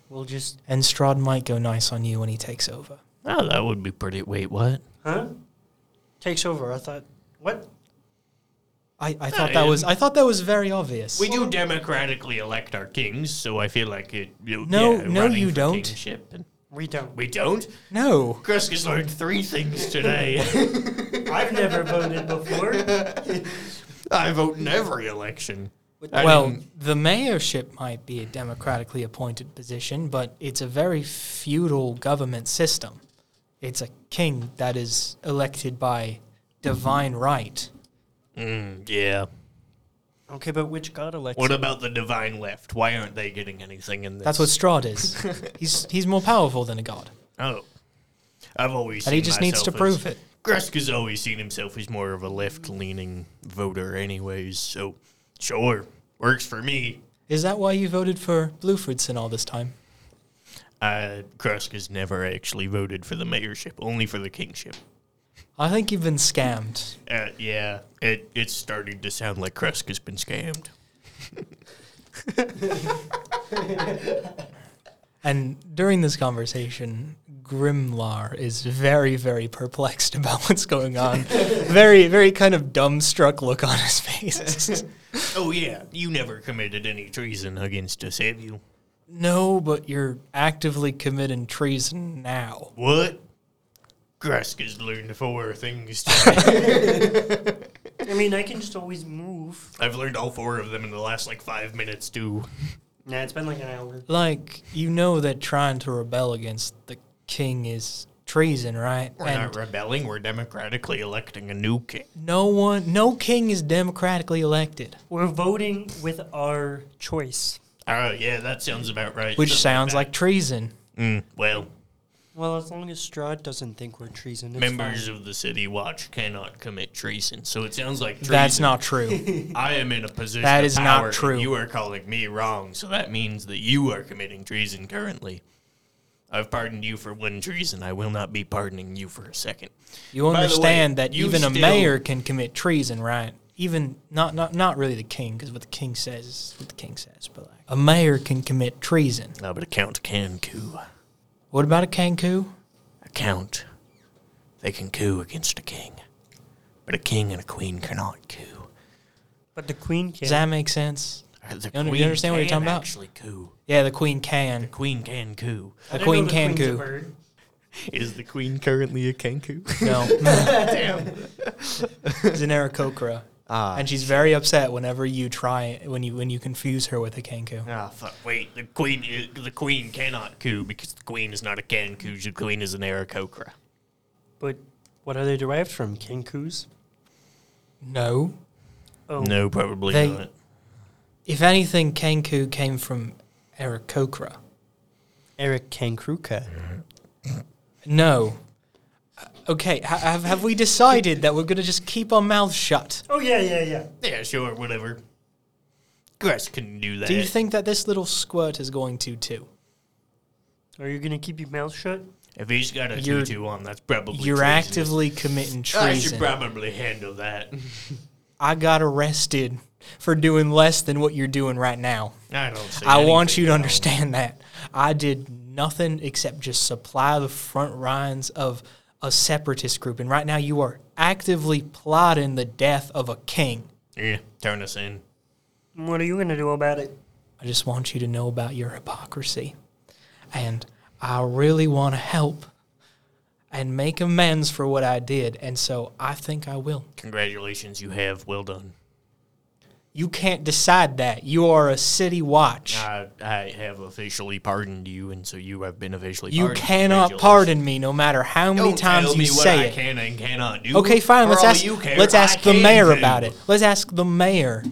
S2: We'll just,
S1: And Strahd might go nice on you when he takes over.
S4: Oh, that would be pretty. Wait, what?
S2: huh? Takes over. I thought, what?
S1: I, I thought that was I thought that was very obvious.
S4: We do democratically elect our kings, so I feel like it. You,
S1: No,
S4: yeah,
S1: no,
S4: running
S1: you
S4: for
S1: don't.
S4: Kingship and
S2: We don't.
S4: we don't.
S1: no.
S4: Kreska's learned three things today.
S2: I've never voted before.
S4: I vote in every election. I
S1: Well,
S4: didn't-
S1: the mayorship might be a democratically appointed position, but it's a very feudal government system. It's a king that is elected by
S4: Mm-hmm.
S1: divine right.
S4: mm, yeah.
S2: Okay, but which god elects?
S4: What about the divine left? Why aren't they getting anything in this?
S1: That's what Strahd is. he's he's more powerful than a god,
S4: Oh. I've always
S1: and he just needs to prove it.
S4: Greska's always seen himself as more of a left leaning voter, anyways, so sure. Works for me.
S1: Is that why you voted for Bluefordson all this time?
S4: Uh, Kreska's never actually voted for the mayorship, only for the kingship.
S1: I think you've been scammed.
S4: Uh, yeah, it, it's starting to sound like Kreska's been scammed.
S1: And during this conversation, Grimlar is very, very perplexed about what's going on. very, very kind of dumbstruck look on his face.
S4: Oh, yeah, you never committed any treason against us, have you?
S1: no, but you're actively committing treason now.
S4: What? Kreska's learned four things today.
S2: I mean, I can just always move.
S4: I've learned all four of them in the last like five minutes too.
S2: Nah, it's been like an hour.
S1: Like you know that trying to rebel against the king is treason, right?
S4: We're not rebelling. We're democratically electing a new king.
S1: no one, no king is democratically elected,
S2: We're voting with our choice.
S4: Oh yeah, that sounds about right.
S1: which
S4: Something
S1: sounds like
S4: that.
S1: treason.
S4: Mm, well,
S2: Well, as long as Strahd doesn't think we're treason, it's
S4: members
S2: fine.
S4: of the city watch cannot commit treason. So it sounds like treason.
S1: That's not true.
S4: I am in a position.
S1: That
S4: of
S1: is not
S4: power, and
S1: true.
S4: You are calling me wrong, so that means that you are committing treason currently. I've pardoned you for one treason. I will not be pardoning you for a second.
S1: You
S4: the way,
S1: understand that
S4: you
S1: even a
S4: still-
S1: mayor can commit treason, right? Even not not not really the king, because what the king says is what the king says. But like, a mayor can commit treason.
S4: No, but a count can coup.
S1: What about a king coup?
S4: A count, they can coup against a king, but a king and a queen cannot coup.
S2: But the queen can.
S1: Does that make sense?
S4: Uh, The
S1: You under- you
S4: queen
S1: understand what you're
S4: can
S1: talking about?
S4: Actually, coup.
S1: Yeah, the queen can.
S4: The queen can coup.
S1: The
S2: I didn't know
S1: queen
S2: the
S1: can
S2: queen's a
S1: coup.
S2: bird.
S4: Is the queen currently a kanku?
S1: No,
S4: Damn.
S1: Zanera Kokra.
S5: Ah,
S1: and she's very upset whenever you try when you when you confuse her with a kanku.
S4: Ah, fuck. Wait, the queen, i- the queen cannot coup because the queen is not a kanku. The queen is an Arakokra.
S2: But what are they derived from? King coos?
S1: No.
S2: Oh,
S4: No, probably
S1: They-
S4: not.
S1: If anything, kanku came from Arakokra.
S2: Eric Kankruka.
S1: No. Uh, Okay, ha- have, have we decided that we're going to just keep our mouths shut?
S2: Oh yeah, yeah, yeah.
S4: Yeah, sure, whatever. Grass can do that.
S1: Do you think that this little squirt is going to too?
S2: Are you gonna keep your mouth shut?
S4: if he's got a
S1: You're-
S4: tutu on, that's probably
S1: You're
S4: treasonous.
S1: actively committing
S4: I should
S1: treason.
S4: probably handle that.
S1: I got arrested for doing less than what you're doing right now.
S4: I don't. see
S1: I want you to
S4: anything
S1: understand that. I did nothing except just supply the front lines of a separatist group. And right now you are actively plotting the death of a king.
S4: wrong. Yeah, turn us in.
S2: What are you gonna do about it?
S1: I just want you to know about your hypocrisy. And I really want to help and make amends for what I did. And so I think I will.
S4: Congratulations, you have. Well done.
S1: You can't decide that. You are a city watch.
S4: I, I have officially pardoned you, and so you have been officially.
S1: you
S4: pardoned.
S1: cannot
S4: Congratulations.
S1: pardon me no matter how many
S4: Don't
S1: times
S4: tell
S1: you
S4: me what
S1: say
S4: I
S1: it.
S4: can and cannot do.
S1: Okay, fine.
S4: For
S1: Let's
S4: all
S1: ask.
S4: you care,
S1: let's
S4: I
S1: ask the
S4: can
S1: mayor
S4: do.
S1: about it. Let's ask the mayor.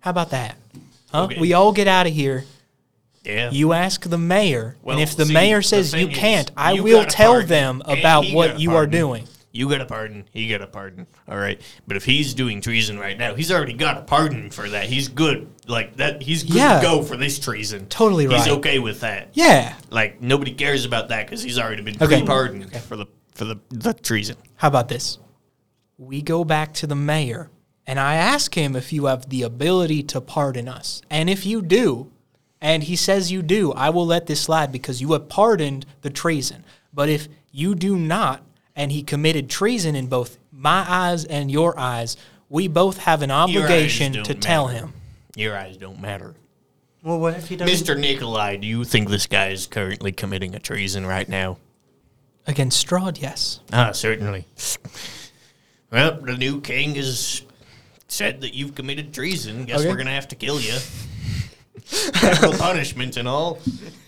S1: How about that? Huh?
S4: Okay.
S1: We all get out of here.
S4: Yeah.
S1: You ask the mayor,
S4: Well,
S1: and if the
S4: see,
S1: mayor
S4: the
S1: says you
S4: thing is,
S1: can't, I
S4: you
S1: will
S4: got a
S1: tell
S4: pardon,
S1: them
S4: and
S1: about
S4: he
S1: what
S4: got a
S1: you are
S4: pardon.
S1: doing.
S4: You got a pardon. He got a pardon. All right. But if he's doing treason right now, he's already got a pardon for that. He's good. Like that. He's good
S1: Yeah.
S4: to go for this treason.
S1: Totally
S4: he's
S1: right.
S4: He's okay with that.
S1: Yeah.
S4: Like nobody cares about that because he's already been
S1: Okay.
S4: pre-pardoned for the for the, the treason.
S1: How about this? We go back to the mayor, and I ask him if you have the ability to pardon us, and if you do, and he says you do, I will let this slide because you have pardoned the treason. But if you do not, and he committed treason in both my eyes and your eyes, we both have an
S4: eyes
S1: obligation to
S4: don't
S1: tell
S4: matter.
S1: him.
S4: Your eyes don't matter.
S2: Well, what if he doesn't?
S4: Mr. Nikolai, do you think this guy is currently committing a treason right now?
S1: Against Strahd, yes.
S4: Ah, certainly. Well, the new king has said that you've committed treason. Guess
S1: Okay.
S4: we're gonna have to kill you. Capital punishment and all.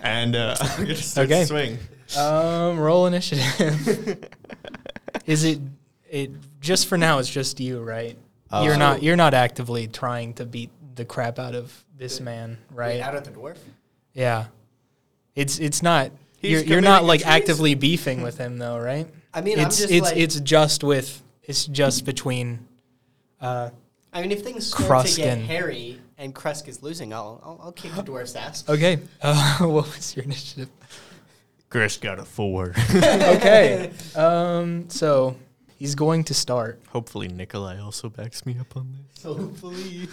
S4: And uh, I'm gonna start
S1: Okay.
S4: to swing.
S1: Um, roll initiative. Is it it just for now? It's just you, right? you're not you're not actively trying to beat the crap out of this man, right?
S3: of the dwarf.
S1: yeah, it's it's not.
S5: He's
S1: You're, you're not
S5: committing
S1: like
S5: treason.
S1: actively beefing with him though, right?
S3: I mean,
S1: it's
S3: I'm just
S1: it's
S3: like,
S1: it's just with it's just between. Uh,
S3: I mean, if things start to get
S1: Kruskin.
S3: hairy and Krusk is losing, I'll, I'll, I'll kick the dwarf's ass.
S1: okay, uh, what was your initiative?
S4: Chris got a four.
S1: okay, um, so he's going to start
S5: hopefully Nikolai also backs me up on this.
S3: Hopefully.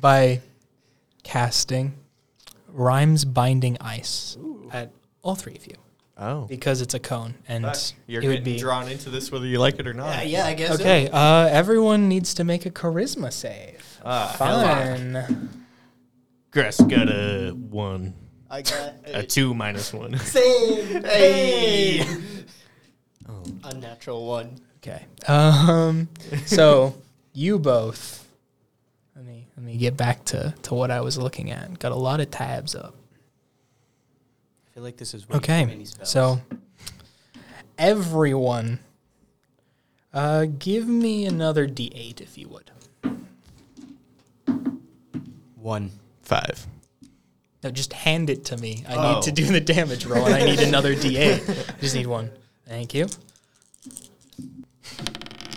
S1: by casting rhymes binding ice at all three of you
S5: Oh,
S1: because it's a cone and
S5: you're
S1: it would
S5: getting
S1: be
S5: drawn into this whether you like it or not.
S3: Yeah, yeah, I guess. so.
S1: okay uh, everyone needs to make a charisma save
S5: Ah,
S1: fun
S4: Chris got a one.
S3: I got
S4: A two minus one.
S3: Same.
S4: Hey.
S3: Hey.
S1: Oh.
S3: Unnatural one.
S1: okay um so you both let me Let me get back to, to what I was looking at. Got a lot of tabs up.
S3: I feel like this is way
S1: Okay.
S3: too many spells.
S1: So, everyone, uh, give me another D8 if you would.
S3: one.
S4: Five.
S1: No, just hand it to me. I
S4: Oh.
S1: need to do the damage roll, and I need another D8. I just need one. Thank you.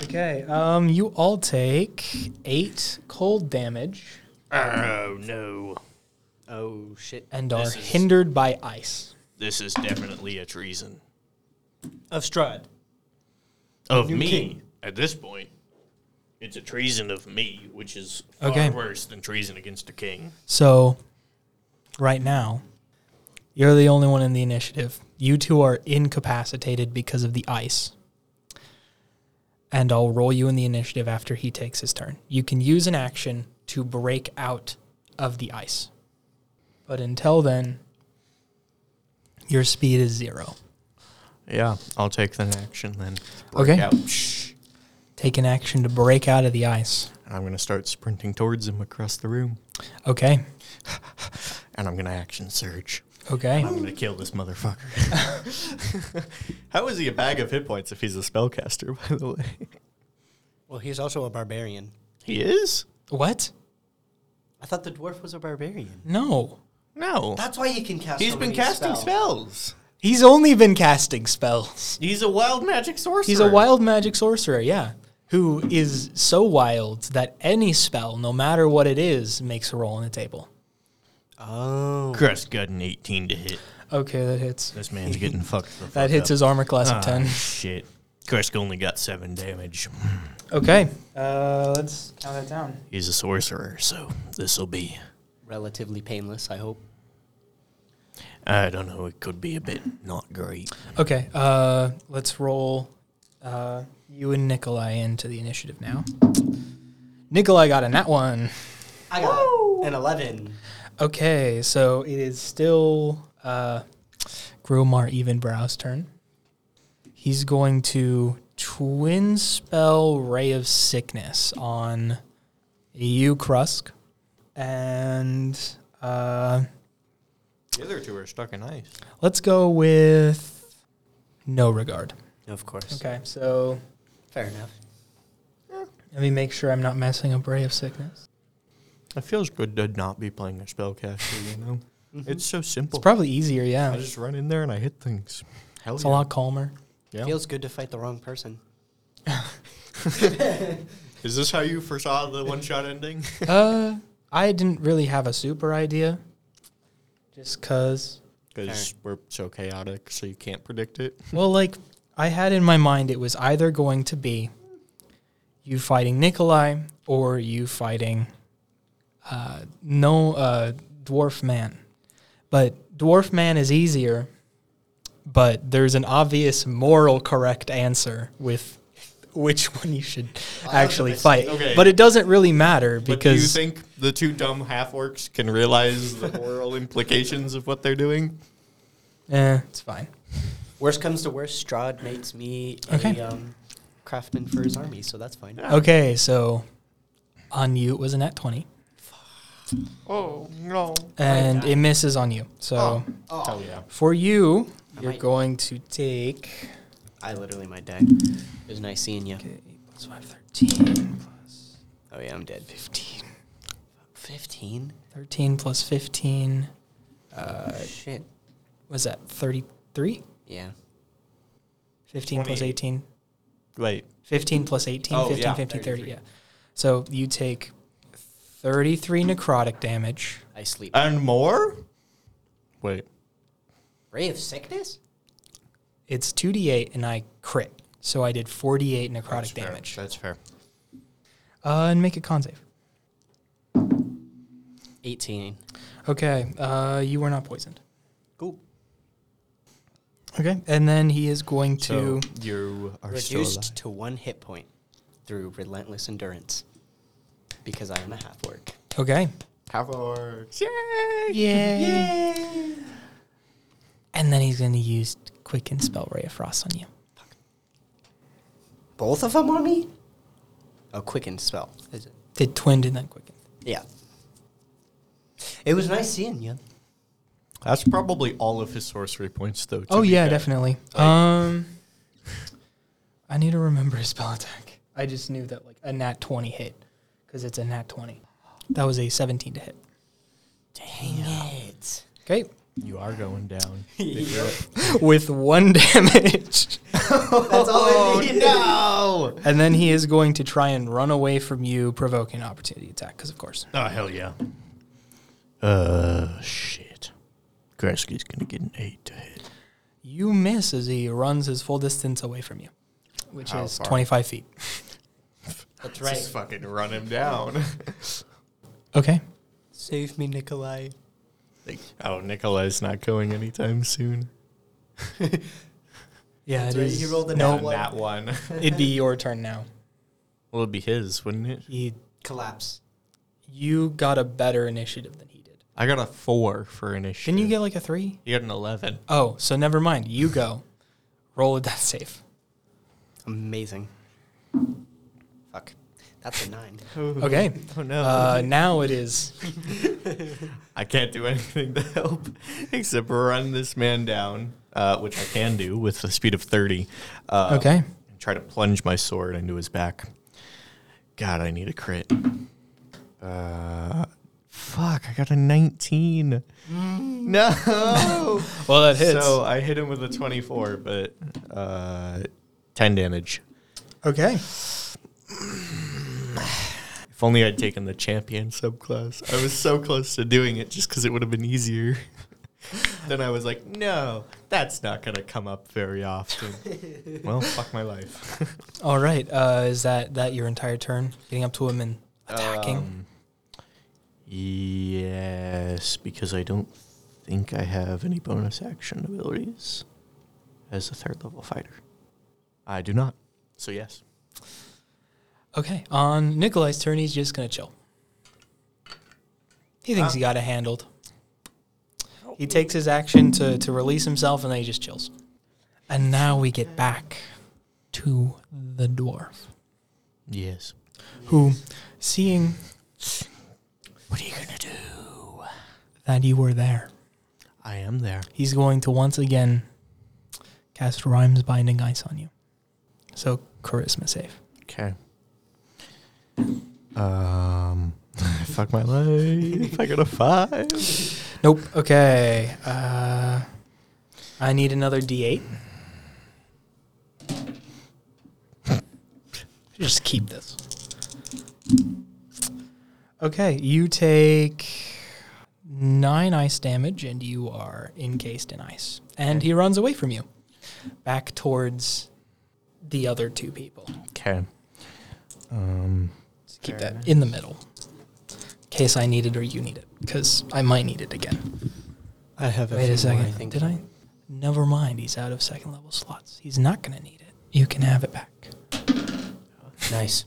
S1: Okay. Um, you all take eight cold damage
S4: Oh no!
S3: Oh shit!
S1: and are
S4: This is-
S1: hindered by ice.
S4: This is definitely a treason
S2: Of Stride.
S4: of
S2: New
S4: me.
S2: king.
S4: At this point, it's a treason of me, which is far
S1: Okay.
S4: worse than treason against the king.
S1: So, right now, you're the only one in the initiative. You two are incapacitated because of the ice. And I'll roll you in the initiative after he takes his turn. You can use an action to break out of the ice. But until then, your speed is zero.
S5: Yeah, I'll take that action then.
S1: Okay.
S4: Ouch.
S1: Take an action to break out of the ice.
S5: I'm gonna start sprinting towards him across the room,
S1: Okay.
S5: and I'm gonna action surge.
S1: Okay.
S5: I'm gonna kill this motherfucker. How is he a bag of hit points if he's a spellcaster? By the way,
S3: Well, he's also a barbarian.
S5: he is.
S1: What?
S3: I thought the dwarf was a barbarian.
S1: No.
S5: No,
S3: That's why he can cast.
S4: He's been casting spells.
S1: He's only been casting spells.
S4: He's a wild magic sorcerer.
S1: He's a wild magic sorcerer, yeah. Who is so wild that any spell, no matter what it is, makes a roll on the table.
S3: Oh,
S4: Crest got an 18 to hit.
S1: Okay, that hits.
S4: This man's getting fucked. The
S1: That hits his armor class of 10.
S4: Shit. Kresk only got seven damage.
S1: Okay. Uh, let's count that down.
S4: He's a sorcerer, so this will be.
S3: relatively painless. I hope.
S4: I don't know. It could be a bit not great.
S1: Okay, uh, let's roll uh, you and Nikolai into the initiative now. Nikolai got a nat one.
S3: I got an eleven.
S1: Okay, so it is still uh, Gromar Evenbrow's turn. He's going to twin spell Ray of Sickness on you, Krusk, and uh,
S5: the other two are stuck in ice.
S1: let's go with No Regard.
S3: Of course.
S1: Okay, so
S3: Fair enough.
S1: let me make sure I'm not messing up Ray of Sickness.
S5: It feels good to not be playing a spellcaster. You know, Mm-hmm. it's so simple.
S1: It's probably easier, yeah.
S5: I just run in there and I hit things. Hell
S1: It's a
S5: yeah.
S1: lot calmer.
S5: Yeah.
S3: Feels good to fight the wrong person.
S5: Is this how you foresaw the one shot ending?
S1: uh, I didn't really have a super idea, just cause.
S5: Because we're so chaotic, so you can't predict it.
S1: Well, like I had in my mind, it was either going to be you fighting Nikolai or you fighting uh, no uh, dwarf man. But dwarf man is easier. But there's an obvious moral correct answer with which one you should actually fight.
S5: Okay.
S1: But it doesn't really matter
S5: But do you
S1: because
S5: think the two dumb half orcs can realize the moral implications of what they're doing?
S1: eh, it's fine.
S3: Worst comes to worst, Strahd makes me
S1: Okay.
S3: a um, craftsman for his army, so that's fine.
S1: Okay, so on you it was a net twenty,
S5: Oh no!
S1: and it misses on you. So.
S5: Oh Hell yeah!
S1: For you,
S3: I
S1: you're
S3: might-
S1: going to take.
S3: I literally might die. It was nice seeing you.
S1: Okay, 8 plus 5, 13 plus
S3: Oh yeah, I'm dead.
S1: 15.
S3: Fifteen.
S1: 13 plus 15. Uh,
S3: Shit.
S1: was that 33?
S3: Yeah.
S1: 15 plus
S5: 28.
S1: 18.
S5: Wait,
S1: 15 plus 18,
S5: Oh,
S1: 15,
S5: yeah,
S1: 15, 30.
S5: 33.
S1: Yeah. So you take 33 necrotic damage.
S3: I sleep.
S1: Uh,
S5: and more? Wait,
S3: Ray of sickness.
S1: It's 2d8, and I crit. So I did 48 necrotic damage.
S5: That's fair.
S1: Uh, and make a con save.
S3: Eighteen.
S1: Okay, uh, you were not poisoned.
S3: Cool.
S1: Okay, and then he is going to.
S5: So you are still alive.
S3: Reduced to one hit point through relentless endurance because I am a half orc.
S1: okay.
S5: half orcs.
S1: Yay! And then he's going to use Quicken Spell Ray of Frost on you.
S3: Both of them on me. A quicken spell. Is it?
S1: Did Twin did that Quicken?
S3: Yeah. It was nice seeing you.
S4: That's probably all of his sorcery points, though. to
S1: Oh
S4: be
S1: yeah,
S4: fair.
S1: definitely.
S4: Like-
S1: um, I need to remember his spell attack. I just knew that like a nat twenty hit because it's a nat twenty. That was a seventeen to hit.
S3: Dang it.
S1: Okay,
S5: You are going down.
S1: with one damage,
S3: That's all I need.
S4: No!
S1: and then he is going to try and run away from you, provoking opportunity attack. Because of course,
S4: Oh, hell yeah.
S5: Uh, shit. Grasky's gonna get an eight to hit.
S1: you miss as he runs his full distance away from you, which
S4: How
S1: is
S4: far?
S1: twenty five feet.
S3: That's
S4: Just fucking run him down.
S1: Okay,
S3: Save me, Nikolai.
S4: Like, oh, Nikolai's not going anytime soon.
S1: yeah,
S3: That's
S1: it
S3: right,
S1: is.
S3: he rolled a
S1: no,
S3: nat one.
S4: That one.
S1: it'd be your turn now.
S5: Well, it'd be his, wouldn't it?
S1: He,
S3: Collapse.
S1: you got a better initiative than he did.
S5: I got a four for an issue.
S1: Didn't you get like a three?
S5: You got an eleven.
S1: Oh, so never mind. You go. Roll with that safe.
S3: Amazing. Fuck. That's a nine.
S1: Okay.
S5: Oh no!
S1: Uh, now it is.
S4: I can't do anything to help except run this man down, uh, which I can do with the speed of 30. Uh,
S1: Okay.
S4: And try to plunge my sword into his back.
S5: God, I need a crit. Uh, fuck! I got a nineteen.
S4: No!
S1: Well, that hits.
S4: So I hit him with a 24, but uh, 10 damage.
S1: okay.
S4: If only I'd taken the champion subclass. I was so close to doing it just because it would have been easier. then I was like, no, that's not going to come up very often. well, fuck my life.
S1: All right. Uh, is that that your entire turn? Getting up to him and attacking.
S5: Um, yes, because I don't think I have any bonus action abilities as a third level fighter. I do not.
S4: So, yes.
S1: okay. On Nikolai's turn, he's just gonna chill. He thinks
S4: Uh.
S1: he got it handled. He takes his action to to release himself, and then he just chills. And now we get back to the dwarf.
S5: Yes.
S1: who, seeing
S5: What are you gonna do?
S1: that you were there,
S5: I am there.
S1: he's going to once again cast Rhymes Binding Ice on you. So, charisma save.
S5: Okay. Um, fuck my life. I got a five.
S1: Nope. Okay. Uh, I need another d8. Just keep this. Okay, you take nine ice damage and you are encased in ice. And he runs away from you back towards the other two people.
S5: Okay. Um,
S1: Keep that in the middle in case I need it or you need it because I might need it again.
S3: I have
S1: Wait a second. Did I? Never mind. He's out of second level slots. He's not going to need it. You can have it back.
S3: Nice.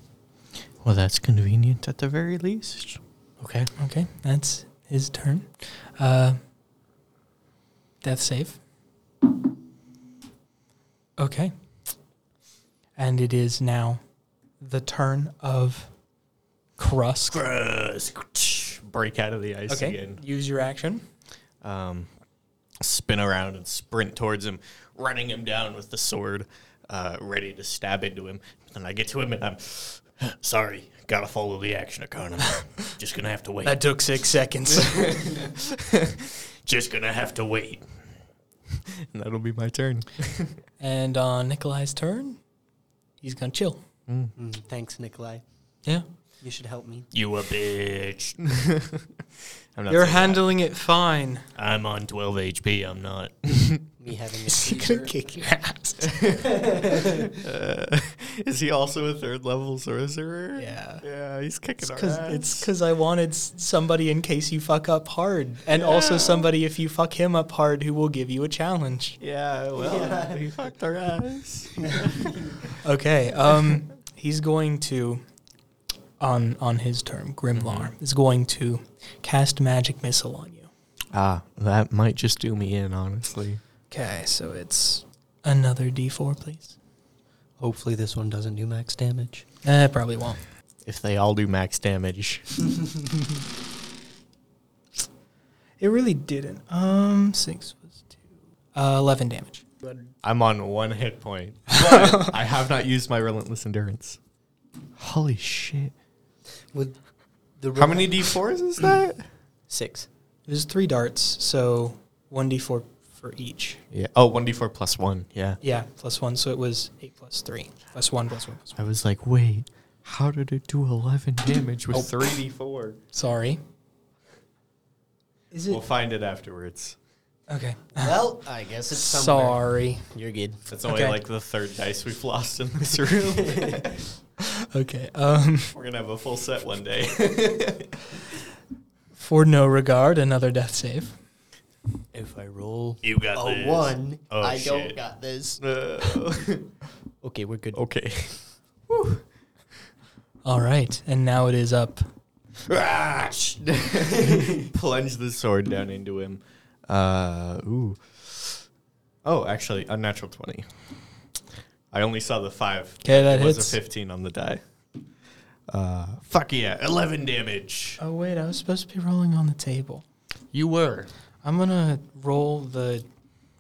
S5: well, that's convenient at the very least. Okay.
S1: Okay. That's his turn. Uh, death save. Okay. And it is now the turn of Krusk.
S4: Break out of the ice
S1: Okay.
S4: again.
S1: Use your action.
S4: um, spin around and sprint towards him, running him down with the sword, uh, ready to stab into him. Then I get to him and I'm sorry, gotta follow the action economy. Just gonna have to wait.
S1: took six seconds.
S4: Just gonna have to wait. And that'll be my turn.
S1: and on Nikolai's turn, he's going to chill.
S3: Mm, thanks, Nikolai.
S1: Yeah.
S3: You should help me.
S4: You a bitch. I'm not
S1: You're
S4: saying that.
S1: handling it fine.
S4: I'm on 12 HP. I'm not.
S3: Me having a seizure.
S1: kick your ass.
S4: Uh, Is he also a third level sorcerer?
S1: Yeah.
S4: Yeah, he's kicking
S1: It's cause, it's 'cause I wanted s- somebody in case you fuck up hard, and also somebody if you fuck him up hard who will give you a challenge.
S4: yeah, well, he fucked our ass.
S1: Okay, um, he's going to, on on his term, Grimlar is going to cast magic missile on you.
S5: Ah, that might just do me in, honestly.
S1: Okay, so it's another D4, please.
S3: Hopefully, this one doesn't do max damage.
S1: Eh, it probably won't.
S5: if they all do max damage.
S1: It really didn't. Um, six was two. Uh, Eleven damage.
S5: I'm on one hit point. But I have not used my relentless endurance. Holy shit!
S3: With the
S5: How many d4s is that?
S3: Six.
S1: It was three darts, so one d four for each.
S5: Yeah. Oh, 1d4 plus one. Yeah.
S1: Yeah, plus one, so it was eight plus three, plus one, plus one, plus one.
S5: I was like, wait, how did it do 11 damage with
S4: Oh.
S5: 3d4?
S1: Sorry. Is
S5: We'll
S1: it
S5: find it afterwards.
S1: okay?
S3: Well, I guess it's somewhere.
S1: Sorry.
S3: You're good.
S5: That's
S1: only, Okay. like,
S5: the third dice we've lost in this room.
S1: Okay. Um,
S5: We're gonna have a full set one day.
S1: for no regard, another death save.
S3: If I roll
S4: You got
S3: a
S4: this.
S3: one,
S4: Oh,
S3: I don't
S4: shit.
S3: got this. Okay, we're good.
S5: okay.
S1: All right, and now it is up.
S4: Oh.
S5: Plunge the sword down into him. Uh, ooh. Oh, actually, unnatural 20. I only saw the five.
S1: Okay, that
S5: it
S1: hits.
S5: was a 15 on the die. Uh, fuck yeah, 11 damage.
S1: Oh wait, I was supposed to be rolling on the table.
S4: You were.
S1: I'm gonna roll the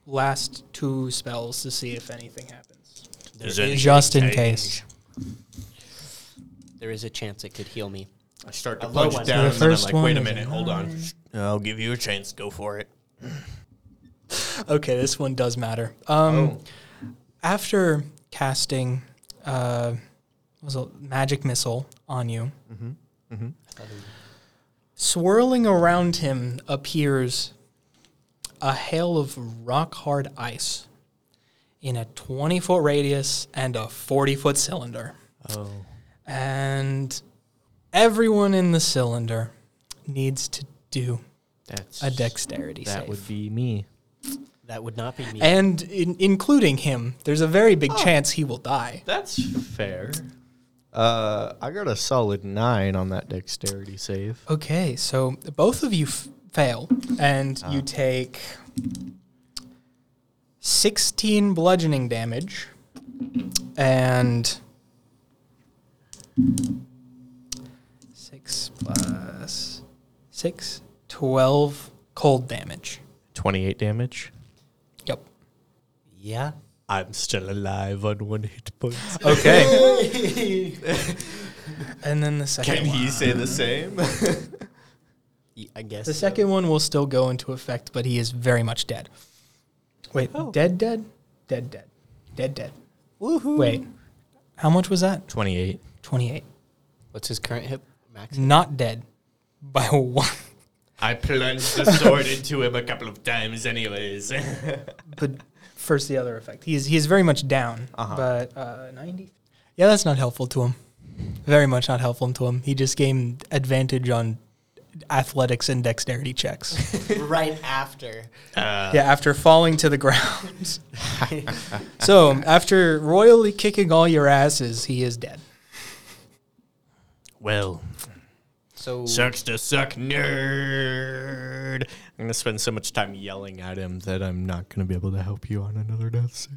S1: last two spells to see if anything happens.
S4: Is
S3: There
S4: it-
S3: is-
S1: Just in
S4: Change.
S1: case.
S3: there is a chance it could heal me.
S4: I start to
S3: A low
S4: punch down,
S3: one.
S1: The
S4: and then I'm
S1: first
S4: like,
S1: one
S4: wait a
S1: is
S4: minute, hold on.
S1: nine.
S4: I'll give you a chance. Go for it.
S1: Okay, this one does matter. Um,
S5: Oh.
S1: after casting, uh, was a magic missile on you.
S5: Mm-hmm,
S1: Swirling around him appears a hail of rock hard ice in a 20 foot radius and a 40 foot cylinder.
S5: Oh.
S1: And everyone in the cylinder needs to do
S5: That's
S1: a dexterity
S5: That
S1: save.
S5: would be me.
S3: That would not be me.
S1: and in, including him, there's a very big
S4: Oh.
S1: chance he will die.
S5: That's fair. Uh, I got a solid nine on that dexterity save.
S1: Okay, so both of you f- fail, and
S4: Uh.
S1: you take 16 bludgeoning damage and 6 plus 6, 12 cold damage.
S5: 28 damage.
S1: Yep.
S3: yeah.
S5: I'm still alive on one hit point.
S1: Okay. and then the second
S4: Can
S1: one.
S4: he say the same?
S3: Y- I guess.
S1: The second one will still go into effect, but he is very much dead. Wait, dead, dead, dead, dead, dead, dead. Woohoo! Wait, how much was that?
S5: 28.
S1: Twenty-eight.
S3: What's his current hit? Max.
S1: Not dead by one,
S4: I plunged the sword into him a couple of times, anyways.
S1: but first the other effect. He is he is very much down, but uh, ninety. Yeah, that's not helpful to him. Very much not helpful to him. He just gained advantage on athletics and dexterity checks.
S3: right after.
S1: yeah, after falling to the ground. so after royally kicking all your asses, he is dead.
S5: Well,
S3: So
S4: Sucks to suck, nerd.
S5: I'm going to spend so much time yelling at him that I'm not going to be able to help you on another death save.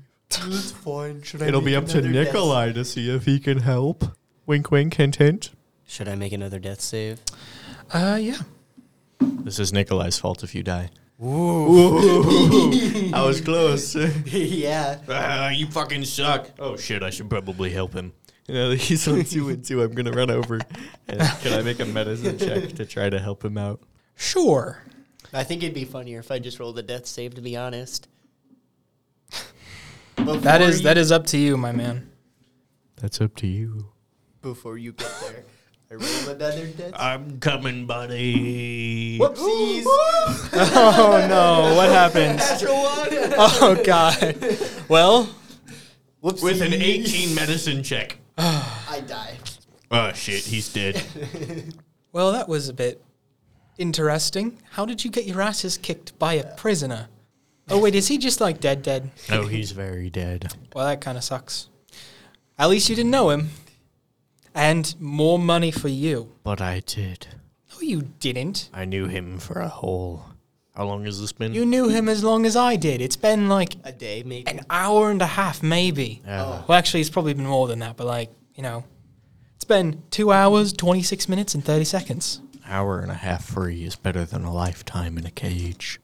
S3: that's fine. Should
S5: It'll be up to Nikolai to see if he can help. Wink, wink, hint, hint.
S3: Should I make another death save?
S1: Uh, yeah.
S5: This is Nikolai's fault if you die. Ooh. I was close.
S3: yeah.
S4: Ah, you fucking suck.
S5: Oh shit, I should probably help him. You know, he's on two and two. I'm gonna run over. And can I make a medicine check to try to help him out?
S1: Sure.
S3: I think it'd be funnier if I just rolled a death save. To be honest. Before
S1: That is
S3: you,
S1: that is up to you, my man.
S5: That's up to you.
S3: Before you get there, I roll another death.
S4: I'm coming, buddy.
S3: Whoopsies!
S1: Oh no, what happens?
S3: Natural one.
S1: Oh god. Well,
S3: Whoopsies.
S4: With an 18 medicine check.
S3: I die.
S4: Oh shit, he's dead.
S1: well, that was a bit interesting. How did you get your asses kicked by a prisoner? Oh wait, is he just like dead dead?
S5: Oh, he's very dead.
S1: Well, that kind of sucks. At least you didn't know him. And more money for you.
S5: But I did.
S1: No, you didn't.
S5: I knew him for a whole. How long has this been?
S1: You knew him as long as I did. It's been like
S3: A day, maybe.
S1: an hour and a half, maybe.
S5: Yeah.
S1: Well, actually, it's probably been more than that, but like, you know, it's It's been two hours, 26 minutes, and 30 seconds.
S4: Hour and a half free is better than a lifetime in a cage.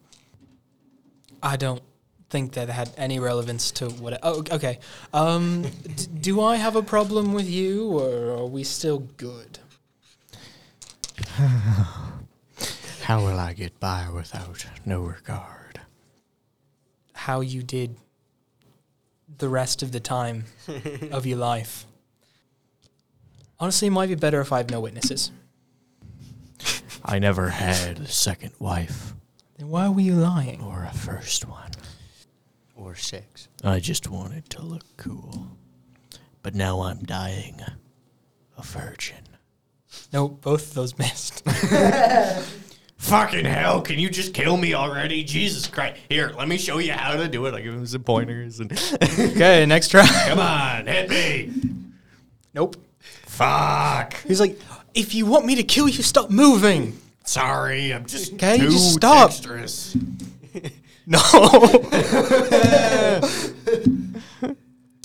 S1: I don't think that had any relevance to what. Oh, okay. Um, d- do I have a problem with you, or are we still good?
S4: How will I get by without no regard?
S1: How you did the rest of the time of your life. Honestly, it might be better if I have no witnesses.
S4: I never had a second wife
S1: Then why were you lying?
S4: or a first one.
S3: Or six.
S4: I just wanted to look cool. But now I'm dying a virgin.
S1: No, both of those missed.
S4: Fucking hell, can you just kill me already? Jesus Christ. Here, let me show you how to do it. I give him some pointers and
S1: okay, next try.
S4: come on, hit me.
S1: Nope.
S4: Fuck.
S1: He's like, if you want me to kill you, stop moving.
S4: Sorry, I'm just
S1: Okay, you
S4: too
S1: just stop.
S4: dexterous.
S1: No.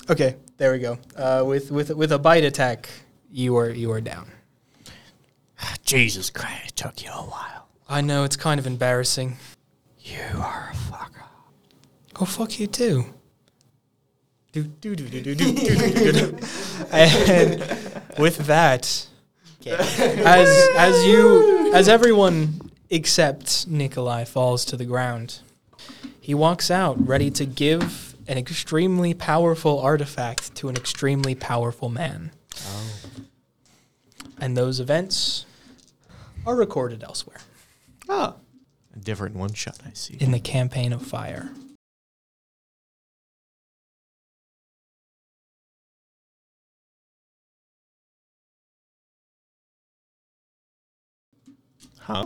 S1: okay, there we go. Uh, with with with a bite attack, you are you are down.
S4: Jesus Christ, it took you a while.
S1: I know it's kind of embarrassing.
S4: You are a fucker.
S1: Oh fuck you too. Do do do do do do do do. do. And with that, as as you as everyone except Nikolai falls to the ground, he walks out ready to give an extremely powerful artifact to an extremely powerful man. Oh. And those events are recorded elsewhere
S5: Ah. A different one shot, I see.
S1: in the campaign of fire.
S5: Huh?